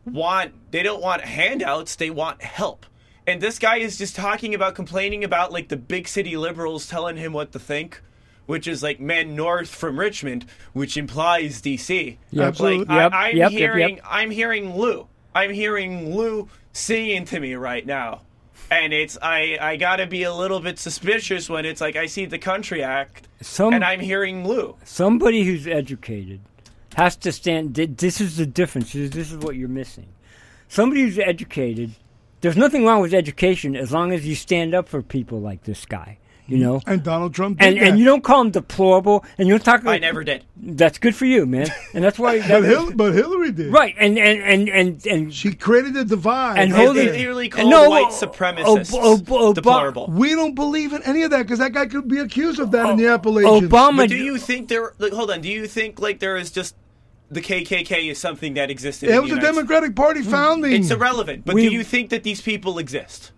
S3: want they don't want handouts. They want help. And this guy is just talking about complaining about like the big city liberals telling him what to think. Which is like man north from Richmond, which implies DC.
S1: Absolutely.
S3: Like, I-
S2: Yep,
S3: I'm
S2: yep, yep, yep.
S3: hearing I'm hearing Lou. I'm hearing Lou singing to me right now. And it's I I gotta be a little bit suspicious when it's like I see the Country Act
S2: Some-
S3: and I'm hearing Lou.
S2: somebody who's educated has to stand. thi- This is the difference. This this is what you're missing. Somebody who's educated there's nothing wrong with education as long as you stand up for people like this guy. You know,
S1: Mm-hmm. And Donald Trump did
S2: and and you don't call him deplorable, and you're talking.
S3: I never did.
S2: That's good for you, man, and that's why.
S1: But,
S2: that-
S1: Hil- but Hillary did.
S2: right, and and and and and
S1: She created a divide.
S2: and oh,
S1: right
S2: holding
S1: there.
S3: they literally call white supremacists
S2: oh,
S3: deplorable.
S1: we don't believe in any of that because that guy could be accused of that in the Appalachians.
S2: Oh, Obama,
S3: But do you think there? Like, hold on. Do you think like there is just the KKK is something that existed?
S1: It
S3: in
S1: was
S3: the
S1: the
S3: United
S1: Democratic Party founding.
S3: States? It's irrelevant. But
S2: We-
S3: do you think that these people exist?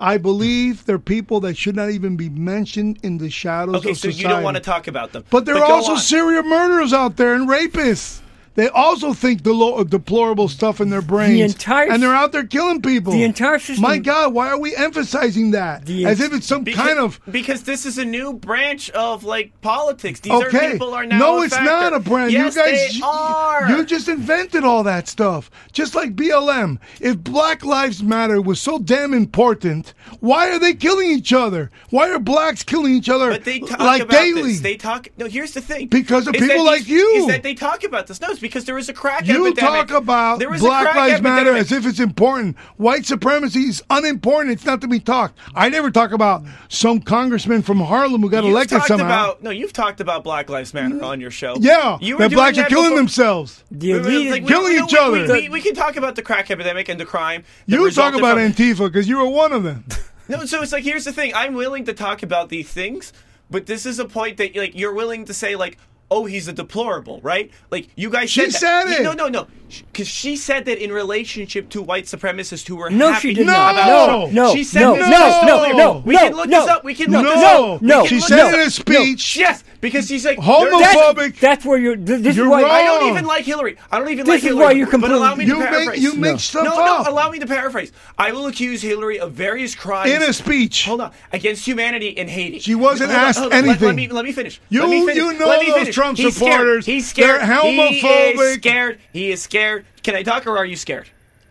S1: I believe they're people that should not even be mentioned in the shadows
S3: Okay,
S1: of
S3: so
S1: society.
S3: you don't want to talk about them.
S1: But there are
S3: go
S1: also
S3: on.
S1: serial murderers out there and rapists. They also think delo- deplorable stuff in their brains.
S2: entire-
S1: and they're out there killing people.
S2: The entire system-
S1: My God, why are we emphasizing that?
S2: The
S1: As
S2: en-
S1: if it's some
S3: Beca-
S1: kind of
S3: because this is a new branch of like politics. These
S1: okay.
S3: are people are now.
S1: no,
S3: a
S1: it's
S3: factor.
S1: not a brand.
S3: Yes,
S1: you guys,
S3: they
S1: you-
S3: are.
S1: you just invented all that stuff. Just like BLM. If Black Lives Matter was so damn important, why are they killing each other? Why are blacks killing each other
S3: But they talk
S1: like
S3: about
S1: daily?
S3: this. They talk. No, here's the thing.
S1: Because of
S3: Is that
S1: people
S3: these-
S1: like you.
S3: Is that they talk about this? No, it's because there is a crack
S1: you
S3: epidemic.
S1: talk about
S3: There is a
S1: Black
S3: crack
S1: Lives
S3: epidemic.
S1: Matter as if it's important. White supremacy is unimportant. It's not to be talked. I never talk about some congressman from Harlem who got
S3: You've
S1: elected
S3: talked
S1: somehow.
S3: about no. You've talked about Black Lives Matter on your show.
S1: yeah,
S3: you were
S1: that
S3: doing
S1: blacks
S3: that
S1: are killing
S3: before-
S1: themselves.
S2: the
S3: Like, we-
S2: elite,
S3: we-
S1: Killing
S3: we-
S1: each
S3: we-
S1: other.
S3: We, we can talk about the crack epidemic and the crime. that
S1: You talk
S3: resulted
S1: about
S3: from-
S1: Antifa because you were one of them.
S3: No, so it's like here's the thing. I'm willing to talk about these things, but this is a point that like you're willing to say like, oh, he's a deplorable, right? Like you guys.
S1: She
S3: that.
S1: said it.
S3: No, no, no. Because she said that in relationship to white supremacists who were
S2: No,
S3: happy
S2: she did
S1: No!
S2: not.
S1: No!
S2: No, no,
S3: She said
S2: no,
S3: this
S2: no,
S1: is
S2: no,
S1: clear.
S2: no.
S3: We
S2: no,
S3: can look
S2: no,
S3: this up. We can
S1: No,
S3: look this up. We
S2: no,
S3: can
S1: she
S3: look
S1: said
S3: this
S1: it in
S3: up.
S1: a speech.
S3: Yes, because she's like
S1: Homophobic.
S3: there's-
S1: Phobic.
S2: That's where you're. th- This
S1: You're
S2: is why.
S1: wrong.
S3: I don't even like Hillary. I don't even
S2: This
S3: like
S2: is why
S3: Hillary.
S2: you're
S3: But allow me
S1: You
S3: to
S1: make-
S3: paraphrase.
S1: you make No. stuff
S3: no,
S1: up.
S3: No, allow me to paraphrase. I will accuse Hillary of various crimes
S1: In a speech.
S3: Hold on, against humanity in Haiti.
S1: She wasn't
S3: Hold on,
S1: asked
S3: hold on. Let-
S1: anything.
S3: Let, me let me finish.
S1: You-
S3: Let me finish.
S1: you know
S3: Let me
S1: those
S3: finish.
S1: Trump
S3: He's
S1: supporters.
S3: Scared. He's scared.
S1: They're
S3: He
S1: homophobic.
S3: is scared. He is scared. Can I talk or are you scared?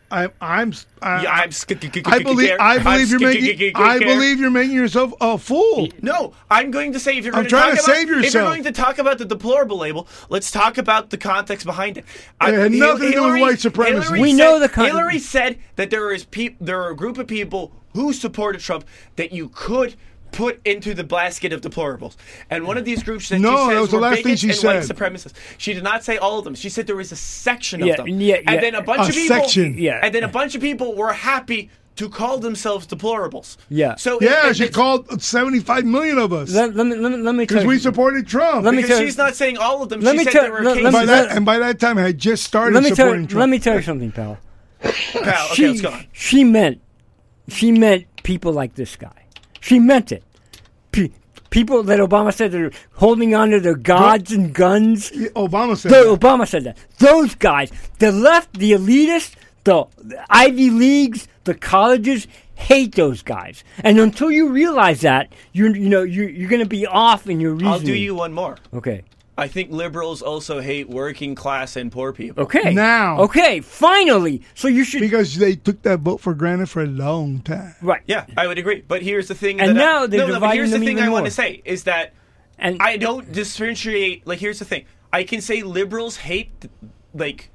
S1: I, I'm. I,
S3: Yeah, I'm scared.
S1: I believe. I believe you're making. I believe you're making yourself a fool.
S3: No, I'm going to say if you're
S1: I'm
S3: going
S1: trying to
S3: talk about,
S1: save
S3: If you're
S1: yourself.
S3: going to talk about the deplorable label, let's talk about the context behind it.
S1: It had nothing to do with white supremacy.
S3: Hillary
S2: We
S3: said-
S2: know the con-
S3: Hillary said that there is peop there are a group of people who supported Trump that you could put into the basket of deplorables, and one of these groups that
S1: No,
S3: she says
S1: that was the
S3: were
S1: last thing
S3: bigots
S1: she
S3: and white
S1: said.
S3: supremacists. She did not say all of them. She said there was a section
S2: Yeah,
S3: of them,
S2: yeah, yeah.
S3: and then a bunch
S1: A
S3: of people,
S1: section.
S2: Yeah.
S3: and then a bunch of people were happy. To call themselves deplorables.
S2: Yeah.
S3: So it-
S1: Yeah,
S3: it-
S1: she
S3: it's-
S1: called 75 million of us
S2: Let, let me let me let me tell
S1: because
S2: you.
S1: we supported Trump.
S2: Let me
S3: Because
S2: tell-
S3: she's not saying all of them.
S2: Let
S3: she
S2: me
S3: said
S2: tell-
S3: there were
S2: let-
S3: cases.
S2: let
S1: by
S2: me-
S1: that, and by that time, I had just started
S2: let me tell.
S1: supporting Trump.
S2: Let me tell you something, pal.
S3: pal. Okay,
S2: she,
S3: let's go on.
S2: she meant she meant people like this guy. She meant it. Pe- people that Obama said they're holding on to their gods and guns.
S1: Obama said.
S2: The,
S1: that.
S2: Obama said that. Those guys, the left, the elitists, the Ivy Leagues, the colleges hate those guys. And until you realize that, you you know you you're going to be off in your reasoning.
S3: I'll do you one more.
S2: Okay.
S3: I think liberals also hate working class and poor people.
S2: Okay.
S1: Now.
S2: Okay. Finally. So you should.
S1: because they took that vote for granted for a long time.
S2: right.
S3: Yeah, I would agree. But here's the thing.
S2: And
S3: that I-
S2: now they're
S3: no, no, but
S2: dividing
S3: here's
S2: them
S3: the thing
S2: even
S3: I want
S2: more.
S3: to say is that
S2: And
S3: I don't differentiate. Like, here's the thing. I can say liberals hate, like,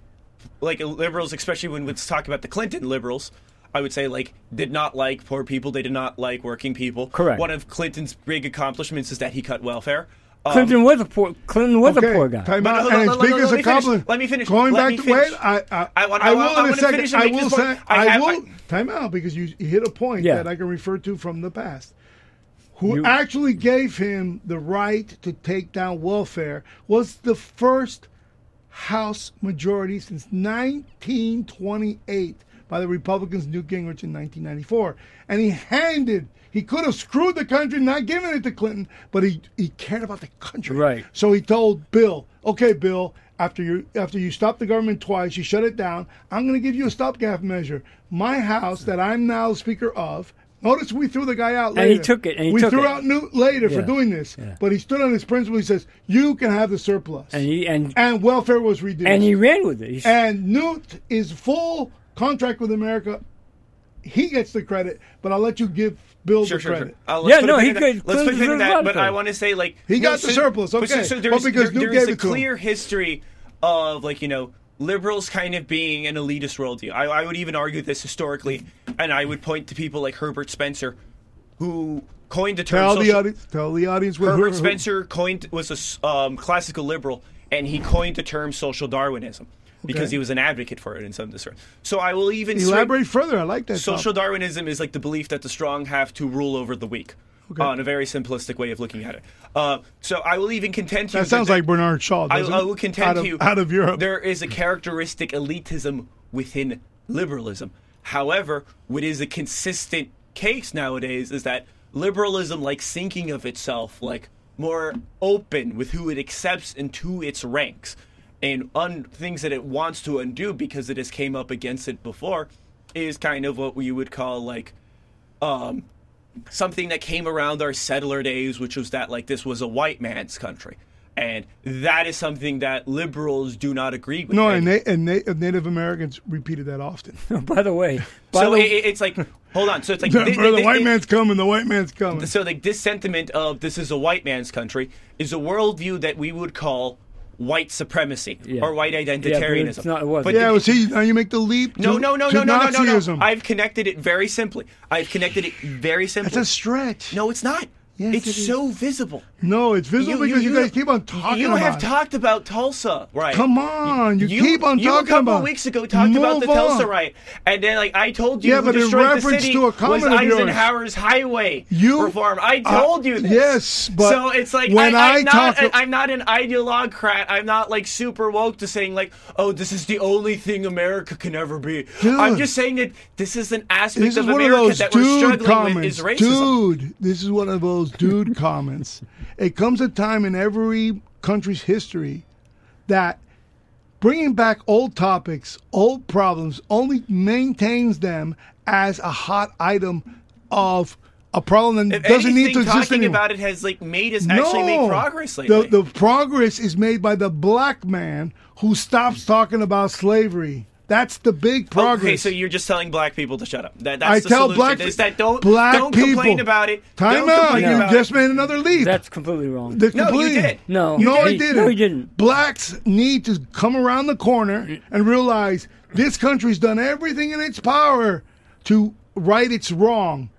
S3: like liberals, especially when we talk about the Clinton liberals. I would say like did not like poor people. They did not like working people.
S2: Correct.
S3: One of Clinton's big accomplishments is that he cut welfare. Um,
S2: Clinton was a poor. Clinton was a poor guy.
S1: Time
S3: But
S1: out.
S3: hold on,
S1: and it's
S3: let- let-
S1: biggest
S3: let me finish.
S1: accomplishment.
S3: Let me finish.
S1: Going
S3: Let
S1: back
S3: me
S1: to
S3: finish.
S1: wait. I I,
S3: I wanna-
S1: I
S3: I
S1: will
S3: wanna- I
S1: in a
S3: wanna
S1: second.
S3: finish and
S1: I
S3: make
S1: will
S3: this
S1: say.
S3: point. I
S1: I
S3: have-
S1: will.
S3: I-
S1: time out because you you hit a point
S2: Yeah.
S1: that I can refer to from the past. Who
S2: You-
S1: actually gave him the right to take down welfare was the first House majority since 1928 by the Republicans Newt Gingrich in 1994. And he handed, he could have screwed the country, not giving it to Clinton, but he, he cared about the country.
S2: Right.
S1: So he told Bill, okay, Bill, after you after you stop the government twice, you shut it down, I'm going to give you a stopgap measure. My house that I'm now speaker of, notice we threw the guy out later.
S2: he took it, and he
S1: we
S2: took
S1: threw
S2: it.
S1: out Newt later
S2: Yeah.
S1: for doing this.
S2: Yeah.
S1: But he stood on his principle. He says, you can have the surplus.
S2: and he and
S1: and welfare was reduced.
S2: and he ran with it. He's-
S1: And Newt is full contract with America. He gets the credit, but I'll let you give Bill
S3: Sure,
S1: the
S3: sure,
S1: credit.
S3: sure. Uh,
S2: Yeah,
S3: put a
S2: no,
S3: pin
S2: he
S3: in that.
S2: could-
S3: Let's put a pin in
S2: couldn't
S3: that, but
S2: deserve
S3: I
S2: it.
S3: want to say, like,
S1: He
S3: no,
S1: got the
S3: so-
S1: surplus,
S3: but
S1: okay.
S3: So, so
S1: Well,
S3: there's,
S1: because
S3: there-
S1: Newt
S3: there's
S1: gave
S3: a
S1: it to him.
S3: clear history of, like, you know, liberals kind of being an elitist worldview. I, I would even argue this historically, and I would point to people like Herbert Spencer, who coined the term.
S1: Tell the
S3: social-
S1: audience. Tell the audience what
S3: Herbert
S1: who-
S3: Spencer coined was a s- um, classical liberal, and he coined the term social Darwinism because
S1: Okay.
S3: he was an advocate for it in some sort. So I will even
S1: Who,
S3: swing-
S1: elaborate further. I like that.
S3: Social
S1: topic.
S3: Darwinism is like the belief that the strong have to rule over the weak.
S1: Okay.
S3: On a very simplistic way of looking at it. Uh, so I will even contend to you
S1: That sounds
S3: the-
S1: like Bernard Shaw.
S3: I,
S1: doesn't
S3: I
S1: it?
S3: will contend
S1: out of,
S3: to you
S1: out of Europe.
S3: There is a characteristic elitism within liberalism. However, what is a consistent case nowadays is that liberalism likes thinking of itself like more open with who it accepts into its ranks and un- things that it wants to undo because it has came up against it before is kind of what we would call like um, something that came around our settler days, which was that like this was a white man's country, and that is something that liberals do not agree with.
S1: no,
S3: And-
S1: and, na- and na- Native Americans repeated that often.
S2: By the way, by
S3: so
S2: the
S3: it,
S2: way,
S3: it- it's like, hold on. So it's like
S1: the,
S3: thi-
S1: or the
S3: thi-
S1: white
S3: thi-
S1: man's coming. The white man's coming.
S3: So like this sentiment of this is a white man's country is a worldview that we would call white supremacy
S2: Yeah.
S3: or white
S2: Yeah, but it's
S3: identitarianism.
S2: not- it wasn't.
S3: But
S1: yeah, well, see, now you make the leap.
S3: no,
S1: to,
S3: no, no,
S1: to
S3: no, no, no, no,
S1: Nazism.
S3: no. I've connected it very simply. I've connected it very simply.
S1: That's a stretch.
S3: No, it's not.
S1: Yes,
S3: it's
S1: it is.
S3: so visible.
S1: No, it's visible because you, guys keep on talking
S3: You
S1: about
S3: have
S1: it.
S3: talked about Tulsa, right?
S1: Come on, you, keep on
S3: you
S1: talking
S3: a couple
S1: about.
S3: weeks ago talked about the
S1: Move on.
S3: Tulsa riot, and then like I told you,
S1: Yeah,
S3: who
S1: but in
S3: destroyed the
S1: reference
S3: city
S1: to a
S3: was
S1: comment of yours.
S3: Eisenhower's highway
S1: You-
S3: reform. I
S1: uh,
S3: told you this.
S1: yes, but
S3: so it's like
S1: when
S3: I, I'm
S1: I
S3: not,
S1: talk-
S3: a- I'm not an ideologcrat. I'm not like super woke to saying like, oh, this is the only thing America can ever be. I'm
S1: Dude.
S3: just saying that this is an aspect
S1: This
S3: of
S1: is one
S3: America
S1: of those
S3: that we're
S1: dude
S3: struggling with
S1: comments.
S3: is racism.
S1: Dude, this is one of those dude comments. It comes a time in every country's history that bringing back old topics, old problems, only maintains them as a hot item of a problem that
S3: If
S1: doesn't need to
S3: anything,
S1: exist
S3: talking
S1: anymore.
S3: about it has like made us actually make progress lately.
S1: The, the progress is made by the black man who stops talking about slavery. That's the big progress.
S3: Oh, Okay, so you're just telling black people to shut up. That, that's
S1: I
S3: the
S1: tell
S3: solution,
S1: black
S3: is that don't
S1: black
S3: don't
S1: people,
S3: complain about it.
S1: Time
S3: don't
S1: out.
S3: complain
S1: You
S3: about
S1: just
S3: it.
S1: made another leap.
S2: that's completely wrong.
S1: They're
S3: No, you
S1: completely-
S3: did.
S2: No.
S1: no,
S2: You
S1: I
S2: did.
S1: didn't.
S2: No, you didn't.
S1: Blacks need to come around the corner and realize this country's done everything in its power to right its wrong.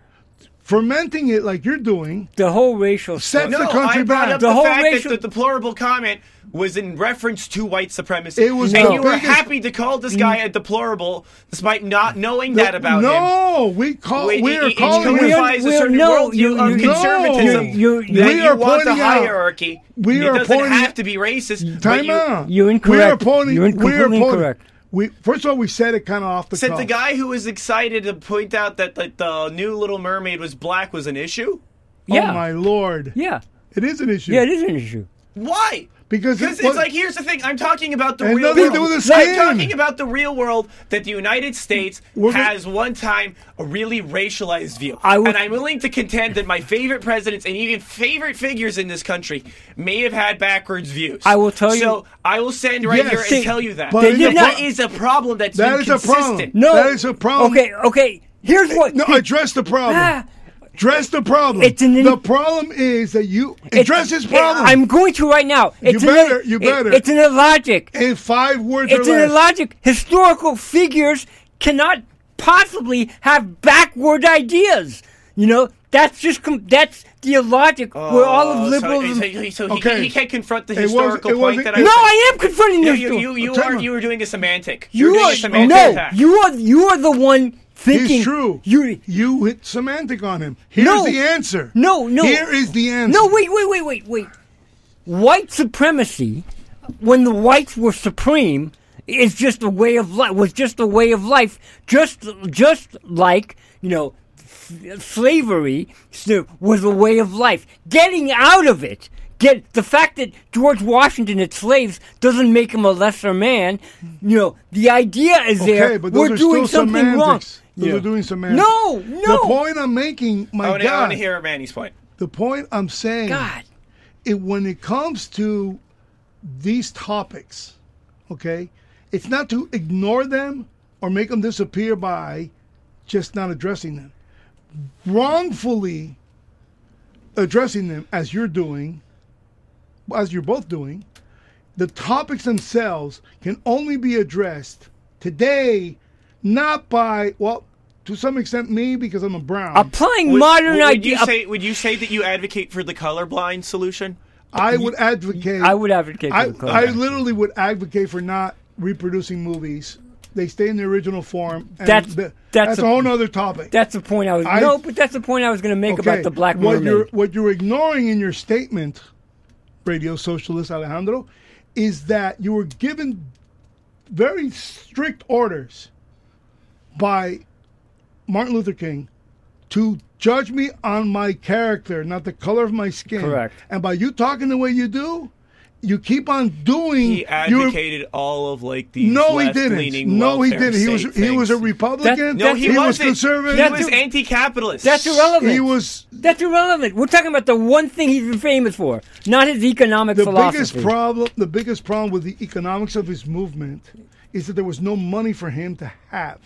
S1: Fermenting it like you're doing
S2: the whole racial
S1: Set-
S2: stuff.
S1: the
S3: no,
S1: country
S3: I brought
S1: back.
S3: up
S2: The
S3: the,
S2: whole
S3: fact
S2: racial-
S3: that the deplorable comment was in reference to white supremacy.
S1: It was
S3: and
S1: the
S3: you were
S1: biggest-
S3: happy to call this guy a deplorable despite not knowing that about him.
S1: no, we call
S3: Wait,
S1: we
S3: it-
S1: are
S3: it
S1: calling
S2: we
S1: him.
S2: are-
S3: codifies a
S2: we are-
S3: certain
S2: no,
S3: worldview
S2: you-
S3: of
S2: you-
S3: conservatism.
S2: you- you-
S3: that
S1: We are
S3: you want the
S1: pointing out-
S3: hierarchy.
S1: we
S3: it
S1: are
S3: doesn't
S1: pointing
S3: have
S1: out-
S3: to be racist. but
S1: Time
S3: you,
S1: out.
S2: You're
S1: We are
S2: incorrect.
S1: pointing.
S2: You're
S1: we are
S2: completely
S1: pointing-
S2: incorrect.
S1: We first of all we said it kind of off the
S3: Said
S1: cuff.
S3: the guy who was excited to point out that the, the new Little Mermaid was black was an issue?
S2: yeah.
S1: Oh my lord!
S2: yeah.
S1: It is an issue.
S2: Yeah, it is an issue.
S3: Why?
S1: Because it
S3: it's
S1: was-
S3: like here's the thing. I'm talking about the
S1: It had
S3: real
S1: nothing
S3: world.
S1: to do with the
S3: I'm
S1: skin.
S3: talking about the real world that the United States
S1: We're gonna-
S3: has one time a really racialized view.
S2: I will-
S3: and I'm willing to contend that my favorite presidents and even favorite figures in this country may have had backwards views.
S2: I will tell you-
S3: So I will stand right
S1: Yes.
S3: here and
S1: See,
S3: tell you that.
S1: but
S2: They did
S3: that
S2: not-
S3: is a problem that's
S1: That
S3: been
S1: is a problem.
S3: consistent.
S2: No.
S1: That is a problem.
S2: Okay, okay. Here's what.
S1: No, address the problem.
S2: Ah.
S1: Address the problem.
S2: It's an in-
S1: the problem is that you address this
S2: it-
S1: problem
S2: I'm going to right now. It's an-
S1: better- you
S2: it-
S1: better.
S2: it's an illogic.
S1: in five words
S2: It's
S1: or
S2: an
S1: less.
S2: illogic. Historical figures cannot possibly have backward ideas. You know, that's just com- that's the illogic where all
S3: Uh,
S2: of
S3: so-
S2: liberalism.
S3: So, he- so he,
S1: Okay.
S3: he can't confront the
S1: It was-
S3: historical
S1: it
S3: point
S1: wasn't-
S3: that I
S1: it-
S2: no,
S3: was-
S2: I am confronting
S3: You,
S2: this.
S3: you, you, you
S1: Tell
S3: are
S1: me.
S3: you were doing a semantic.
S2: You
S3: You're doing
S2: are
S3: a semantic
S2: no.
S3: attack.
S2: You are you are the one
S1: It's
S2: thinking.
S1: true.
S2: You
S1: you hit semantic on him. Here's
S2: No.
S1: the answer.
S2: No, no.
S1: Here is the answer.
S2: No, wait, wait, wait, wait, wait. White supremacy, when the whites were supreme, is just a way of life. Was just a way of life. Just, just like you know, f- slavery s- was a way of life. Getting out of it. Get the fact that George Washington had slaves doesn't make him a lesser man. You know, the idea is
S1: Okay,
S2: there.
S1: but those
S2: we're
S1: are
S2: doing
S1: still
S2: something wrong.
S1: semantics. Those
S2: Yeah.
S1: are doing semantics.
S2: No, no.
S1: The point I'm making, my
S3: I want to
S1: God,
S3: hear Manny's point.
S1: the point I'm saying,
S2: God.
S1: it, when it comes to these topics, okay, it's not to ignore them or make them disappear by just not addressing them. Wrongfully addressing them, as you're doing, as you're both doing, the topics themselves can only be addressed today, not by, well, to some extent me because I'm a brown.
S2: Applying modern
S3: would,
S2: ideas.
S3: You say, would you say that you advocate for the colorblind solution?
S1: I would advocate.
S2: I would advocate for
S1: I,
S2: the color.
S1: I literally would advocate for not reproducing movies. They stay in the original form. And
S2: That's-
S1: the-
S2: that's
S1: that's a
S2: a-
S1: whole other topic.
S2: that's the point I was.
S1: I-
S2: no, but that's the point I was going to make about the black
S1: what
S2: mermaid.
S1: You're, what you're ignoring in your statement, Radio Socialist Alejandro, is that you were given very strict orders by Martin Luther King to judge me on my character, not the color of my skin.
S2: Correct.
S1: And by you talking the way you do, you keep on doing.
S3: He
S1: your-
S3: advocated all of like these
S1: no, he
S3: left-leaning
S1: didn't. No, he
S3: welfare
S1: didn't. He was
S3: state
S1: he was a
S3: things.
S1: Republican.
S3: No, he,
S1: he was
S3: wasn't.
S1: conservative.
S3: He
S2: That's
S3: was
S2: a-
S3: anti-capitalist.
S2: that's irrelevant.
S1: he was
S2: That's irrelevant. We're talking about the one thing he's been famous for, not his economic
S1: the
S2: philosophy.
S1: biggest problem the biggest problem with the economics of his movement is that there was no money for him to have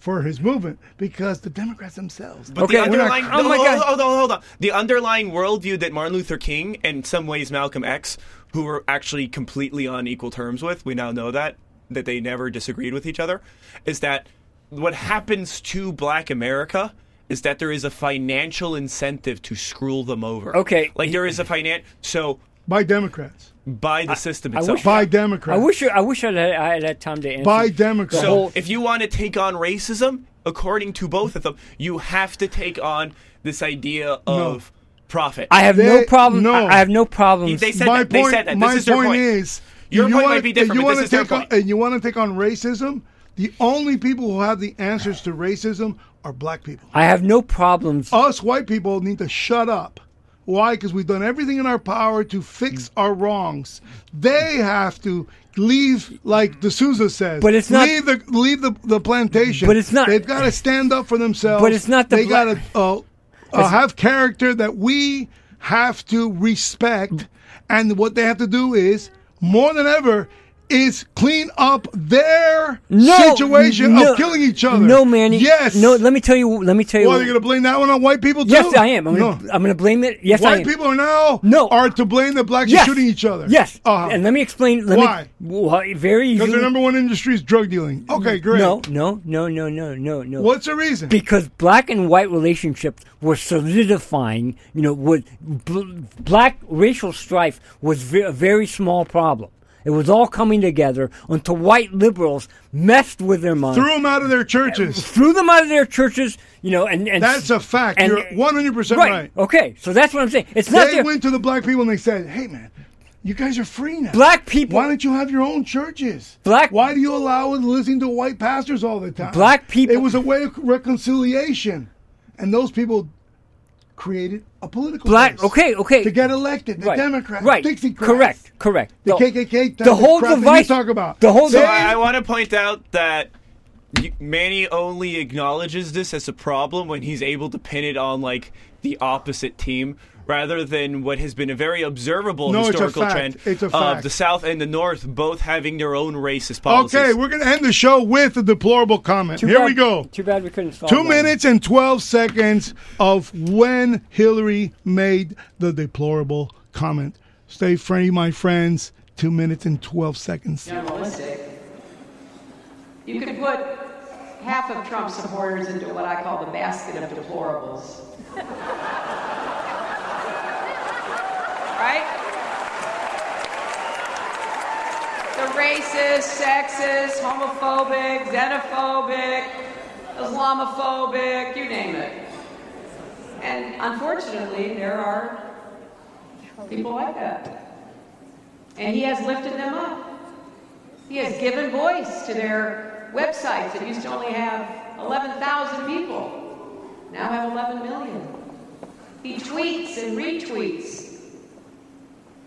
S1: for his movement because the democrats themselves
S3: But
S2: Okay,
S3: the
S2: we're not-
S3: underlying,
S2: oh
S3: no,
S2: my
S3: hold,
S2: God.
S3: Hold, on, hold on. The underlying worldview that Martin Luther King and in some ways Malcolm X, who were actually completely on equal terms with, we now know that that they never disagreed with each other, is that what happens to Black America is that there is a financial incentive to screw them over.
S2: Okay.
S3: like there is a finan so
S1: by democrats
S3: by the system
S2: I
S3: itself.
S2: wish-
S1: by
S2: I
S1: democrats
S2: wish I wish I had, I had had time to answer.
S1: by democrats
S3: So
S2: whole-
S3: if you want to take on racism, according to both of them, you have to take on this idea of profit.
S2: I have no
S1: They-
S2: problem.
S1: no.
S2: I, I have no problem.
S3: They said
S1: my
S3: that.
S1: point
S3: they said that. This
S1: my
S3: is their point.
S1: is
S3: Your
S1: if
S3: point
S1: wanna-
S3: might be
S1: if
S3: different,
S1: you
S3: but this
S1: wanna
S3: is their
S1: take on-
S3: point.
S1: and you want to take on racism the only people who have the answers to racism are black people
S2: I have no problems.
S1: us white people need to shut up. Why? Because we've done everything in our power to
S2: Mm.
S1: fix our wrongs. They have to leave, like D'Souza says.
S2: Mm. But it's not-
S1: leave the leave the, the plantation.
S2: But it's not-
S1: They've got to stand up for themselves.
S2: But it's not the
S1: They got
S2: bla-
S1: to uh, uh, have character that we have to respect, and what they have to do is more than ever is clean up their situation
S2: no,
S1: of killing each other.
S2: No, Manny.
S1: Yes.
S2: No, let me tell you. Let me tell you.
S1: Well, you're going to blame that one on white people too?
S2: yes, I am. I'm,
S1: no.
S2: gonna, I'm gonna blame it. Yes, I
S1: White
S2: am.
S1: people are now
S2: No.
S1: are to blame the blacks
S2: yes.
S1: for shooting each other.
S2: Yes.
S1: Uh-huh.
S2: And let me explain. Let
S1: Why?
S2: Me, why? Very easily.
S1: because their number one industry is drug dealing. Okay, great.
S2: No, no, no, no, no, no, no.
S1: What's the reason?
S2: because black and white relationships were solidifying. You know, was bl- black racial strife was ve- a very small problem. It was all coming together until white liberals messed with their minds,
S1: Threw them out of their churches.
S2: threw them out of their churches. You know, and, and
S1: That's a fact.
S2: and-
S1: You're 100%
S2: right. Oh,
S1: right.
S2: Okay, so that's what I'm saying. It's not
S1: They
S2: their,
S1: went to the black people and they said, "Hey, man, you guys are free now.
S2: Black people-
S1: Why don't you have your own churches?
S2: Black-
S1: Why do you allow and listening to white pastors all the time?
S2: Black people-
S1: It was a way of reconciliation, and those people created a political
S2: black.
S1: base
S2: Okay, okay.
S1: to get elected. The
S2: right,
S1: Democrats,
S2: right,
S1: Dixie crats.
S2: correct, correct.
S1: The KKK type
S2: the
S1: of
S2: whole
S1: crap that you
S2: device.
S1: talk about.
S2: the whole
S1: So
S2: device.
S3: I, I want to point out that y- Manny only acknowledges this as a problem when he's able to pin it on like the opposite team. Rather than what has been a very observable
S1: No, it's a
S3: historical
S1: fact.
S3: trend
S1: It's a
S3: of
S1: fact.
S3: the South and the North both having their own racist policies.
S1: Okay, we're going to end the show with a deplorable comment.
S2: Too
S1: Here
S2: bad-
S1: we go.
S2: Too bad we couldn't solve
S1: Two
S2: that.
S1: minutes and 12 seconds of when Hillary made the deplorable comment. Stay free, my friends. Two minutes and 12 seconds.
S8: minimalistic. You could put half of Trump supporters into what I call the basket of deplorables. right? The racist, sexist, homophobic, xenophobic, Islamophobic, you name it. And unfortunately, there are people like that. And he has lifted them up. He has given voice to their websites that used to only have 11,000 people, now have 11 million. He tweets and retweets.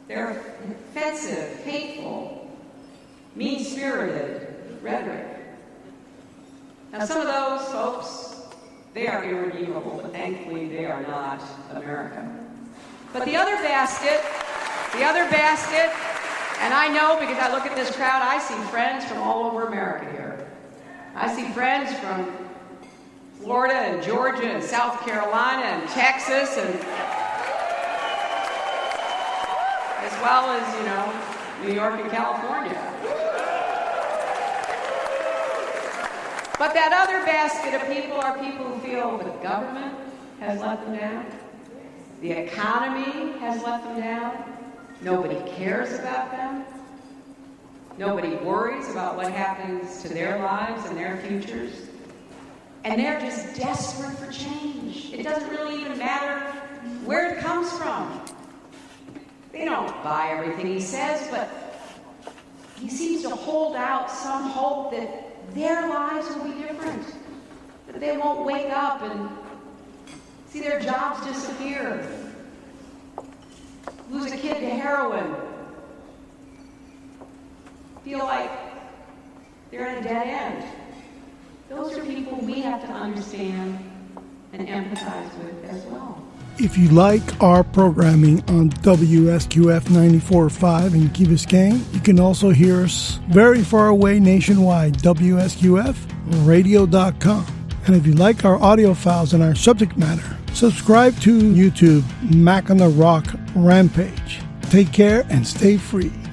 S8: They're offensive, hateful, mean spirited rhetoric. Now, some of those folks, they are irredeemable, but thankfully they are not America. But the other basket, the other basket, and I know because I look at this crowd, I see friends from all over America here. I see friends from Florida and Georgia and South Carolina and Texas and as well as, you know, New York and California. But that other basket of people are people who feel the government has let them down, the economy has let them down, nobody cares about them, nobody worries about what happens to their lives and their futures. And they're just desperate for change. It doesn't really even matter where it comes from. They don't buy everything he says, but he seems to hold out some hope that their lives will be different, that they won't wake up and see their jobs disappear, lose a kid to heroin, feel like they're in a dead end. Those are people we have to understand and empathize with as well.
S1: If you like our programming on WSQF 94.5 in Key Biscayne, you can also hear us very far away nationwide, WSQFradio.com. And if you like our audio files and our subject matter, subscribe to YouTube Mac on the Rock Rampage. Take care and stay free.